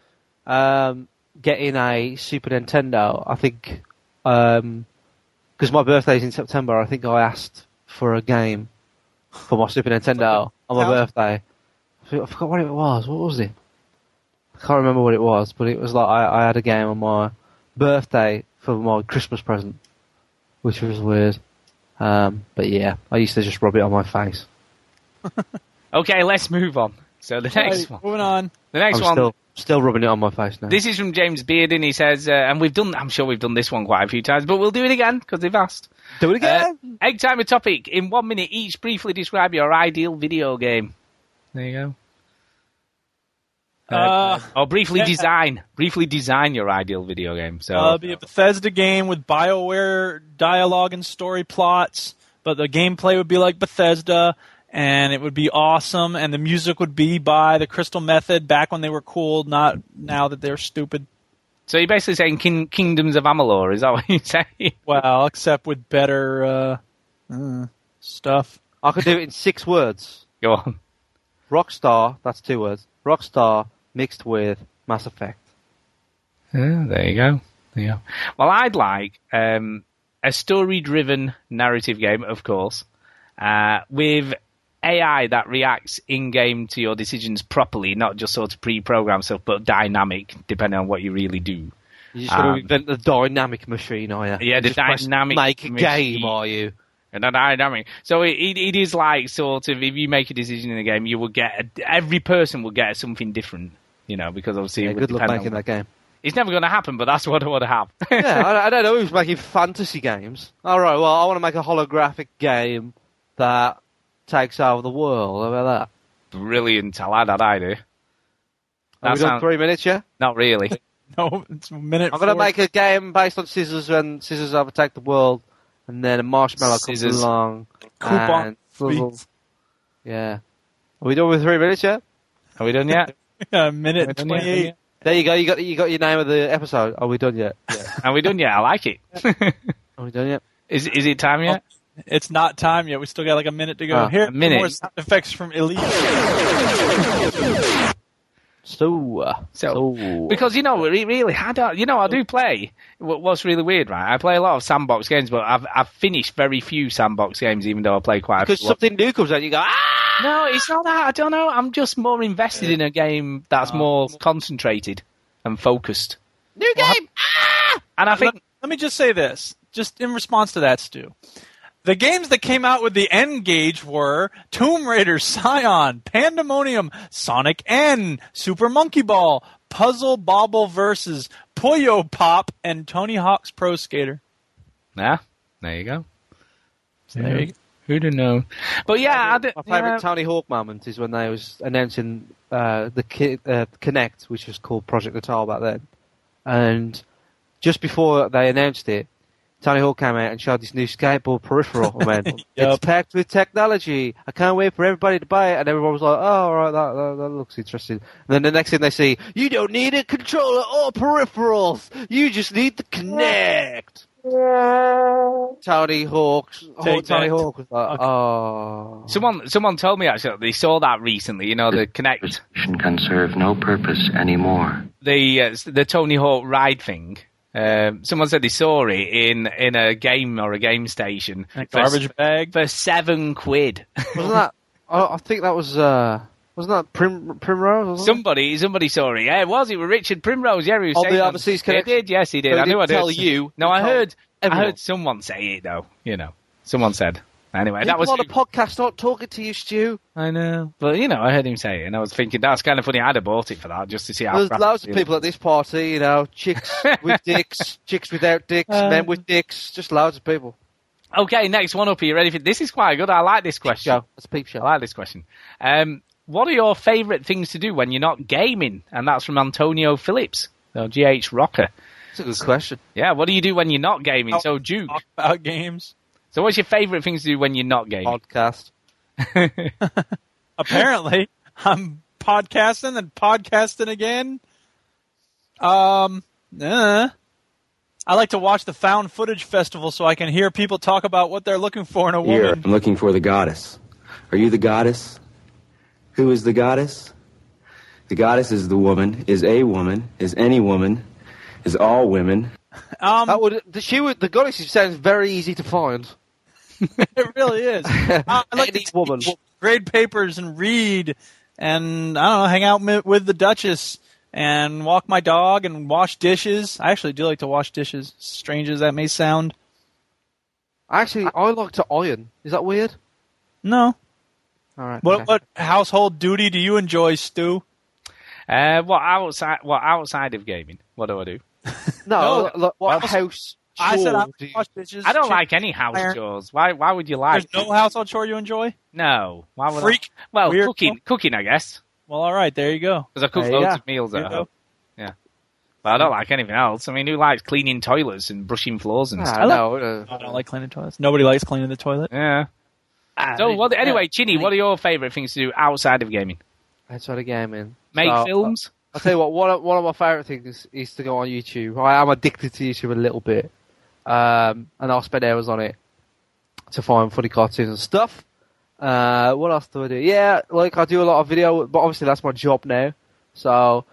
C: um, getting a Super Nintendo, I think because my birthday's in September, I think I asked for a game for my Super Nintendo on my birthday. I forgot- I forgot what it was. What was it? I can't remember what it was, but it was like I, I had a game on my birthday for my Christmas present, which was weird. Um, but yeah, I used to just rub it on my face.
F: Okay, let's move on. So the next one.
G: Moving on.
F: The next
C: I'm
F: one.
C: still still rubbing it on my face now.
F: This is from James Bearden. He says, uh, and we've done, I'm sure we've done this one quite a few times, but we'll do it again because they've asked.
C: Do it again.
F: Uh, egg timer topic. In one minute each, briefly describe your ideal video game. There you go.
G: Uh,
F: or Oh, briefly
G: yeah.
F: design. Briefly design your ideal video game. So
G: Uh, it'd be a Bethesda game with BioWare dialogue and story plots, but the gameplay would be like Bethesda, and it would be awesome, and the music would be by the Crystal Method back when they were cool, not now that they're stupid.
F: So you're basically saying kin- Kingdoms of Amalur, is that what you're saying?
G: Well, except with better uh, mm, stuff.
C: I could do it in six words.
F: Go on.
C: Rockstar, that's two words. Rockstar mixed with Mass Effect.
F: Yeah, there you go. There you go. Well, I'd like um, a story-driven narrative game, of course, uh, with AI that reacts in-game to your decisions properly, not just sort of pre-programmed stuff, but dynamic, depending on what you really do.
C: You just want
F: Um,
C: to invent the dynamic machine, are you?
F: Yeah,
C: You
F: the
C: just press
F: dynamic
C: Make a
F: machine.
C: game, are you?
F: And a dynamic. So it, it, it is like sort of if you make a decision in the game, you will get a, every person will get something different, you know, because obviously it
C: Yeah,
F: would
C: good luck
F: depend on-
C: making that game.
F: It's never going to happen, but that's what I want to have.
C: yeah, I, I don't know who's making fantasy games. All right, well, I want to make a holographic game that takes over the world. How about
F: Brilliant! I like that idea.
C: that? Are we
F: That
C: done
F: sound-
C: three minutes, yeah?
F: Not really.
G: No, it's a minute.
C: I'm going to
G: forward.
C: make a game based on scissors and scissors overtake the world, and then a marshmallow
F: Scissors.
C: comes along.
G: Coupon
C: and sizzles. Yeah. Are we done with three minutes yet?
F: Are we done yet?
G: a minute
F: Done yet?
G: twenty-eight.
C: There you go. You got you got your name of the episode. Are we done yet?
F: Are we done yet? I like it.
C: Are we done yet?
F: is is it time yet?
C: Oh,
G: It's not time yet. We still got like a minute to go.
F: Ah,
G: Here,
F: a
G: some
F: minute.
G: more sound effects from Elite.
C: So, uh,
F: So- Because you know, re- really, I don't. You know, I do play. What- What's really weird, right? I play a lot of sandbox games, but I've I've finished very few sandbox games, even though I play quite.
C: because
F: a lot.
C: something new comes out, you go ah.
F: No, it's not that. I don't know. I'm just more invested in a game that's more concentrated and focused.
C: New game. Ah!
F: And I
G: let,
F: think
G: let me just say this, just in response to that, Stu. The games that came out with the N gauge were Tomb Raider, Scion, Pandemonium, Sonic N, Super Monkey Ball, Puzzle Bobble Versus, Puyo Pop, and Tony Hawk's Pro Skater.
F: yeah, there you go.
G: There you
F: Who'd have known? But yeah, I d-
C: My favourite
F: yeah.
C: Tony Hawk moment is when they was announcing uh, the ki- uh, Connect, which was called Project Natal back then, and just before they announced it, Tony Hawk came out and showed this new skateboard peripheral. I mean, It's packed with technology. I can't wait for everybody to buy it. And everyone was like, "Oh, all right, that, that, that looks interesting." And then the next thing they see, you don't need a controller or peripherals. You just need the Connect. Tony Hawk's. Oh,
F: Take
C: Tony
F: that.
C: Hawk was like, "Oh."
F: Someone, someone told me actually they saw that recently. You know, the Connect,
P: Can serve no purpose anymore.
F: the uh, the Tony Hawk ride thing. Um, someone said they saw it in in a game or a game station.
C: A
F: for-
C: garbage
G: bag
F: for seven quid.
C: Wasn't that? I, I think that was. Uh, wasn't that Prim, Primrose? Wasn't
F: Somebody, somebody saw it. Yeah, it was. It was Richard Primrose. Yeah, he was
C: On
F: saying
C: the
F: that.
C: overseas
F: Yeah, He
C: connection.
F: did. Yes, he did.
C: But he
F: I knew.
C: didn't
F: I did.
C: tell you.
F: No,
C: He
F: I
C: told
F: heard. I
C: everyone.
F: heard someone say it though. You know, someone said. Anyway,
C: People
F: that was.
C: on a podcast not talking to you, Stu.
F: I know, but you know, I heard him say it, and I was thinking that's kind of funny. I'd have bought it for that just to see how.
C: There's
F: crap
C: loads
F: it
C: of
F: is.
C: people at this party, you know, chicks with dicks, chicks without dicks,
F: Uh,
C: men with dicks, just loads of people.
F: Okay, next one up. Are you ready for this? Is quite good. I like this question.
C: show. It's a peep show.
F: I like this question. Um, what are your favourite things to do when you're not gaming? And that's from Antonio Phillips, so GH Rocker.
C: It's a good question.
F: Yeah, what do you do when you're not
C: Oh,
F: gaming? So Duke,
G: about games.
F: So what's your favourite things to do when you're not gaming?
C: Podcast.
G: Apparently, I'm podcasting and podcasting again. Um, uh, I like to watch the Found Footage Festival so I can hear people talk about what they're looking for in a woman.
Q: Here, I'm looking for the goddess. Are you the goddess? Who is the goddess? The goddess is the woman, is a woman, is any woman, is all women.
G: Um,
C: that would the, she would the goddess sounds very easy to find.
G: it really is. Uh, I like to
C: woman.
G: grade papers and read, and I don't know, hang out mi- with the Duchess and walk my dog and wash dishes. I actually do like to wash dishes, strange as that may sound.
C: Actually, I like to iron. Is that weird?
G: No.
C: All right.
G: What
C: okay.
G: what household duty do you enjoy, Stu?
F: Uh, what outside? What outside of gaming? What do I do?
C: No, look, look, what house?
G: I said I
C: chore do you-
G: wash dishes.
F: I don't
G: Shit.
F: like any house
G: iron.
F: chores. Why? Why would you like?
G: There's no household chore you enjoy.
F: No. Why would I-
G: Freak.
F: Well,
G: Weird.
F: cooking, cooking, I guess,
G: Well, all right, there you go.
F: because I cook
G: There you
F: loads
G: go.
F: of meals
G: There
F: at
G: you
F: home.
G: go.
F: Yeah, but I don't like anything else. I mean, who likes cleaning toilets and brushing floors
C: Ah,
F: and
G: I
F: stuff?
G: like- I don't like cleaning toilets. Nobody likes cleaning the toilet.
F: Yeah. So,
G: Ah,
F: what, anyway, Chinny, what are your favourite things to do outside of gaming?
C: outside of gaming.
F: Make
C: So, uh,
F: films.
C: I'll tell you what, one of, one of my favourite things is, is to go on YouTube. I am addicted to YouTube a little bit. Um, and I'll spend hours on it to find funny cartoons and stuff. Uh, what else do I do? Yeah, like I do a lot of video, but obviously that's my job now. So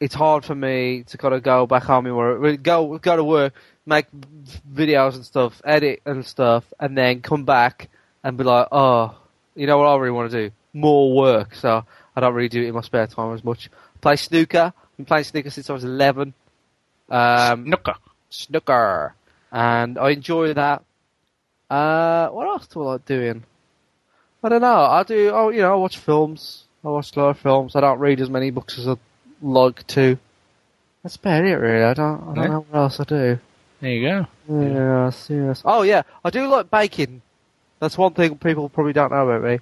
C: it's hard for me to kind of go back home and work, go, go to work, make videos and stuff, edit and stuff, and then come back and be like, oh, you know what I really want to do? More work. So I don't really do it in my spare time as much. Play snooker. I've been playing snooker since I was 11.
G: uh,
C: Um,
F: snooker.
C: Snooker. And I enjoy that. Uh, what else do I like doing? I don't know. I do, oh, you know, I watch films. I watch a lot of films. I don't read as many books as I like to. That's about it, really. I don't, I don't
F: Yeah.
C: know what else I do.
F: There you go.
C: Yes, yes. Oh, yeah. I do like baking. That's one thing people probably don't know about me.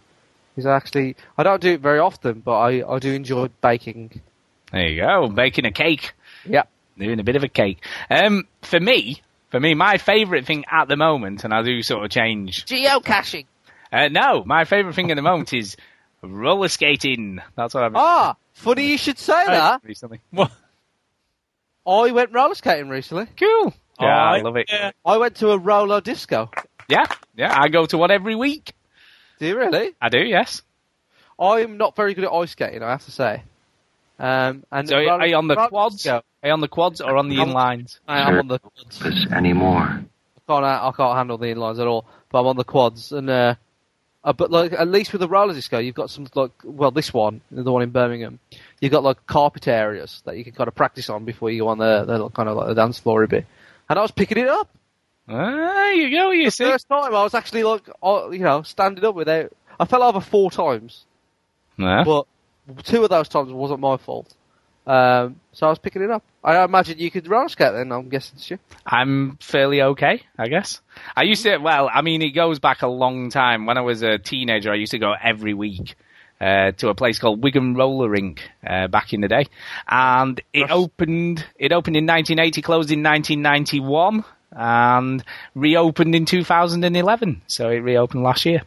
C: Is I actually, I don't do it very often, but I, I do enjoy baking.
F: There you go. Baking a cake.
C: Yeah.
F: Doing a bit of a cake. Um, for me, for me, my favourite thing at the moment, and I do sort of change.
C: Geocaching.
F: Uh, no, my favourite thing at the moment is roller skating. That's what I've been
C: Ah, funny you should say that.
F: doing recently.
C: I went roller skating recently.
F: Cool. Yeah, I
C: Oh,
F: love it. Yeah.
C: I went to a roller disco.
F: yeah, I go to one every week.
C: Do you really?
F: I do, yes.
C: I'm not very good at ice skating, I have to say. Um, and
F: So
C: roller-
F: are you on the
C: roller
F: quads?
C: disco-
F: Are you on the quads or on the
C: I'm-
F: inlines?
G: Uh,
C: I am on the quads.
P: Purpose anymore.
C: I can't, uh, I can't handle the inlines at all, but I'm on the quads. And uh, uh, but like at least with the roller disco, you've got some like well, this one, the one in Birmingham, you've got like carpet areas that you can kind of practice on before you go on the, the kind of like the dance floor a bit. And I was picking it up.
F: Ah, there you go. You see.
C: First time I was actually like, uh, you know, standing up without. I fell over four times.
F: Yeah.
C: But two of those times wasn't my fault. Um, so I was picking it up. I imagine you could roller skate then. I'm guessing, Stu.
F: I'm fairly okay, I guess. I used to, well, I mean, it goes back a long time. When I was a teenager, I used to go every week uh, to a place called Wigan Roller Rink uh, back in the day, and it opened. It opened in 1980, closed in 1991, and reopened in 2011. So it reopened last year.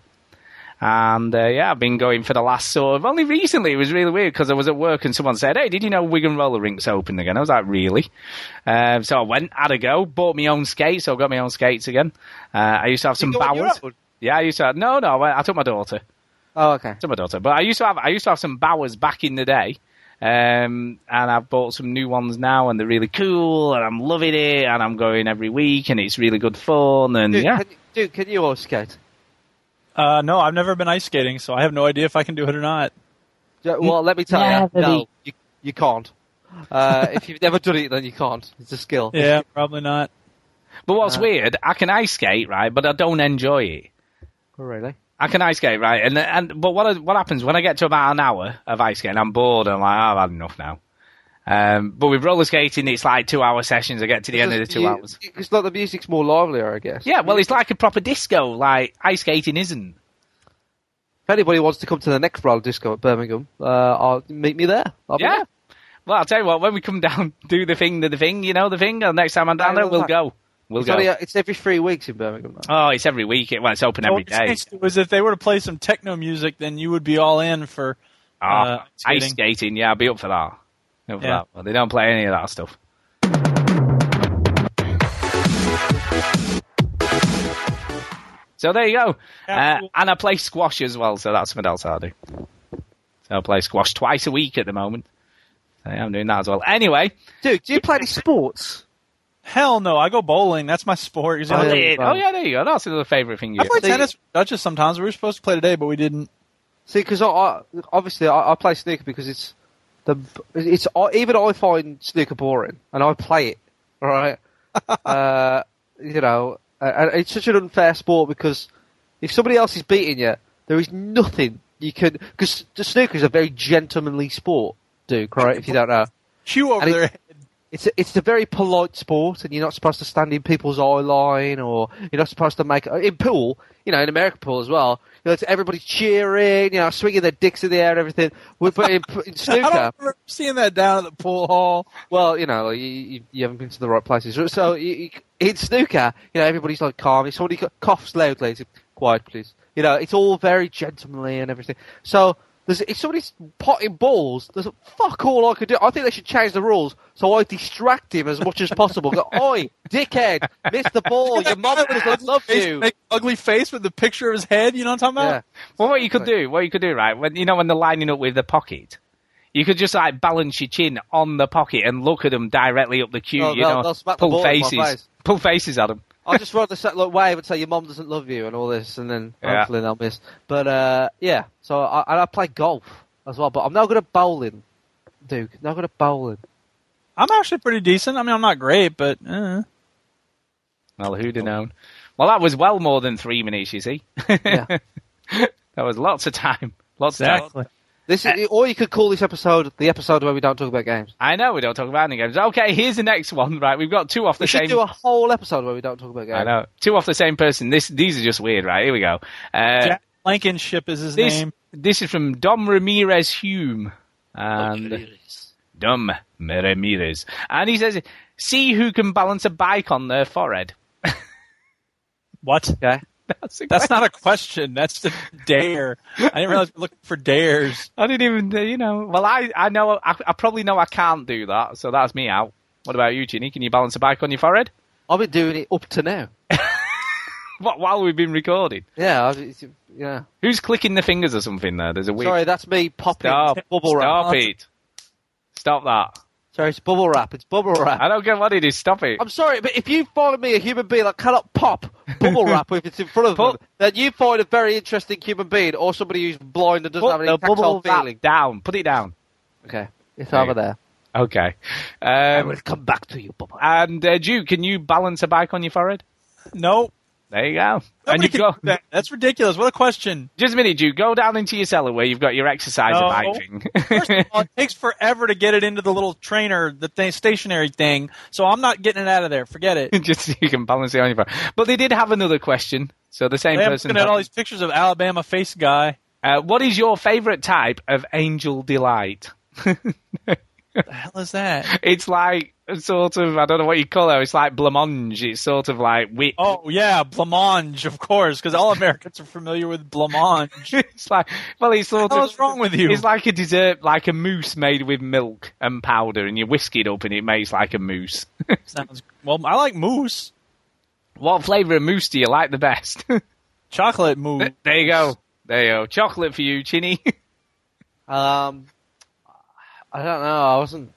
F: And uh, yeah, I've been going for the last sort of only recently. It was really weird because I was at work and someone said, "Hey, did you know Wigan Roller Rink's open again?" I was like, "Really?" Um, so I went, had a go, bought my own skates. So I got my own skates again. Uh, I used to have some
C: go on your
F: Bowers.
C: own?
F: Yeah, I used to. Have, no, no, I, went- I took my daughter.
C: Oh, okay.
F: Took my daughter, but I used to have I used to have some Bowers back in the day. Um, and I've bought some new ones now, and they're really cool, and I'm loving it, and I'm going every week, and it's really good fun, and
C: Dude,
F: yeah.
C: can, dude, can you all skate?
G: Uh, no, I've never been ice skating, so I have no idea if I can do it or not.
C: Yeah, Well, let me tell you,
G: Gravity.
C: no, you, you can't. Uh, if you've never done it, then you can't. It's a skill.
G: Yeah, probably not.
F: But
C: uh,
F: what's weird, I can ice skate, right? But I don't enjoy it.
C: Oh, Really?
F: I can ice skate, right? And and but what what happens when I get to about an hour of ice skating? I'm bored. I'm like, "Oh, I've had enough now. Um, but with roller skating, it's like two hour sessions. I get to the end of the two
C: You-
F: hours.
C: It's like the music's more livelier, I guess.
F: Yeah, well, it's like a proper disco. Like ice skating isn't.
C: If anybody wants to come to the next roller disco at Birmingham, uh, I'll meet me there. I'll be
F: yeah.
C: there.
F: Well, I'll tell you what. When we come down, do the thing, do the thing. You know the thing. And next time I'm down
C: Yeah,
F: there,
C: well,
F: we'll
C: that-
F: go. We'll
C: it's,
F: go.
C: only, uh, it's every three weeks in Birmingham. though.
F: Oh, it's every week. It- Well, it's open every
G: Well,
F: day.
G: what's nice was if they were to play some techno music, then you would be all in for uh,
F: Ah, ice skating. Yeah, I'll be up for that. Up for
G: Yeah.
F: that. But they don't play any of that stuff. So there you go. Uh, and I play squash as well, so that's something else I do. So I play squash twice a week at the moment. So yeah, I'm doing that as well. Anyway.
C: Dude, do you play any sports?
G: Hell no, I go bowling. That's my sport.
F: Oh, yeah, oh, yeah, there you go. That's another favourite thing you
G: I play
F: do.
G: tennis with Duchess sometimes. We were supposed to play today, but we didn't.
C: See, because I, I obviously I, I play snooker because it's the it's I- even I find snooker boring, and I play it. All right, uh, you know, and it's such an unfair sport because if somebody else is beating you, there is nothing you can because snooker is a very gentlemanly sport, Duke. Right, if you don't know,
G: chew over
C: and
G: their
C: it- It's a, it's a very polite sport, and you're not supposed to stand in people's eye line, or you're not supposed to make in pool. You know, in American pool as well, you know, it's everybody's cheering, you know, swinging their dicks in the air and everything. We- But in, in snooker,
G: I don't remember seeing that down at the pool hall.
C: well, you know, like, you, you, you haven't been to the right places. So you, you, in snooker, you know, everybody's like calm. If somebody co- coughs loudly, it's like, quiet, please. You know, it's all very gentlemanly and everything. So there's, if somebody's potting balls, there's fuck all I could do. I think they should change the rules so I distract him as much as possible. Go, oi, dickhead, miss the ball. Your mum doesn't love you.
G: Make an ugly face with the picture of his head. You know what I'm talking about?
F: Well, what you could do, what you could do, right? When you know when they're lining up with the pocket, you could just like balance your chin on the pocket and look at them directly up the cue.
C: Oh,
F: you
C: they'll-
F: know,
C: they'll smack the
F: pull
C: ball in my
F: faces,
C: face.
F: pull faces at them.
C: I'll just rather set, like, wave and say your mum doesn't love you and all this, and then
F: Yeah.
C: hopefully they'll miss. But uh, yeah, so I, and I play golf as well, but I'm not good at bowling, Duke. Not good at bowling.
G: I'm actually pretty decent. I mean, I'm not great, but uh.
F: Well, who'd have known? Well, that was well more than three minutes. You see, that was lots of time. Lots of time.
C: This
F: Eh.
C: is, or you could call this episode the episode where we don't talk about games.
F: I know we don't talk about any games. Okay, here's the next one. Right, we've got two off the
C: We should
F: same.
C: do a whole episode where we don't talk about games.
F: I know two off the same person. This these are just weird. Right, here we go. Uh,
G: Jack Blankenship is his
F: this,
G: name.
F: This is from Dom Ramirez Hume. And Dom Ramirez. And he says, see who can balance a bike on their forehead.
G: What?
C: Yeah.
F: That's,
G: That's not a question. That's the dare. I didn't realize we're looking for dares.
F: I didn't even, uh, you know. Well, I, I know, I, I probably know I can't do that, so that's me out. What about you, Ginny? Can you balance a bike on your forehead?
C: I've been doing it up to now.
F: What, while we've been recording?
C: Yeah, I, it's, yeah.
F: Who's clicking the fingers or something there? There's a weird.
C: Sorry, that's me popping
F: Stop.
C: bubble wrap.
F: Stop it. Stop that.
C: Sorry, it's bubble wrap. It's bubble wrap.
F: I don't get what it is. Stop it.
C: I'm sorry, but if you find me a human being that cannot pop bubble wrap if it's in front of them, then you find a very interesting human being or somebody who's blind and doesn't
F: Put
C: have any
F: the
C: tactile
F: bubble wrap
C: feeling.
F: down. Put it down.
C: Okay, it's
F: There you
C: over
F: go.
C: there.
F: Okay. Um, I
C: will come back to you, Bubba.
F: And uh, Duke, can you balance a bike on your forehead?
G: No.
F: There you go.
G: and you go. That's ridiculous. What a question.
F: Just a minute, you go down into your cellar where you've got your exercise
G: No.
F: bike thing.
G: First of all, it takes forever to get it into the little trainer, the thing, stationary thing. So I'm not getting it out of there. Forget it.
F: Just so you can balance it on your phone. But they did have another question. So the same
G: I'm
F: person.
G: looking at
F: had-
G: all these pictures of Alabama face guy.
F: Uh, what is your favorite type of angel delight?
G: What the hell is that?
F: It's like sort of I don't know what you call it. It's like blancmange. It's sort of like wit.
G: Oh yeah, blancmange, of course, because all Americans are familiar with blancmange.
F: it's like, well, it's sort
G: What
F: of.
G: is wrong with you?
F: It's like a dessert, like a mousse made with milk and powder, and you whisk it up, and it makes like a mousse.
G: Sounds well. I like mousse.
F: What flavour of mousse do you like the best?
G: Chocolate mousse.
F: there you go. There you go. Chocolate for you, Chinny.
C: Um, I don't know. I wasn't.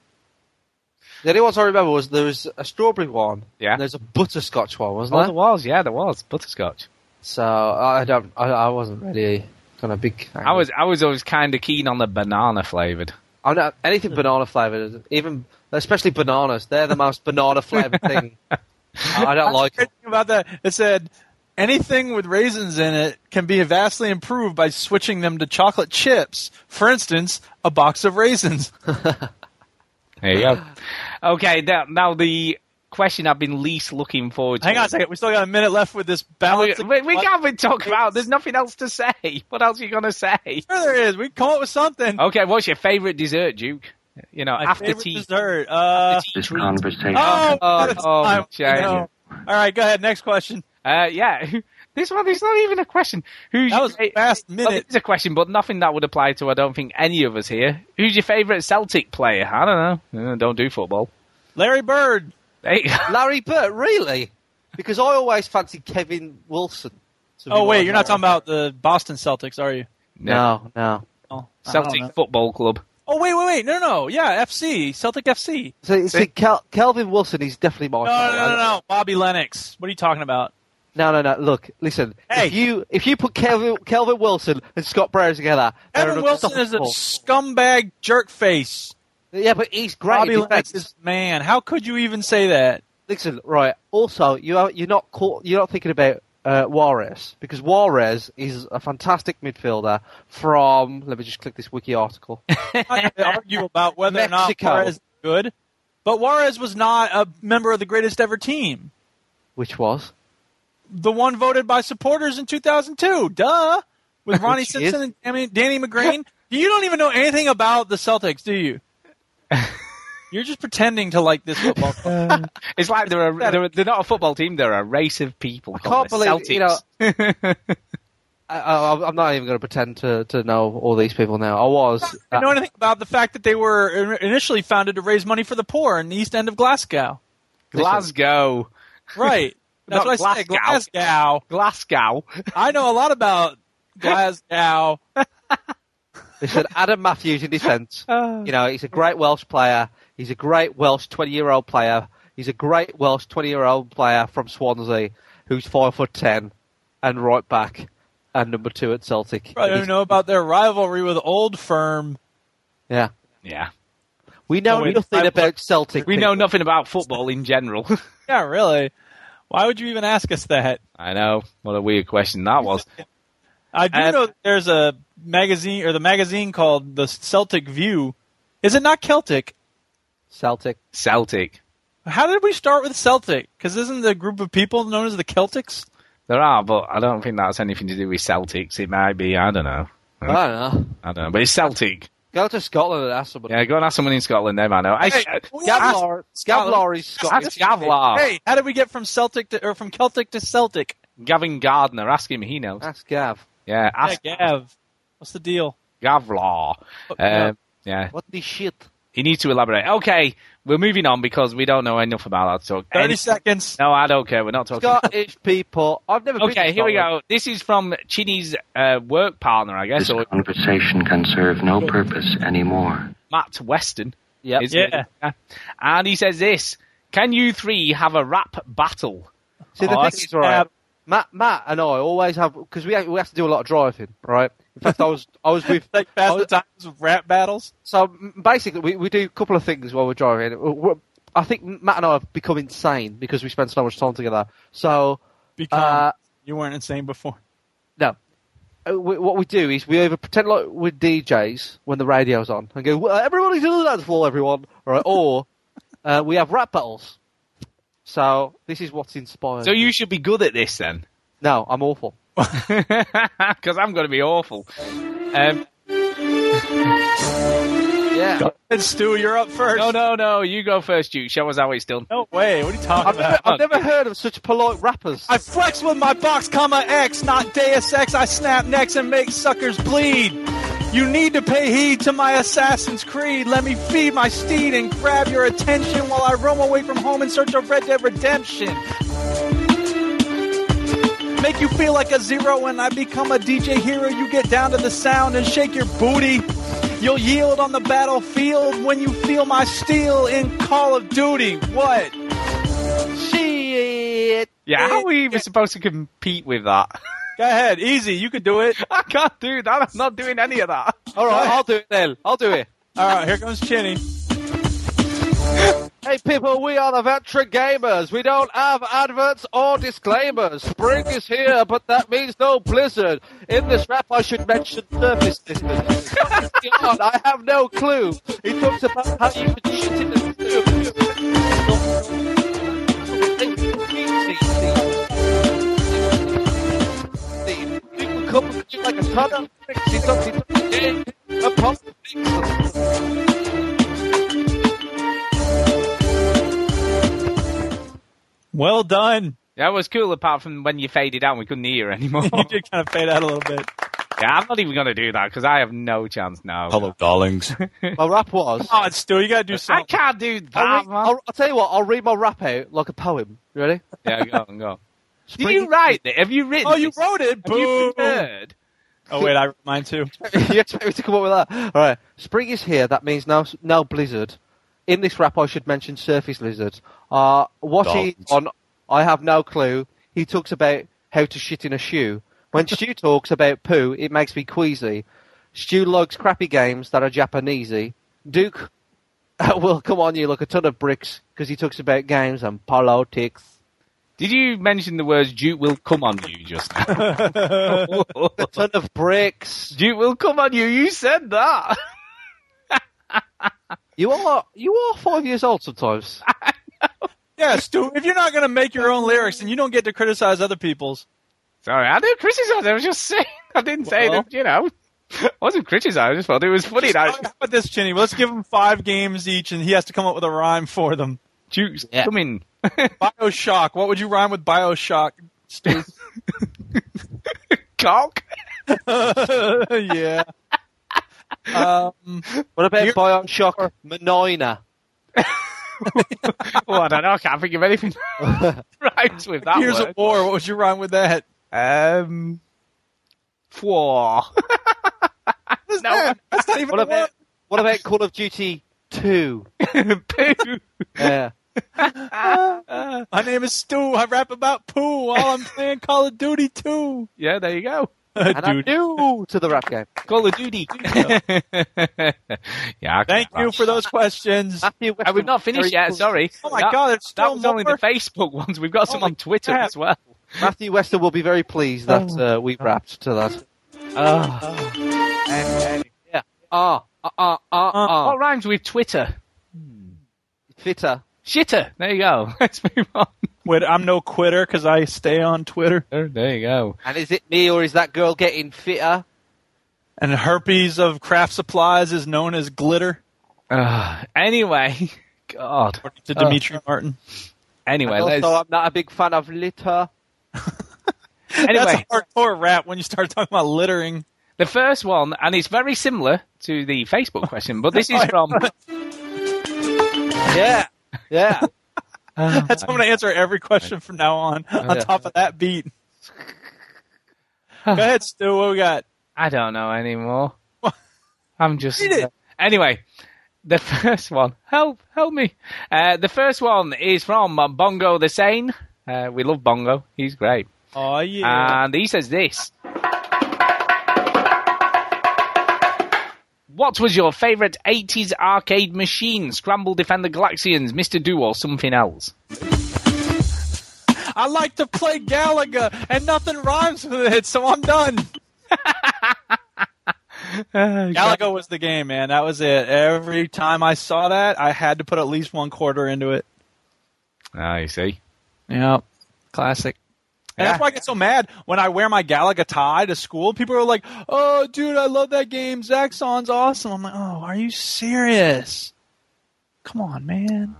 C: The only ones I remember was there was a strawberry one.
F: Yeah.
C: And there's a butterscotch one, wasn't
F: oh,
C: there?
F: there was, yeah, there was butterscotch.
C: So I don't. I, I wasn't really kind of big.
F: I was, I was always kind of keen on the banana flavoured.
C: I'm not anything banana flavored. Even especially bananas. They're the most banana flavored thing. I don't like.
G: Great thing about that. It said anything with raisins in it can be vastly improved by switching them to chocolate chips. For instance, a box of raisins.
F: There you go. okay, now, now the question I've been least looking forward to.
G: Hang on a second. We still got a minute left with this balance.
F: Oh, We, we can't be talking about. There's nothing else to say. What else are you going to say?
G: Sure there is. We can come up with something.
F: Okay, what's your favourite dessert, Duke? You know,
G: My
F: Oh, after
G: favorite
F: tea.
G: dessert. Uh,
P: This conversation.
G: oh,
F: Oh,
G: it's
F: oh,
G: time.
F: shame.
G: No. All right, go ahead. Next question.
F: Uh, yeah. This one is not even a question. Who's
G: That was
F: your,
G: fast
F: Well,
G: minute.
F: it's a question, but nothing that would apply to I don't think any of us here. Who's your favourite Celtic player? I don't know. Uh, Don't do football.
G: Larry Bird.
F: Hey,
C: Larry Bird, really? Because I always fancied Kevin Wilson. to be
G: Oh
C: my
G: wait, you're not
C: hero.
G: talking about the Boston Celtics, are you?
C: No, no.
G: Oh, I don't know.
F: Celtic Football Club.
G: Oh wait, wait, wait. No, no, no. Yeah, FC Celtic FC.
C: So, see, Kel- Kelvin Wilson is definitely my.
F: Oh,
G: No, no, no, no, no. Bobby Lennox. What are you talking about?
C: No, no, no. Look, listen. If you if you put Kelvin, Kelvin Wilson and Scott Brown together, they're
G: Evan Wilson is a
C: unstoppable.
G: scumbag jerk face.
C: yeah, but he's great.
G: Bobby
C: He's
G: Lennox
C: great.
G: is man. How could you even say that?
C: Listen, right. Also, you are, you're not caught, you're not thinking about uh, Juarez because Juarez is a fantastic midfielder from. Let me just click this wiki article.
G: I'm not gonna argue about whether or
C: Mexico.
G: not Juarez is good, but Juarez was not a member of the greatest ever team.
C: which was
G: The one voted by supporters in 2002. Duh. With Ronnie
C: Which is-
G: Simpson and Danny- Danny McGreen. you don't even know anything about the Celtics, do you? You're just pretending to like this football. club.
C: Uh,
F: It's like they're, a, they're, they're not a football team. They're a race of people. I
C: can't believe you know.
F: Celtics.
C: I, I, I'm not even going to pretend to, to know all these people now. I was.
G: I know anything about the fact that they were in- initially founded to raise money for the poor in the East End of Glasgow.
F: Glasgow.
G: Right. That's
F: Not
G: what I said.
F: Glasgow.
G: Glasgow.
F: Glasgow.
G: I know a lot about Glasgow.
C: They said uh, Adam Matthews in defence. you know, he's a great Welsh player. He's a great Welsh 20 year old player. He's a great Welsh 20 year old player from Swansea who's 5 foot 10 and right back and number 2 at Celtic.
G: Probably don't
C: He's-
G: know about their rivalry with Old Firm.
C: Yeah.
F: Yeah.
C: We know
G: Oh, wait,
C: nothing
G: I-
C: about Celtic.
F: We know
C: people.
F: nothing about football in general.
G: Yeah, really. Why would you even ask us that?
F: I know. What a weird question that was.
G: I do
F: Uh,
G: know that there's a magazine or the magazine called the Celtic View. Is it not Celtic?
C: Celtic.
F: Celtic.
G: How did we start with Celtic? Because isn't the group of people known as the Celtics?
F: There are, but I don't think that's anything to do with Celtics. It might be. I don't know.
C: I don't know.
F: I don't know. But it's Celtic.
C: Go to Scotland and ask somebody.
F: Yeah, go and ask someone in Scotland. They might know. I,
G: Hey,
F: ask,
C: Gavlar, Gavlar is
F: ask
C: Scottish.
F: Gavlar.
G: Hey, how did we get from Celtic to, or from Celtic to Celtic?
F: Gavin Gardner. Ask him. He knows.
C: Ask Gav.
F: Yeah, ask
G: Yeah, Gav. What's the deal?
F: Gavlar. Um, yeah.
C: What the shit?
F: He needs to elaborate. Okay, we're moving on because we don't know enough about that. So
G: 30
F: any-
G: seconds.
F: No, I don't care. We're not talking.
C: Scottish people. I've never been
F: Okay,
C: to
F: here we
C: Scotland.
F: go. This is from Chinny's uh, work partner, I guess,
P: This
F: or
P: conversation can serve no purpose anymore.
F: Matt Weston.
C: Yep.
F: isn't it?
G: Yeah.
F: And he says this Can you three have a rap battle?
C: See, the
G: Oh,
C: thing
G: that's
C: is, right,
G: bad.
C: Matt, Matt and I always have because we ha- we have to do a lot of driving, right? In fact, I was I was with
G: Like
C: I
G: fast
C: was-
G: times rap battles.
C: so m- basically we, we do a couple of things while we're driving. We're- I think Matt and I have become insane because we spend so much time together. So
G: Become
C: uh,
G: You weren't insane before.
C: No. Uh, we, what we do is we over pretend like we're DJs when the radio's on and go, well, everybody to the dance floor, everyone. All right, or uh, we have rap battles. So this is what's inspired.
F: So you should be good at this then.
C: No, I'm awful.
F: Because I'm going to be awful. Um,
C: yeah.
G: Go ahead, Stu, you're up first.
F: No, no, no. You go first, you. Show us how it's done.
G: No way. What are you talking about?
C: I've never heard of such polite rappers.
G: I flex with my box, comma X, not Deus Ex. I snap necks and make suckers bleed. You need to pay heed to my Assassin's Creed. Let me feed my steed and grab your attention while I roam away from home in search of Red Dead Redemption. Make you feel like a zero and I become a DJ hero. You get down to the sound and shake your booty. You'll yield on the battlefield when you feel my steel in Call of Duty. What?
C: Shit.
F: Yeah, how are we even supposed to compete with that?
G: Go ahead, easy. You can do it.
F: I can't do that. I'm not doing any of that.
C: All right, I'll do it then. I'll do it.
G: All right, here comes Chinny.
C: Hey people, we are the veteran gamers. We don't have adverts or disclaimers. Spring is here, but that means no blizzard. In this rap, I should mention surface distance. God, I have no clue. He talks about how you can shit in the You can come and do like a ton of bricks. He talks he talks again upon the bricks.
G: Well done.
F: That was cool, apart from when you faded out, we couldn't hear you anymore.
G: you did kind of fade out a little bit.
F: yeah, I'm not even going to do that because I have no chance now.
R: Hello, darlings.
C: My rap was.
G: Come on, Ah, Stu, you gotta do
F: I
G: something.
F: can't do that,
C: I'll, read,
F: man.
C: I'll, I'll tell you what. I'll read my rap out like a poem. You ready?
F: Yeah, go on, go. Did
C: Spring-
F: you write it? Have you written?
G: Oh, you
F: this?
G: wrote it.
F: Have you
G: Boo.
F: prepared?
G: Oh wait, I wrote mine too.
C: you expect me to come up with that? All right. Spring is here. That means now, now blizzard. In this rap, I should mention surface lizards. Uh, what he
R: Dolphins.
C: on? I have no clue. He talks about how to shit in a shoe. When Stu talks about poo, it makes me queasy. Stu likes crappy games that are Japanesey. Duke will come on you like a ton of bricks because he talks about games and politics.
F: Did you mention the words "Duke will come on you" just now?
C: A ton of bricks.
F: Duke will come on you. You said that.
C: You are you are five years old sometimes.
G: Yeah, Stu, if you're not gonna make your own lyrics, then you don't get to criticize other people's.
F: Sorry, I didn't criticize. I was just saying. I didn't say
G: Well.
F: that. You know, I wasn't criticizing. I just thought it was funny.
G: How
F: That
G: about this, Chinny? Let's give him five games each, and he has to come up with a rhyme for them.
F: Duke's
C: Yeah.
F: coming.
G: Bioshock. What would you rhyme with Bioshock? Stu?
F: Cock.
G: yeah. Um,
C: What about Bioshock Menina?
F: Oh, I don't know. I can't think of anything that rhymes with that
G: Gears of
F: word.
G: War. What would you rhyme with that?
F: Um, four.
G: That's,
F: No.
G: not- that's not even
C: What
G: a word.
C: about what about Call of Duty Two?
F: Poo.
C: Yeah.
G: My name is Stu. I rap about poo while I'm playing Call of Duty 2.
F: Yeah, there you go.
C: and I do to the rap game.
F: Call of Duty. yeah, I
G: Thank
F: can't
G: you
F: laugh.
G: for those questions.
C: Matthew
F: And we've not finished yet. Sorry.
G: Oh my
F: That-
G: God, there's
F: that
G: still
F: was
G: more. Oh
F: only the Facebook ones. We've got some
G: my
F: on Twitter
G: God.
F: as well.
C: Matthew Wester will be very pleased that uh, we rapped to that. Yeah. Ah. Ah. Ah. Ah. ah.
G: Oh.
F: What rhymes with Twitter?
C: Fitter.
F: Shitter. There you go. Let's move on.
G: Wait, I'm no quitter because I stay on Twitter.
F: There, there you go.
C: And is it me or is that girl getting fitter?
G: And herpes of craft supplies is known as glitter,
F: Uh, anyway, God.
G: according to
F: Oh.
G: Dimitri Martin.
F: Anyway,
C: also,
F: let's,
C: I'm not a big fan of litter.
F: anyway,
G: That's a hardcore rap when you start talking about littering.
F: the first one, and it's very similar to the Facebook question, but this is from.
C: Yeah. Yeah.
G: That's I'm going to answer every question from now on, on
C: yeah.
G: top of that beat. Go ahead, Stu. What we got?
F: I don't know anymore.
G: What?
F: I'm just.
G: Read it.
F: Anyway, the first one. Help, help me. Uh, the first one is from Bongo the Sane. Uh, we love Bongo. He's great.
G: Oh, yeah.
F: And he says this. What was your favourite 80s arcade machine? Scramble, Defender, Galaxians, Mr. Do, or something else?
G: I like to play Galaga, and nothing rhymes with it, so I'm done. Galaga was the game, man. That was it. Every time I saw that, I had to put at least one quarter into it.
F: Ah, you see.
G: Yeah, classic. And that's why I get so mad when I wear my Galaga tie to school. People are like, "Oh, dude, I love that game. Zaxxon's awesome." I'm like, "Oh, are you serious? Come on, man."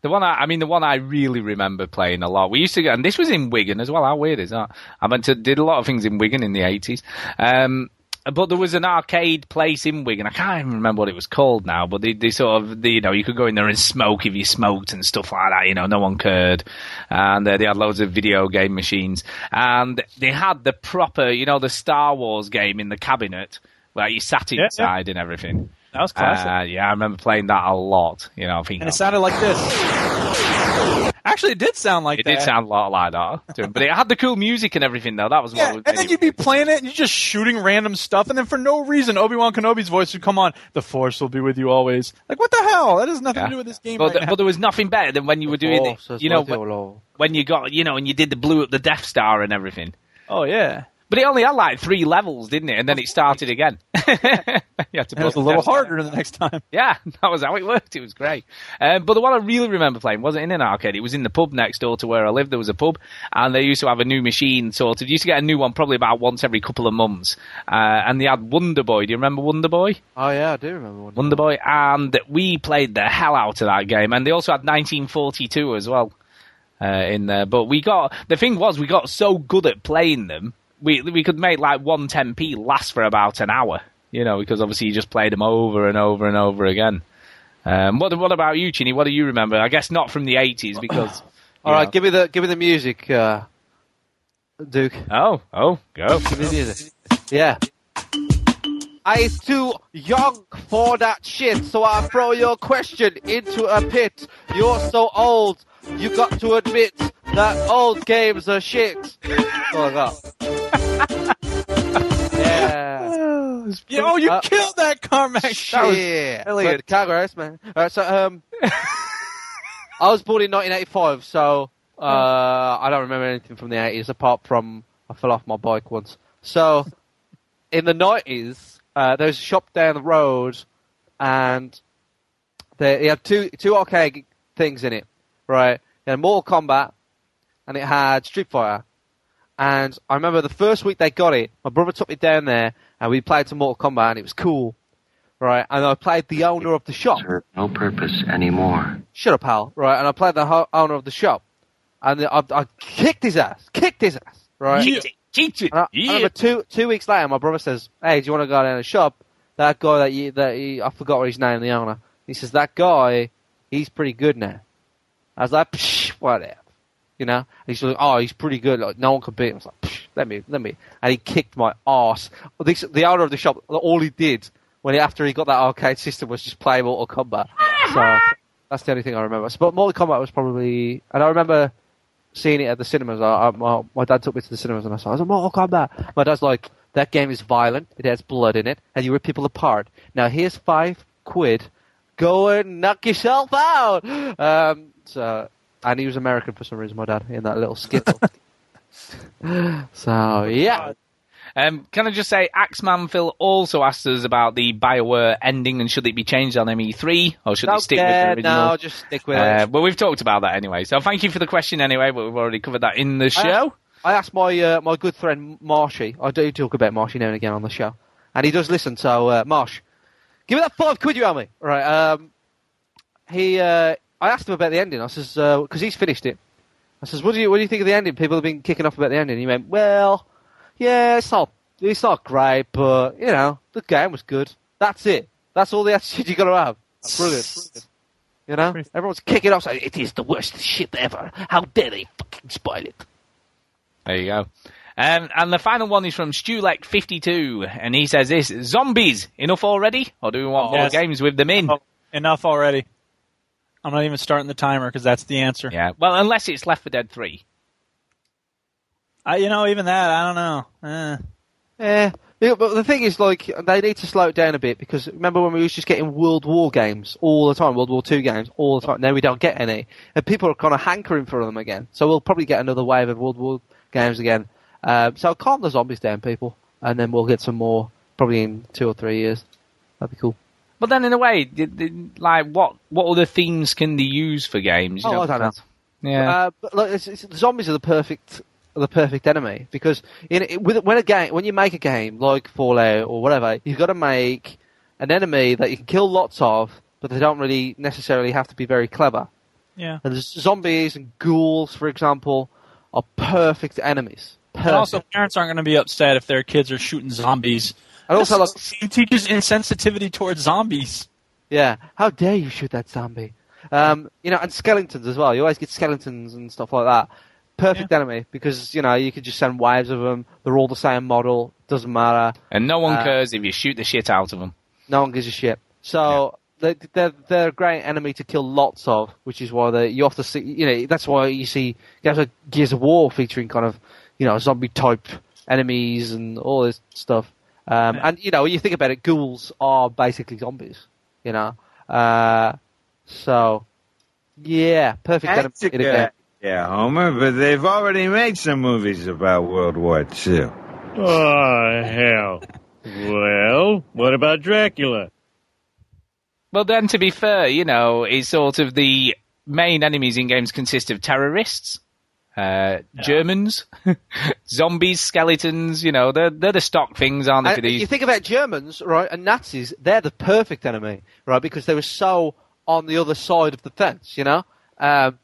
F: The one I, I mean, the one I really remember playing a lot. We used to go, and this was in Wigan as well. How weird is that? I went to did a lot of things in Wigan in the eighties. Um, but there was an arcade place in Wigan. I can't even remember what it was called now. But they, they sort of, they, you know, you could go in there and smoke if you smoked and stuff like that. You know, no one cared. And uh, they had loads of video game machines. And they had the proper, you know, the Star Wars game in the cabinet where you sat
G: Yeah, yeah.
F: inside and everything.
G: That was classic.
F: Uh, yeah, I remember playing that a lot. You know, I think
G: And it sounded like this. Actually, it did sound like
F: it
G: that.
F: did sound a lot like that, to him. but it had the cool music and everything though. That was
G: Yeah,
F: what was
G: and then you'd be playing it and you're just shooting random stuff, and then for no reason, Obi Wan Kenobi's voice would come on. The Force will be with you always. Like, what the hell? That has nothing
F: Yeah.
G: to do with this game.
F: But,
G: right
F: th-
G: now.
F: but there was nothing better than when you were doing
G: Oh,
F: it.
G: so it's
F: you know,
G: worth it all
F: when, when you got you know, and you did the blew up the Death Star and everything.
G: oh yeah,
F: But it only had like three levels, didn't it? And then it started again. You had to
G: it was a
F: blow up the
G: little
F: Death Star.
G: harder the next time.
F: Yeah, that was how it worked. It was great. Um, but the one I really remember playing wasn't in an arcade. It was in the pub next door to where I lived. There was a pub, and they used to have a new machine sorted. You used to get a new one probably about once every couple of months. Uh, and they had Wonder Boy. Do you remember Wonder Boy?
C: Oh yeah, I do remember one.
F: Wonder Boy, and we played the hell out of that game. And they also had 1942 as well uh, in there. But we got the thing was we got so good at playing them, we we could make like 110p last for about an hour. You know, because obviously you just played them over and over and over again. Um, what what about you, Chini? What do you remember? I guess not from the 80s because.
C: All right, give me the give me the music, uh, Duke.
F: Oh, oh, go.
C: Give me the music. Yeah. I is too young for that shit, so I throw your question into a pit. You're so old, you got to admit that old games are shit. Oh, God. yeah.
G: Yeah, oh, you
C: Uh,
G: killed that Carmack.
C: That was brilliant. Can't go else, man. All right, so um, I was born in 1985, so uh, I don't remember anything from the 80s apart from I fell off my bike once. So in the 90s, uh, there was a shop down the road, and they, they had two two arcade things in it, right? It had Mortal Kombat, and it had Street Fighter. And I remember the first week they got it, my brother took me down there, and we played some Mortal Kombat, and it was cool, right? And I played the owner of the shop.
P: No purpose anymore.
C: Shut up, pal, right? And I played the ho- owner of the shop, and I, I kicked his ass, kicked his ass, right?
F: Yeah. Kicked it.
C: And I, I remember two two weeks later, my brother says, "Hey, do you want to go down to the shop? That guy that you that you, I forgot his name, the owner. He says that guy, he's pretty good now." I was like, Psh, "Whatever," you know. And he's like, "Oh, he's pretty good. Like no one could beat him." I was like, Psh, "Let me, let me," and he kicked my ass. This, the owner of the shop, all he did when he, after he got that arcade system was just play Mortal Kombat. so that's the only thing I remember. So, But Mortal Kombat was probably, and I remember seeing it at the cinemas. I, I, my, my dad took me to the cinemas and I saw it. I was like, Mortal Kombat. My dad's like, that game is violent. It has blood in it, and you rip people apart. Now here's five quid. Go and knock yourself out. Um, so, and he was American for some reason. My dad in that little skittle. so yeah,
F: Um, can I just say, Axeman Phil also asked us about the Bioware ending and should it be changed on ME3 or should it
C: Don't
F: stick with the
C: care.
F: original?
C: No, just stick with
F: Uh,
C: it.
F: well, we've talked about that anyway. So thank you for the question anyway, but we've already covered that in the
C: I
F: show.
C: asked- Uh, I asked my uh, my good friend Marshy. I do talk about Marshy now and again on the show, and he does listen. So uh, Marsh, give me that five quid you owe me. Right. Um, he, uh, I asked him about the ending. I says because he's finished it. I says, what do you what do you think of the ending? People have been kicking off about the ending. He went, well, yeah, it's not it's not great, but you know the game was good. That's it. That's all the attitude you got to have. Brilliant. brilliant. You know, everyone's kicking off saying it is the worst shit ever. How dare they fucking spoil it?
F: There you go. Um, and the final one is from Stulek52, and he says this Zombies, enough already? Or do we want
G: Yes.
F: more games with them
G: Oh,
F: in?
G: Enough already. I'm not even starting the timer because that's the answer.
F: Yeah. Well, unless it's Left 4 Dead 3.
G: I, you know, even that, I don't know. Eh.
C: Eh, Yeah, but the thing is, like, they need to slow it down a bit because remember when we was just getting World War games all the time, World War Two games all the time. Now we don't get any, and people are kind of hankering for them again. So we'll probably get another wave of World War games again. Um, so calm the zombies down, people, and then we'll get some more probably in two or three years. That'd be cool.
F: But then, in a way, d- d- like what what other themes can they use for games? You
C: Oh, I don't know.
F: Yeah.
C: Uh, but look, it's, it's, zombies are the perfect are the perfect enemy because in, it, with, when a game when you make a game like Fallout or whatever, you've got to make an enemy that you can kill lots of, but they don't really necessarily have to be very clever.
G: Yeah.
C: And there's zombies and ghouls, for example, are perfect enemies.
G: And
C: Perfect.
G: also, parents aren't going to be upset if their kids are shooting zombies.
C: And also,
G: This teaches insensitivity towards zombies.
C: Yeah. How dare you shoot that zombie? Um, you know, and skeletons as well. You always get skeletons and stuff like that. Perfect enemy because you know you could just send waves of them. They're all the same model. Doesn't matter.
F: And no one
C: Uh,
F: cares if you shoot the shit out of them.
C: No one gives a shit. So they, they're they're a great enemy to kill lots of, which is why they you often see you know that's why you see games like Gears of War featuring kind of you know zombie type enemies and all this stuff. Um, and you know when you think about it, ghouls are basically zombies. You know, uh, so yeah, perfect enemy
R: That's a
C: in a
R: good
C: game.
R: idea, Homer, but they've already made some movies about World War II.
S: Oh, hell. well, what about Dracula?
F: Well, then, to be fair, you know, it's sort of the main enemies in games consist of terrorists, uh, Germans, zombies, skeletons. You know, they're they're the stock things, aren't they?
C: And
F: For these
C: You think about Germans, right, and Nazis, they're the perfect enemy, right, because they were so on the other side of the fence, you know? Um,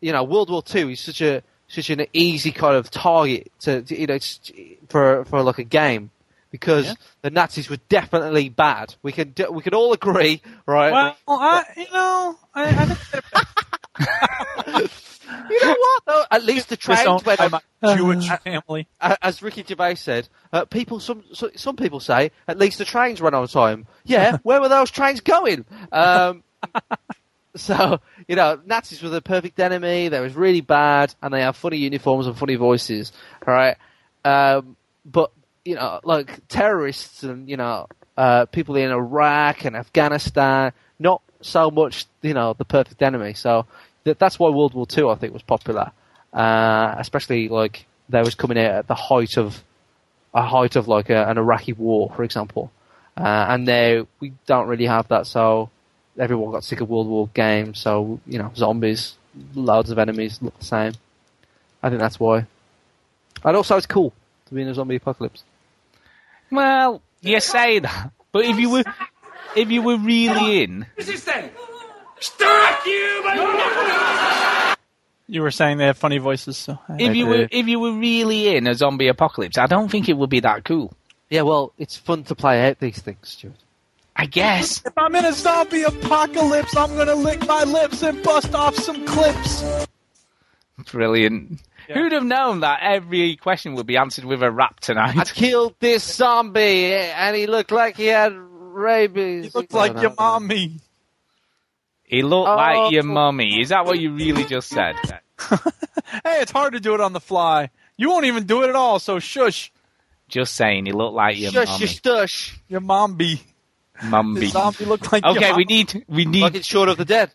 C: you know, World War Two is such a such an easy kind of target to, to you know it's, for for like a game because the Nazis were definitely bad. We can do, we can all agree, right?
G: Well, I, you know, I, I think
C: you know what? Though? At least the trains
G: Disowned
C: went
G: by
C: on.
G: my Jewish
C: family. As Ricky Gervais said, uh, people some so- some people say at least the trains run on time. Yeah, where were those trains going? Um, so you know, Nazis were the perfect enemy. They was really bad, and they have funny uniforms and funny voices. All right, um, but you know, like terrorists and you know uh, people in Iraq and Afghanistan, not so much you know the perfect enemy. So th- that's why World War Two I think was popular, uh, especially like they was coming out at the height of a height of like a, an Iraqi war, for example. Uh, and now we don't really have that, so everyone got sick of World War games. So you know, zombies, loads of enemies look the same. I think that's why. And also, it's cool to be in a zombie apocalypse.
F: Well, you say that, but if you were if you were really in,
D: Who's this thing? Strike you,
G: you were saying they have funny voices. So
F: if you were if you were really in a zombie apocalypse, I don't think it would be that cool.
C: Yeah, well, it's fun to play out these things, Stuart.
F: I guess.
G: If I'm in a zombie apocalypse, I'm gonna lick my lips and bust off some clips.
F: Brilliant. Who'd have known that every question would be answered with a rap tonight? I
C: killed this zombie, and he looked like he had rabies. He looked
F: like your
G: mommy.
F: He looked
G: Oh.
F: like your mummy. Is that what you really just said?
G: Hey, it's hard to do it on the fly. You won't even do it at all. So shush.
F: Just saying, he looked like your
G: Shush,
F: mummy.
G: shush,
C: shush.
G: Your momby.
F: Mummy.
G: The zombie looked like
F: okay,
G: your
F: we
G: mom.
F: need we need
C: like it's short of the dead.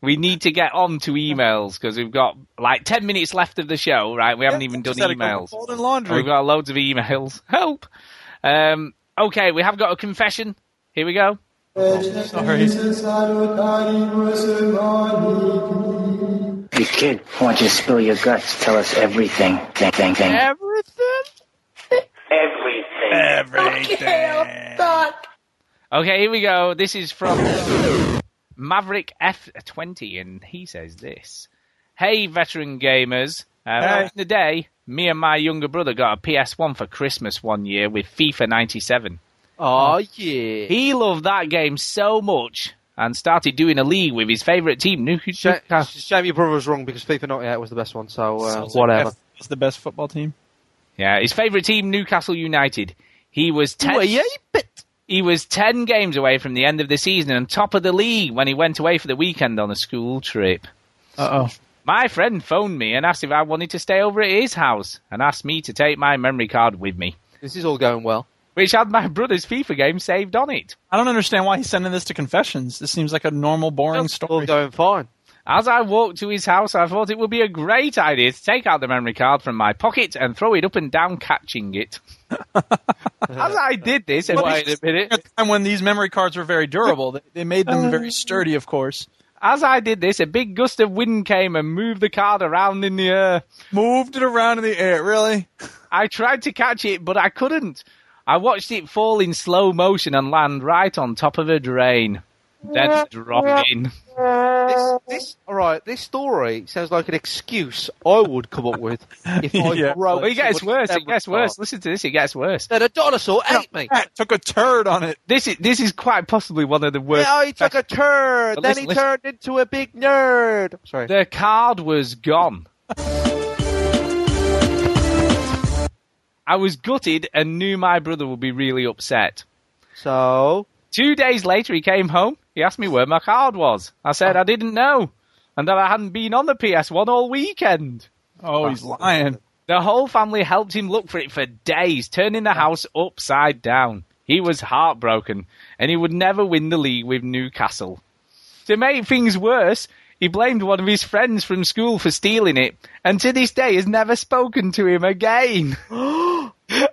F: We need to get on to emails because we've got like ten minutes left of the show. Right, we haven't even done
G: just had a couple
F: emails.
G: folding laundry.
F: And We've got loads of emails. Help. Um, okay, we have got a confession. Here we go.
G: Sorry.
N: Hey, kid, I want you to spill your guts. Tell us everything. Thing, thing, thing.
D: Everything. Everything.
F: Okay, here we go. This is from Maverick F20, and he says this Hey, veteran gamers. Uh, back in the day, me and my younger brother got a PS1 for Christmas one year with FIFA 97.
C: Oh, yeah.
F: He loved that game so much and started doing a league with his favourite team, Nuka.
C: Shame your brother was wrong because FIFA 98 was the best one. So uh,
F: Sounds like
C: whatever.
F: F-
G: It's the best football team.
F: Yeah, his favourite team, Newcastle United. He was ten.
G: Ooh, yeah,
F: He was ten games away from the end of the season and top of the league when he went away for the weekend on a school trip.
G: Uh oh.
F: My friend phoned me and asked if I wanted to stay over at his house and asked me to take my memory card with me.
C: This is all going well.
F: which had my brother's FIFA game saved on it.
G: I don't understand why he's sending this to confessions. This seems like a normal, boring story.
C: going fine.
F: As I walked to his house, I thought it would be a great idea to take out the memory card from my pocket and throw it up and down, catching it. As I did this, and
G: Wait a
F: minute.
G: And when these memory cards were very durable, they- they made them very sturdy, of course.
F: As I did this, a big gust of wind came and moved the card around in the air.
G: Moved it around in the air, really?
F: I tried to catch it, but I couldn't. I watched it fall in slow motion and land right on top of a drain. Then drop in.
C: This, this, all right. This story sounds like an excuse I would come up with if I
F: Yeah.
C: wrote.
F: Well, it gets
C: someone's
F: worse. It gets
C: memory
F: worse. Listen to this. It gets worse.
C: card. That a dinosaur ate me.
G: Cat took a turd on it.
F: This is this is quite possibly one of the worst.
C: Yeah, he took a turd.
F: But
C: then
F: listen,
C: he
F: listen.
C: turned into a big nerd. Sorry.
F: The card was gone. I was gutted and knew my brother would be really upset.
C: So
F: Two days later, he came home. He asked me where my card was. I said I didn't know, and that I hadn't been on the PS1 all weekend.
G: Oh, he's lying.
F: The whole family helped him look for it for days, turning the house upside down. He was heartbroken, and he would never win the league with Newcastle. To make things worse, he blamed one of his friends from school for stealing it, and to this day has never spoken to him again.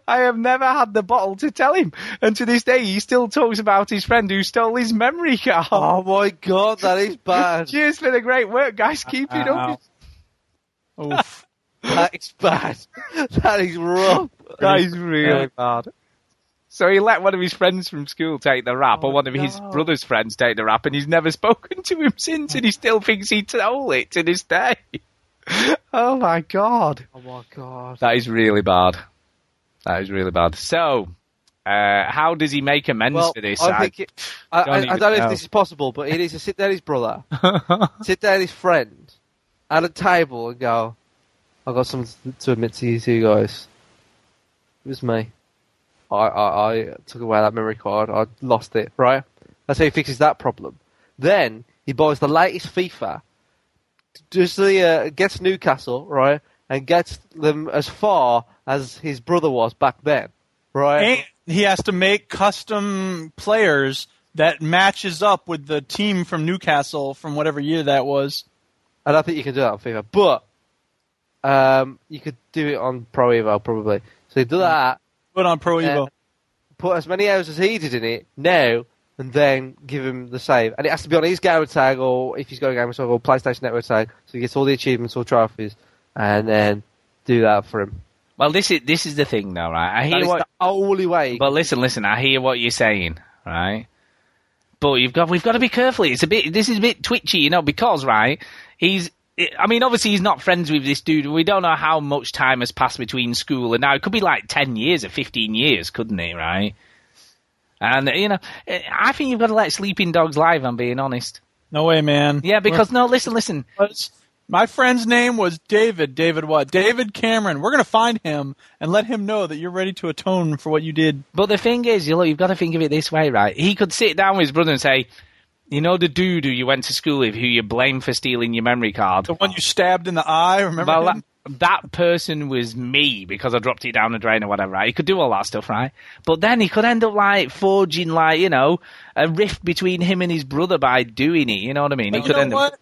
F: I have never had the bottle to tell him, and to this day he still talks about his friend who stole his memory card.
C: Oh my god, that is bad.
F: Cheers for the great work, guys. Keep it
C: Wow.
F: up.
G: Oof.
C: that is bad. That is rough.
F: That is really bad. So he let one of his friends from school take the rap,
C: Oh,
F: or one of his brother's friends take the rap, and he's never spoken to him since, and he still thinks he stole it to this day. oh my god.
C: Oh my god.
F: That is really bad. That is really bad. So, uh, how does he make amends
C: Well,
F: for this?
C: I think it, I,
F: don't
C: I, I
F: even
C: don't know if
F: know.
C: this is possible, but it is to sit down his brother, sit down his friend, at a table and go, "I got something to admit to you two guys. It was me. I, I, I took away that memory card. I lost it. Right? That's how he fixes that problem. Then he buys the latest FIFA. Just the uh, gets Newcastle right and gets them as far as his brother was back then. Right?
G: And he has to make custom players that matches up with the team from Newcastle from whatever year that was.
C: I don't think you can do that on FIFA, but um, you could do it on Pro Evo probably. So you do that,
G: Put on Mm. Pro
C: Yeah.
G: Evo.
C: put as many hours as he did in it now, and then give him the save. And it has to be on his gamer tag, or if he's got a gamer tag, or PlayStation Network tag, so he gets all the achievements or trophies, and then do that for him.
F: well, this is this is the thing, though, right? I
C: That
F: hear
C: is
F: what
C: the only way.
F: But listen, listen. I hear what you're saying, right? But you've got we've got to be careful. It's a bit. This is a bit twitchy, you know, because right, he's. I mean, obviously, he's not friends with this dude. We don't know how much time has passed between school and now. It could be like ten years or fifteen years, couldn't it? Right? And you know, I think you've got to let sleeping dogs live. I'm being honest.
G: No way, man.
F: Yeah, because no, listen, listen.
G: was- my friend's name was David. David what? David Cameron. We're gonna find him and let him know that you're ready to atone for what you did.
F: But the thing is, you look, you've got to think of it this way, right? He could sit down with his brother and say, "You know, the dude who you went to school with, who you blame for stealing your memory card."
G: The one you stabbed in the eye. Remember?
F: Well, that,
G: him?
F: that person was me because I dropped it down the drain or whatever. Right? He could do all that stuff, right? But then he could end up like forging, like you know, a rift between him and his brother by doing it. You know what I mean?
G: But
F: he
G: you
F: could
G: know
F: end
G: what?
F: up.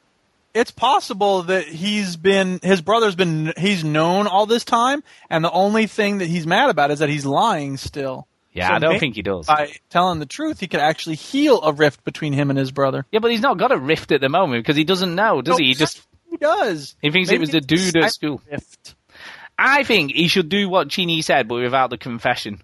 G: It's possible that he's been his brother's been he's known all this time, and the only thing that he's mad about is that he's lying still.
F: Yeah,
G: So
F: I don't
G: may-
F: think he does.
G: By telling the truth, he could actually heal a rift between him and his brother.
F: Yeah, but he's not got a rift at the moment because he doesn't know, does
G: No,
F: he? He just
G: He does.
F: he thinks it
G: Maybe
F: was the
G: it's
F: dude
G: a
F: at school.
G: rift.
F: I think he should do what Chini said, but without the confession.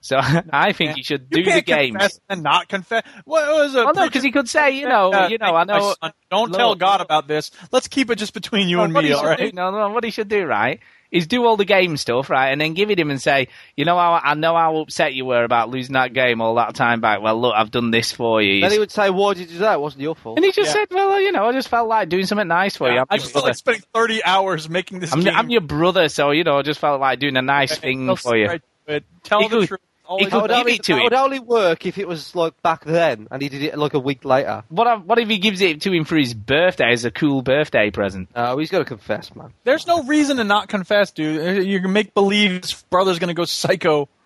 F: So I think he should do
G: you
F: the
G: can't
F: games.
G: confess and not confess. What was it?
F: Well, no, because he could say, you know,
G: Uh,
F: you know, I know.
G: Don't
F: Look.
G: tell God about this. Let's keep it just between you and
F: what
G: me,
F: he
G: all
F: should
G: right?
F: do, no, no, what he should do, right, is do all the game stuff, right, and then give it him and say, you know, how, I know how upset you were about losing that game all that time back. Well, look, I've done this for you.
C: Then he would say, "Why did you do that? It wasn't your fault."
F: and he just
G: Yeah.
F: said, well, you know, I just felt like doing something nice for you. I'm
G: I
F: your
G: just feel
F: brother.
G: like spending 30 hours making this
F: I'm,
G: game.
F: I'm your brother, so you know, I just felt like doing a nice
G: Okay,
F: thing
G: I'll
F: for you.
G: straight to it. Tell
F: He
G: the
F: could-
G: truth.
F: he
G: always
F: could
G: tell
C: That
G: the
C: would,
F: give
G: truth.
C: only,
F: it to him.
C: that would only work if it was like back then, and he did it like a week later.
F: What, if- what if he gives it to him for his birthday as a cool birthday present?
C: No, he's got to confess, man.
G: Uh, There's no reason to not confess, dude. You can make believe his brother's going to go psycho.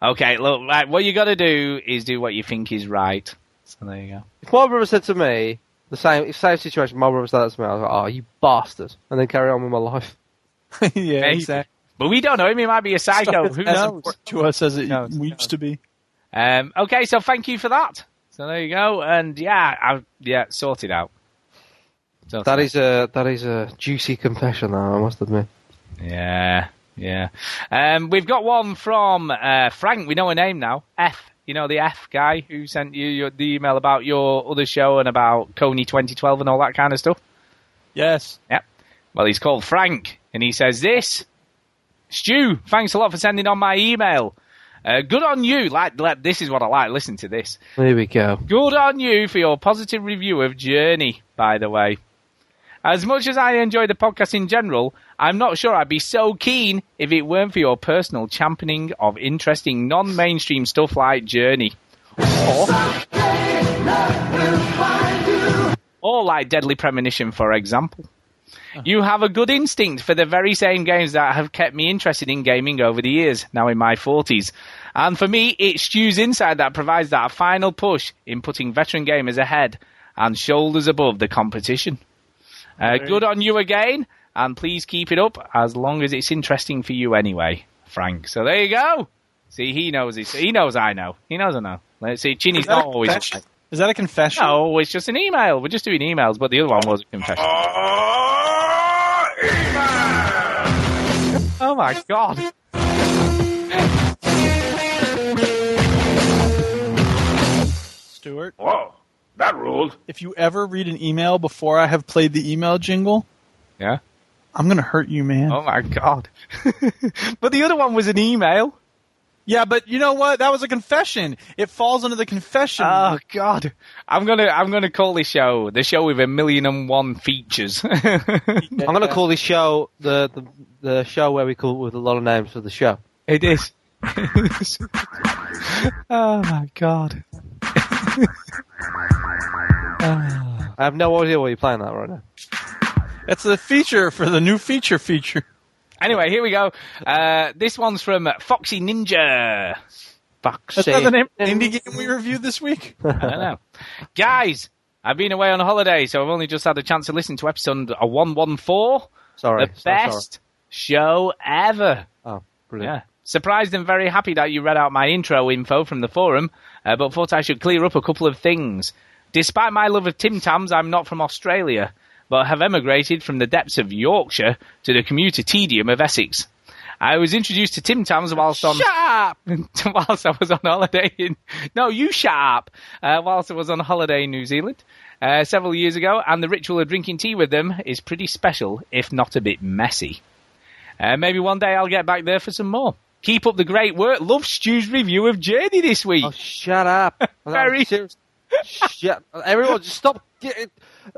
F: Okay, look, right, what you got to do is do what you think is right. So there you go.
C: If my brother said to me the same same situation, my brother said that to me, I was like, "Oh, you bastard," and then carry on with my life.
G: yeah, exactly.
F: But we don't know him. He might be a psycho. Who knows?
G: To us, as it used to be.
F: Um, okay, so thank you for that. So there you go. And yeah, I, yeah, sorted out. Sorted
C: That
F: out.
C: is a that is a juicy confession, though. I must admit.
F: Yeah, yeah. Um, we've got one from uh, Frank. We know her name now. F. You know the F guy who sent you your, the email about your other show and about Coney 2012 and all that kind of stuff.
G: Yes.
F: Yep. Well, he's called Frank, and he says this. Stu, thanks a lot for sending on my email. Uh, good on you. Like, like, this is what I like. Listen to this.
C: There we go.
F: Good on you for your positive review of Journey, by the way. As much as I enjoy the podcast in general, I'm not sure I'd be so keen if it weren't for your personal championing of interesting non mainstream stuff like Journey. Or, or like Deadly Premonition, for example.
G: Uh-huh.
F: You have a good instinct for the very same games that have kept me interested in gaming over the years, now in my 40s. And for me, it's Stu's insight that provides that final push in putting veteran gamers ahead and shoulders above the competition. Uh, good on you again, and please keep it up as long as it's interesting for you anyway, Frank. So there you go. See, he knows this. He knows I know. He knows I know. Let's see, Chinny's
G: Is that
F: not
G: a
F: always.
G: confession? Is that a confession?
F: No, it's just an email. We're just doing emails, but the other one was a confession. Oh my god.
G: Stuart.
R: Whoa, that ruled.
G: If you ever read an email before I have played the email jingle,
F: Yeah.
G: I'm gonna hurt you, man.
F: Oh my god. but the other one was an email.
G: Yeah, but you know what? That was a confession. It falls under the confession.
F: Oh god. I'm gonna I'm gonna call this show the show with a million and one features. I'm
C: I'm going to call this show the, the the show where we call it with a lot of names for the show.
F: It is. oh my god.
C: I have no idea why you're playing that right now.
G: That's the feature for the new feature feature.
F: Anyway, here we go. Uh, this one's from Foxy Ninja.
C: Foxy.
G: That's not the name of the indie game we reviewed this week.
F: I don't know. Guys, I've been away on holiday, so I've only just had a chance to listen to episode uh, 114.
C: Sorry,
F: The
C: so sorry.
F: best show ever.
C: Oh,
F: Yeah.
C: brilliant.
F: Surprised and very happy that you read out my intro info from the forum, uh, but thought I should clear up a couple of things. Despite my love of Tim Tams, I'm not from Australia, but have emigrated from the depths of Yorkshire to the commuter tedium of Essex. I was introduced to Tim Tams whilst on. Shut up! whilst I was on holiday in. No, you shut up! Uh, whilst I was on holiday in New Zealand uh, several years ago, and the ritual of drinking tea with them is pretty special, if not a bit messy. Uh, maybe one day I'll get back there for some more. Keep up the great work. Love Stu's review of Journey this week.
C: Oh, shut up.
F: Very-
C: serious. Shut. Everyone, just stop. Getting...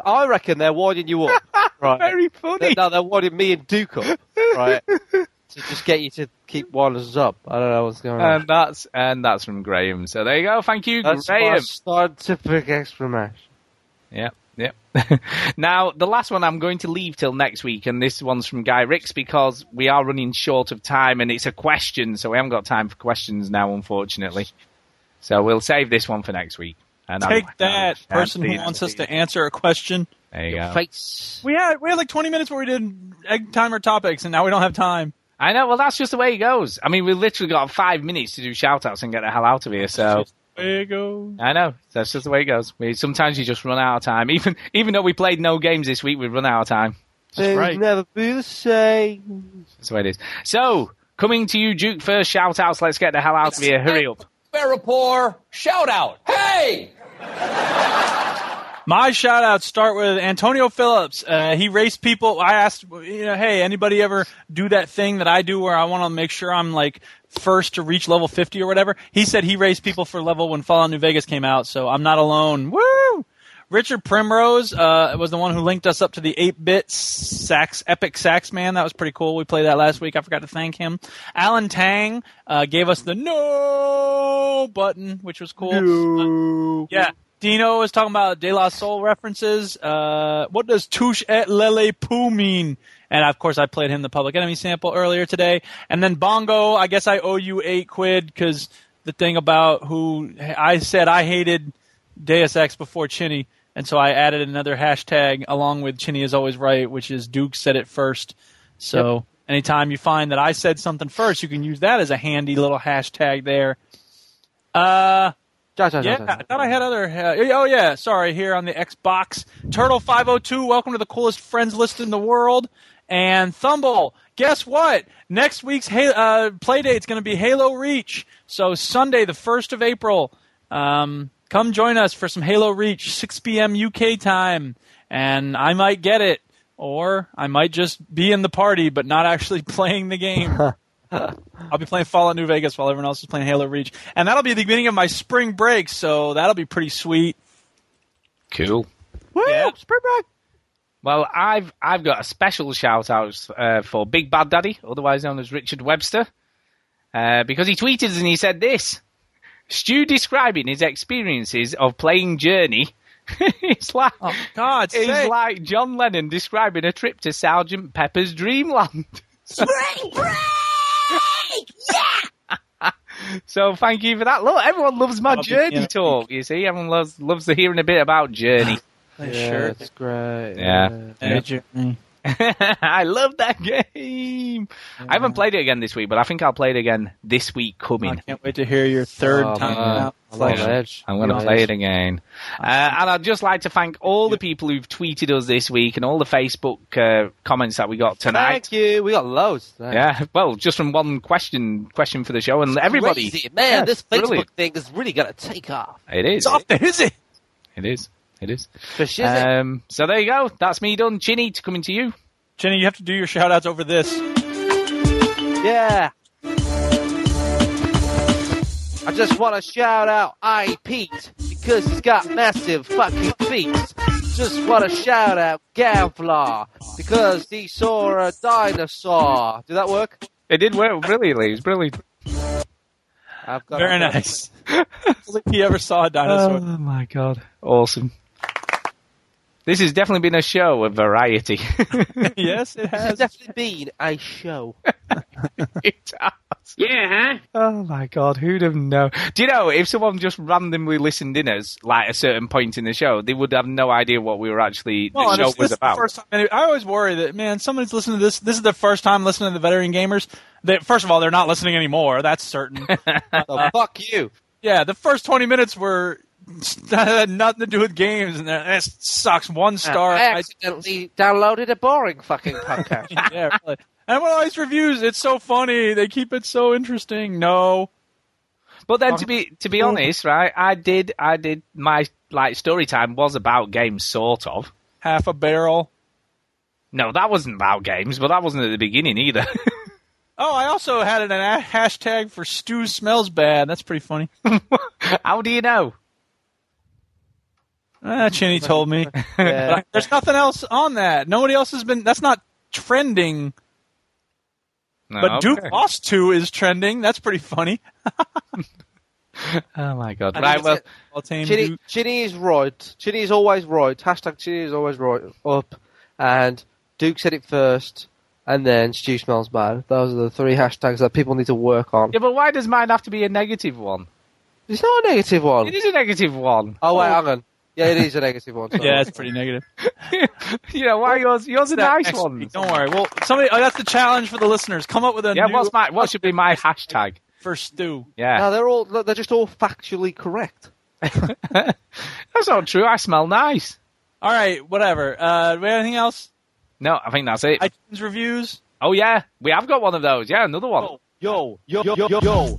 C: I reckon they're winding you up. Right.
F: Very funny.
C: They- no, they're winding me and Duke up. Right. to just get you to keep winding us up. I don't know what's going on.
G: Um,
F: and that's and that's from Graham. So there you go. Thank you,
C: That's my
F: Graham.
C: scientific explanation.
F: Yep, yep. now the last one I'm going to leave till next week, and this one's from Guy Ricks because we are running short of time, and it's a question, so we haven't got time for questions now, unfortunately. So we'll save this one for next week. And I'm-
G: Take
F: I'm-
G: that, person who wants us to answer a question.
F: There you go.
C: Face.
G: We had we had like 20 minutes where we did egg timer topics, and now we don't have time.
F: I know. Well, that's just the way it goes. I mean, we've literally got five minutes to do shout outs and get the hell out of here. So
G: There you go.
F: I know that's just the way it goes. We sometimes you just run out of time. Even even though we played no games this week, we run out of time.
C: Things
G: right.
C: never be the same.
F: That's the way it is. So coming to you, Duke. First shout outs. Let's get the hell out of here. Hurry up.
N: Rapport, shout out. Hey!
G: My shout outs start with Antonio Phillips. Uh, he raced people. I asked, you know, hey, anybody ever do that thing that I do where I want to make sure I'm like first to reach level 50 or whatever? He said he raced people for level when Fallout New Vegas came out, so I'm not alone. Woo! Richard Primrose uh, was the one who linked us up to the 8-bit sax, epic sax man. That was pretty cool. We played that last week. I forgot to thank him. Alan Tang uh, gave us the no button, which was cool. Uh, yeah. Dino was talking about De La Soul references. Uh, what does touche et lele poo mean? And of course, I played him the Public Enemy sample earlier today. And then Bongo, I guess I owe you eight quid because the thing about who I said I hated Deus Ex before Chinny, and so I added another hashtag along with Chinny is always right, which is Duke said it first. So
C: Yep.
G: anytime you find that I said something first, you can use that as a handy little hashtag there. Uh,
C: ja,
G: yeah,
C: ja, ja.
G: I thought I had other. Uh, oh yeah, sorry. Here on the Xbox, Turtle Five Hundred Two. Welcome to the coolest friends list in the world. And Thumble, guess what? Next week's ha- uh, play date's going to be Halo Reach. So Sunday, the first of April, um, come join us for some Halo Reach, 6 p.m. UK time, and I might get it, or I might just be in the party but not actually playing the game. I'll be playing Fallout New Vegas while everyone else is playing Halo Reach, and that'll be the beginning of my spring break. So that'll be pretty sweet.
F: Cool.
G: Woo! Spring break.
F: Well, I've I've got a special shout out uh, for Big Bad Daddy, otherwise known as Richard Webster, uh, because he tweeted us and he said this: Stu describing his experiences of playing Journey. it's like oh,
G: God,
F: it's like John Lennon describing a trip to Sergeant Pepper's Dreamland.
D: Spring break!
F: So thank you for that. Look, everyone loves my
C: I'll be-
F: Journey
C: yeah.
F: talk. You see, everyone loves loves the hearing a bit about Journey.
C: yeah, it's great.
F: Yeah.
C: yeah.
F: I love that game. I haven't played it again this week, but I think I'll play it again this week coming.
G: I can't wait to hear your third
F: Oh,
G: time
F: man.
G: out.
F: I love it. I'm going to play it again. Uh, and I'd just like to thank all the people who've tweeted us this week and all the Facebook uh, comments that we got tonight.
C: Thank you. We got loads. Thanks.
F: Yeah, well, just from one question question for the show, and everybody,
C: Crazy. man,
F: Yeah,
C: this
F: it's
C: Facebook
F: brilliant.
C: thing is really gonna take off.
F: it is,
C: It's off
G: the hizzy.
F: it is, it is.
C: shizzit.
F: Um, so there you go. That's me done. Chinny, to coming to you.
G: Jenny, you have to do your shout outs over this.
C: Yeah. I just want to shout out I Pete because he's got massive fucking feet. Just want to shout out Gavlar because he saw a dinosaur. Did that work?
F: It did work brilliantly. It was brilliant.
C: I've got
G: Very nice. I don't think he ever saw a dinosaur.
F: Oh my god. Awesome. This has definitely been a show of variety.
G: yes, it has.
C: definitely been a show.
F: it has. Yeah, huh? Oh my god, who'd have known? Do you know, if someone just randomly listened in us, like a certain point in the show, they would have no idea what we were actually,
G: Well,
F: the
G: and
F: show
G: if this
F: was
G: is
F: about.
G: The first time, and I always worry that man, somebody's listening to this. This is their first time listening to the veteran gamers. They, first of all, they're not listening anymore. That's certain. Uh,
C: fuck you.
G: yeah, the first twenty minutes were had nothing to do with games, and they're, this sucks. One star.
C: I accidentally downloaded a boring fucking podcast.
G: I- yeah, really. And one of these reviews, it's so funny. They keep it so interesting. No,
F: But then, to be to be honest, right, I did, I did my like story time was about games, sort of.
G: half a barrel.
F: No, that wasn't about games, but that wasn't at the beginning either.
G: Oh, I also had an a hashtag for stew smells bad. That's pretty funny.
F: How do you know?
G: Ah, Chinny told me.
C: Yeah.
G: But There's nothing else on that. Nobody else has been. That's not trending.
F: No,
G: but Duke
F: okay.
G: Lost 2 is trending. That's pretty funny.
F: Oh my god!
C: I think
F: Right,
C: it's
F: well,
C: it.
G: I'll tame
C: Chitty,
G: Duke.
C: Chitty is right. Chitty is always right. Hashtag Chitty is always right. Up. And Duke said it first, and then Stu smells bad. Those are the three hashtags that people need to work on.
F: yeah, but why does mine have to be a negative one?
C: It's not a negative one.
F: It is a negative one.
C: Oh, wait, hang on. Yeah, it is a negative one. sorry.
G: Yeah, it's pretty negative.
F: you know why yours? Yours are
G: That
F: nice
G: next
F: ones.
G: week, Don't worry. Well, somebody. Oh, that's the challenge for the listeners. Come up with a
F: Yeah,
G: new
F: what's my what should be my hashtag?
G: for stew.
C: No,
F: Yeah,
C: they're all they're just all factually correct.
F: that's not true. I smell nice.
G: All right, whatever. Uh, do we have anything else?
F: No, I think that's it.
G: iTunes reviews.
F: Oh yeah, we have got one of those. Yeah, another one.
A: Yo, yo, yo, yo, yo.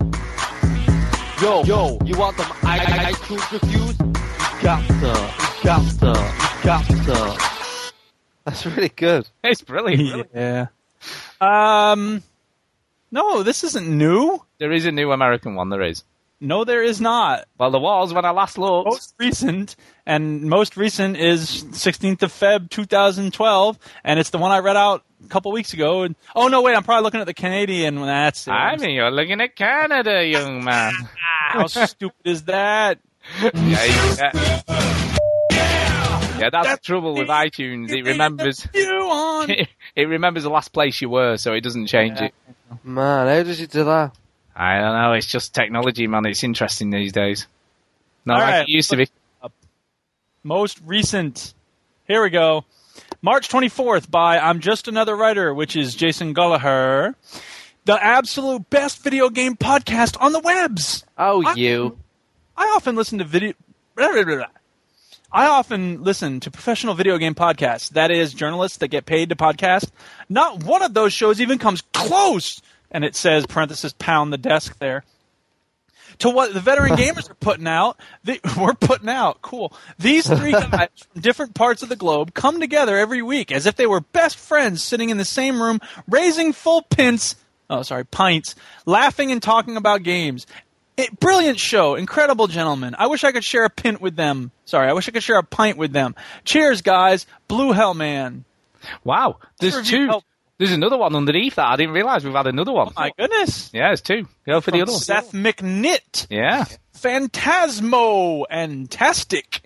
A: Yo, yo, you want them I- I- iTunes reviews? You got to, you got to, you got to.
C: That's really good.
F: It's brilliant. brilliant.
G: Yeah. Um. No, this isn't new.
F: There is a new American one. There is.
G: No, there is not.
F: Well, there was when I last looked.
G: most recent and most recent is 16th of feb 2012 and it's the one i read out a couple weeks ago and oh no wait i'm probably looking at the canadian one that's it.
F: I mean, you're looking at Canada, young man.
G: how stupid is that
F: Yeah, you- yeah. Yeah, that's the trouble with iTunes. It remembers
G: you on.
F: it remembers the last place you were, so it doesn't change it.
C: Man, how does it do that?
F: I don't know. It's just technology, man. It's interesting these days. Not
G: All
F: like
G: right,
F: it used to be.
G: Most recent. Here we go. March 24th by I'm Just Another Writer, which is Jason Gallagher. The absolute best video game podcast on the webs.
C: Oh,
G: I-
C: you.
G: I often listen to video. blah, blah, blah, blah. I often listen to professional video game podcasts. That is, journalists that get paid to podcast. Not one of those shows even comes close. And it says parenthesis pound the desk there. To what the veteran gamers are putting out, they, we're putting out. Cool. These three guys from different parts of the globe come together every week as if they were best friends sitting in the same room, raising full pints, oh, sorry, pints, laughing and talking about games. It, brilliant show, incredible gentlemen. I wish I could share a pint with them. Sorry, I wish I could share a pint with them. Cheers, guys. Blue Hell Man.
F: Wow, there's
G: Review
F: two.
G: help.
F: There's another one underneath that. I didn't realize we've had another one.
G: My goodness.
F: Yeah, it's two. Go for
G: From
F: the other one.
G: Seth McNitt.
F: Yeah.
G: Phantasmo and Tastic.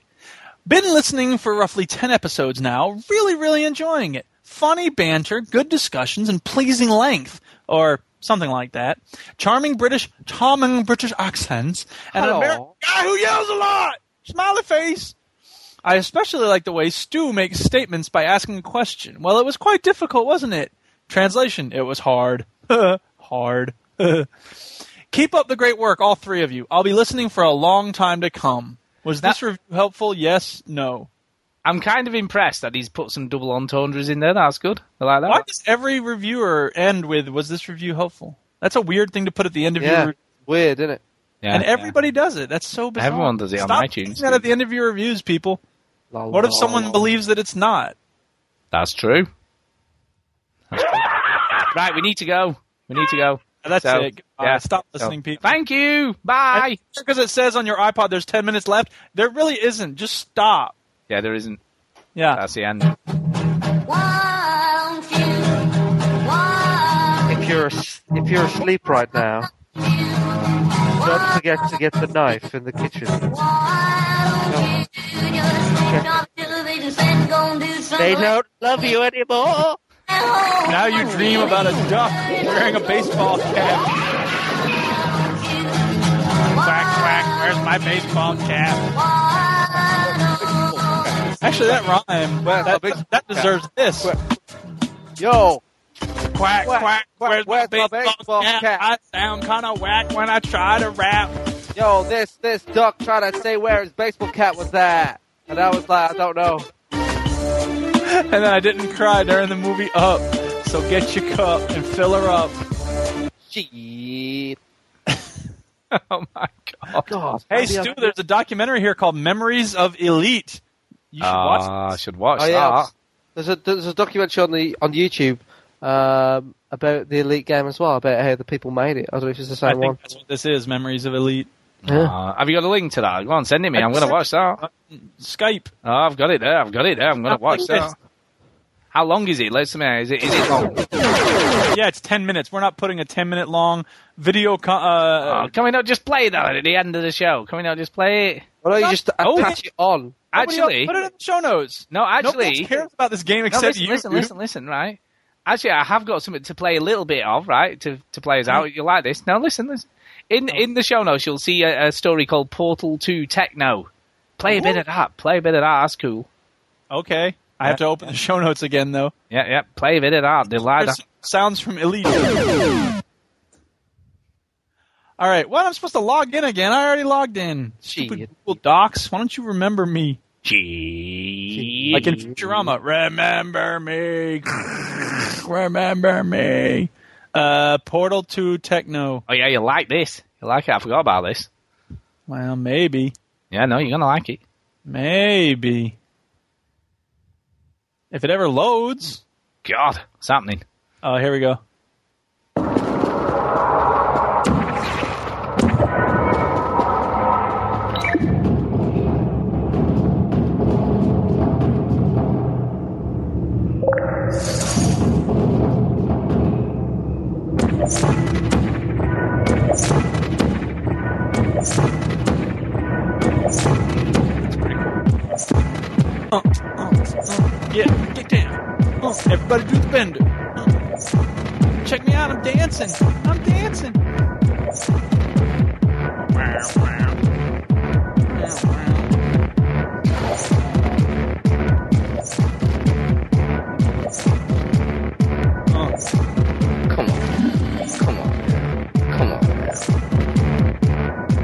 G: Been listening for roughly 10 episodes now. Really, really enjoying it. Funny banter, good discussions, and pleasing length, or something like that. Charming British, charming British accents, and an
B: Hello.
G: American guy who yells a lot! Smiley face! I especially like the way Stu makes statements by asking a question. Well, it was quite difficult, wasn't it? Translation, it was hard. hard. Keep up the great work, all three of you. I'll be listening for a long time to come. Was this review helpful? Yes, no.
F: I'm kind of impressed that he's put some double entendres in there. That's good. I like that.
G: Why does every reviewer end with "Was this review helpful"? That's a weird thing to put at the end of
C: Yeah.
G: your. review.
C: Weird, isn't it?
F: Yeah,
G: and
F: yeah.
G: everybody does it. That's so bizarre.
F: Everyone does it on
G: Stop
F: iTunes. Oh.
G: doing That at the end of your reviews, people. What if someone believes that it's not?
F: That's true. That's true. right, we need to go. We need to go.
G: That's
F: So,
G: it. Goodbye.
F: yeah.
G: Stop
F: So-
G: listening, people.
F: Thank you. Bye.
G: Because it says on your iPod there's 10 minutes left. There really isn't. Just stop.
F: Yeah, there isn't.
G: Yeah.
F: That's the end.
C: If you're as- if you're asleep right now, don't forget to get the knife in the kitchen.
B: They don't love you anymore.
G: Now you dream about a duck wearing a baseball cap. Quack, quack, where's my baseball cap? Actually, that rhyme, that, that deserves this.
C: Yo,
G: Quack, quack, where's, my
C: my
G: baseball, cap? I sound kind of whack when I try to rap.
C: yo, this this duck trying to say where his baseball cap was at, and I was like, I don't know.
G: and then I didn't cry during the movie Up. So get your cup and fill her up.
C: Shit.
F: oh my god.
G: Hey, Stu, there's a documentary here called Memories of Elite. You should watch it.
F: Ah, I should watch
C: Oh,
F: that.
C: yeah. There's a there's a documentary on the on YouTube um, about the Elite game as well, about how the people made it. I don't know if it's the
G: I
C: same
G: think
C: one.
G: that's what this is, Memories of Elite.
F: Ah, have you got a link to that? Go on, send it me. I'm going to watch that.
G: Skype.
F: Oh, I've got it there. I've got it there. I'm going to watch
G: Yes.
F: that. How long is it? Let's me. Is it? Is it long?
G: Yeah, it's 10 minutes. We're not putting a 10 minute long video. Con- uh,
F: Oh, can we not just play that at the end of the show? Can we not just play it?
C: Why don't you just
F: Oh,
C: attach it on?
G: Nobody else-
F: actually,
G: put it in the show notes.
F: no,
G: Nobody
F: actually,
G: else cares about this game
F: no,
G: except
F: listen,
G: you.
F: listen,
G: dude.
F: listen, listen, right? Actually, I have got something to play a little bit of, right? To to play us
G: Hmm.
F: out. You like this? Now, listen, listen. In
G: Oh.
F: in the show notes, you'll see a, a story called Portal Two Techno. Play a bit of that. Play a bit of that. That's cool.
G: Okay. I have to open the show notes again, though.
F: Yeah, yeah. Play a bit of that. They like
G: Here's
F: that.
G: some sounds from Elite. All right. Well, I'm supposed to log in again. I already logged in. Stupid Google Docs. Why don't you remember me?
F: Gee.
G: Like in Futurama. Remember me. remember me. Uh, Portal 2 Techno.
F: Oh yeah, you like this? You like it? I forgot about this.
G: Well, maybe.
F: Yeah, no, you're gonna like it.
G: Maybe. If it ever loads.
F: God, it's happening.
G: Oh, here we go. Uh, Uh, Everybody do the bend. Check me out, I'm dancing. I'm dancing.
K: Come on. Come on. Come on.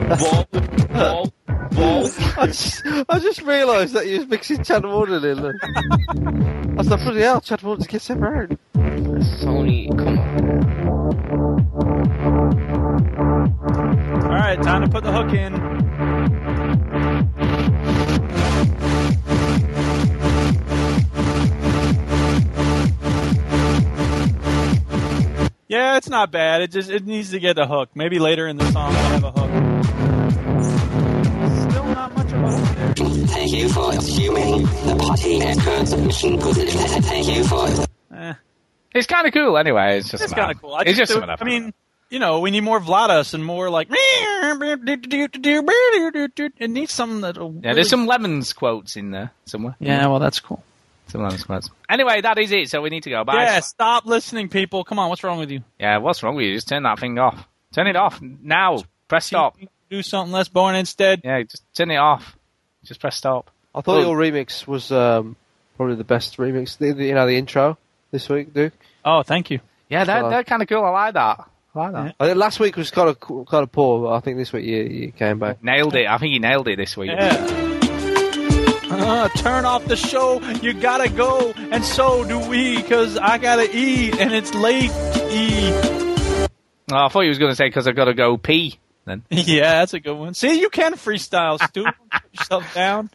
C: Ball, ball, ball. I just, I just realised that you was mixing Chad Warden in there. I was like, bloody hell, Chad Warden's gets him round.
K: Sony, come
G: All right, time to put the hook in. Yeah, it's not bad. It just it needs to get a hook. Maybe later in the song I'll have a hook.
T: Thank you for assuming the party as transmission position. Thank you for.
F: It's kind of cool anyway. It's just
G: It's
F: about-
G: kind of cool. I
F: It's just
G: think-
F: something
G: I mean, you know, we need more Vladas and more like. It needs something that'll.
F: Yeah, there's some lemons quotes in there somewhere.
G: Yeah, well, that's cool.
F: Some lemons quotes. Anyway, that is it. So we need to go. Bye.
G: Yeah, stop listening, people. Come on, what's wrong with you?
F: Yeah, what's wrong with you? Just turn that thing off. Turn it off now. Press stop.
G: Do something less boring instead.
F: Yeah, just turn it off. Just press stop.
C: I thought your remix was um, probably the best remix. The, the- you know, the intro this week, Duke.
G: Oh, thank you.
F: Yeah, they're,
C: So-
F: they're kind of cool. I like that. I like that.
C: I think last week was kind of kind of poor, but I think this week you, you came back.
F: Nailed it. I think you nailed it this week.
G: Uh, turn off the show. You gotta go, and so do we, because I gotta eat, and it's late. E.
F: Oh, I thought you was going to say because I've got to go pee. Then
G: Yeah, that's a good one. See, you can freestyle, Stu. Put yourself down.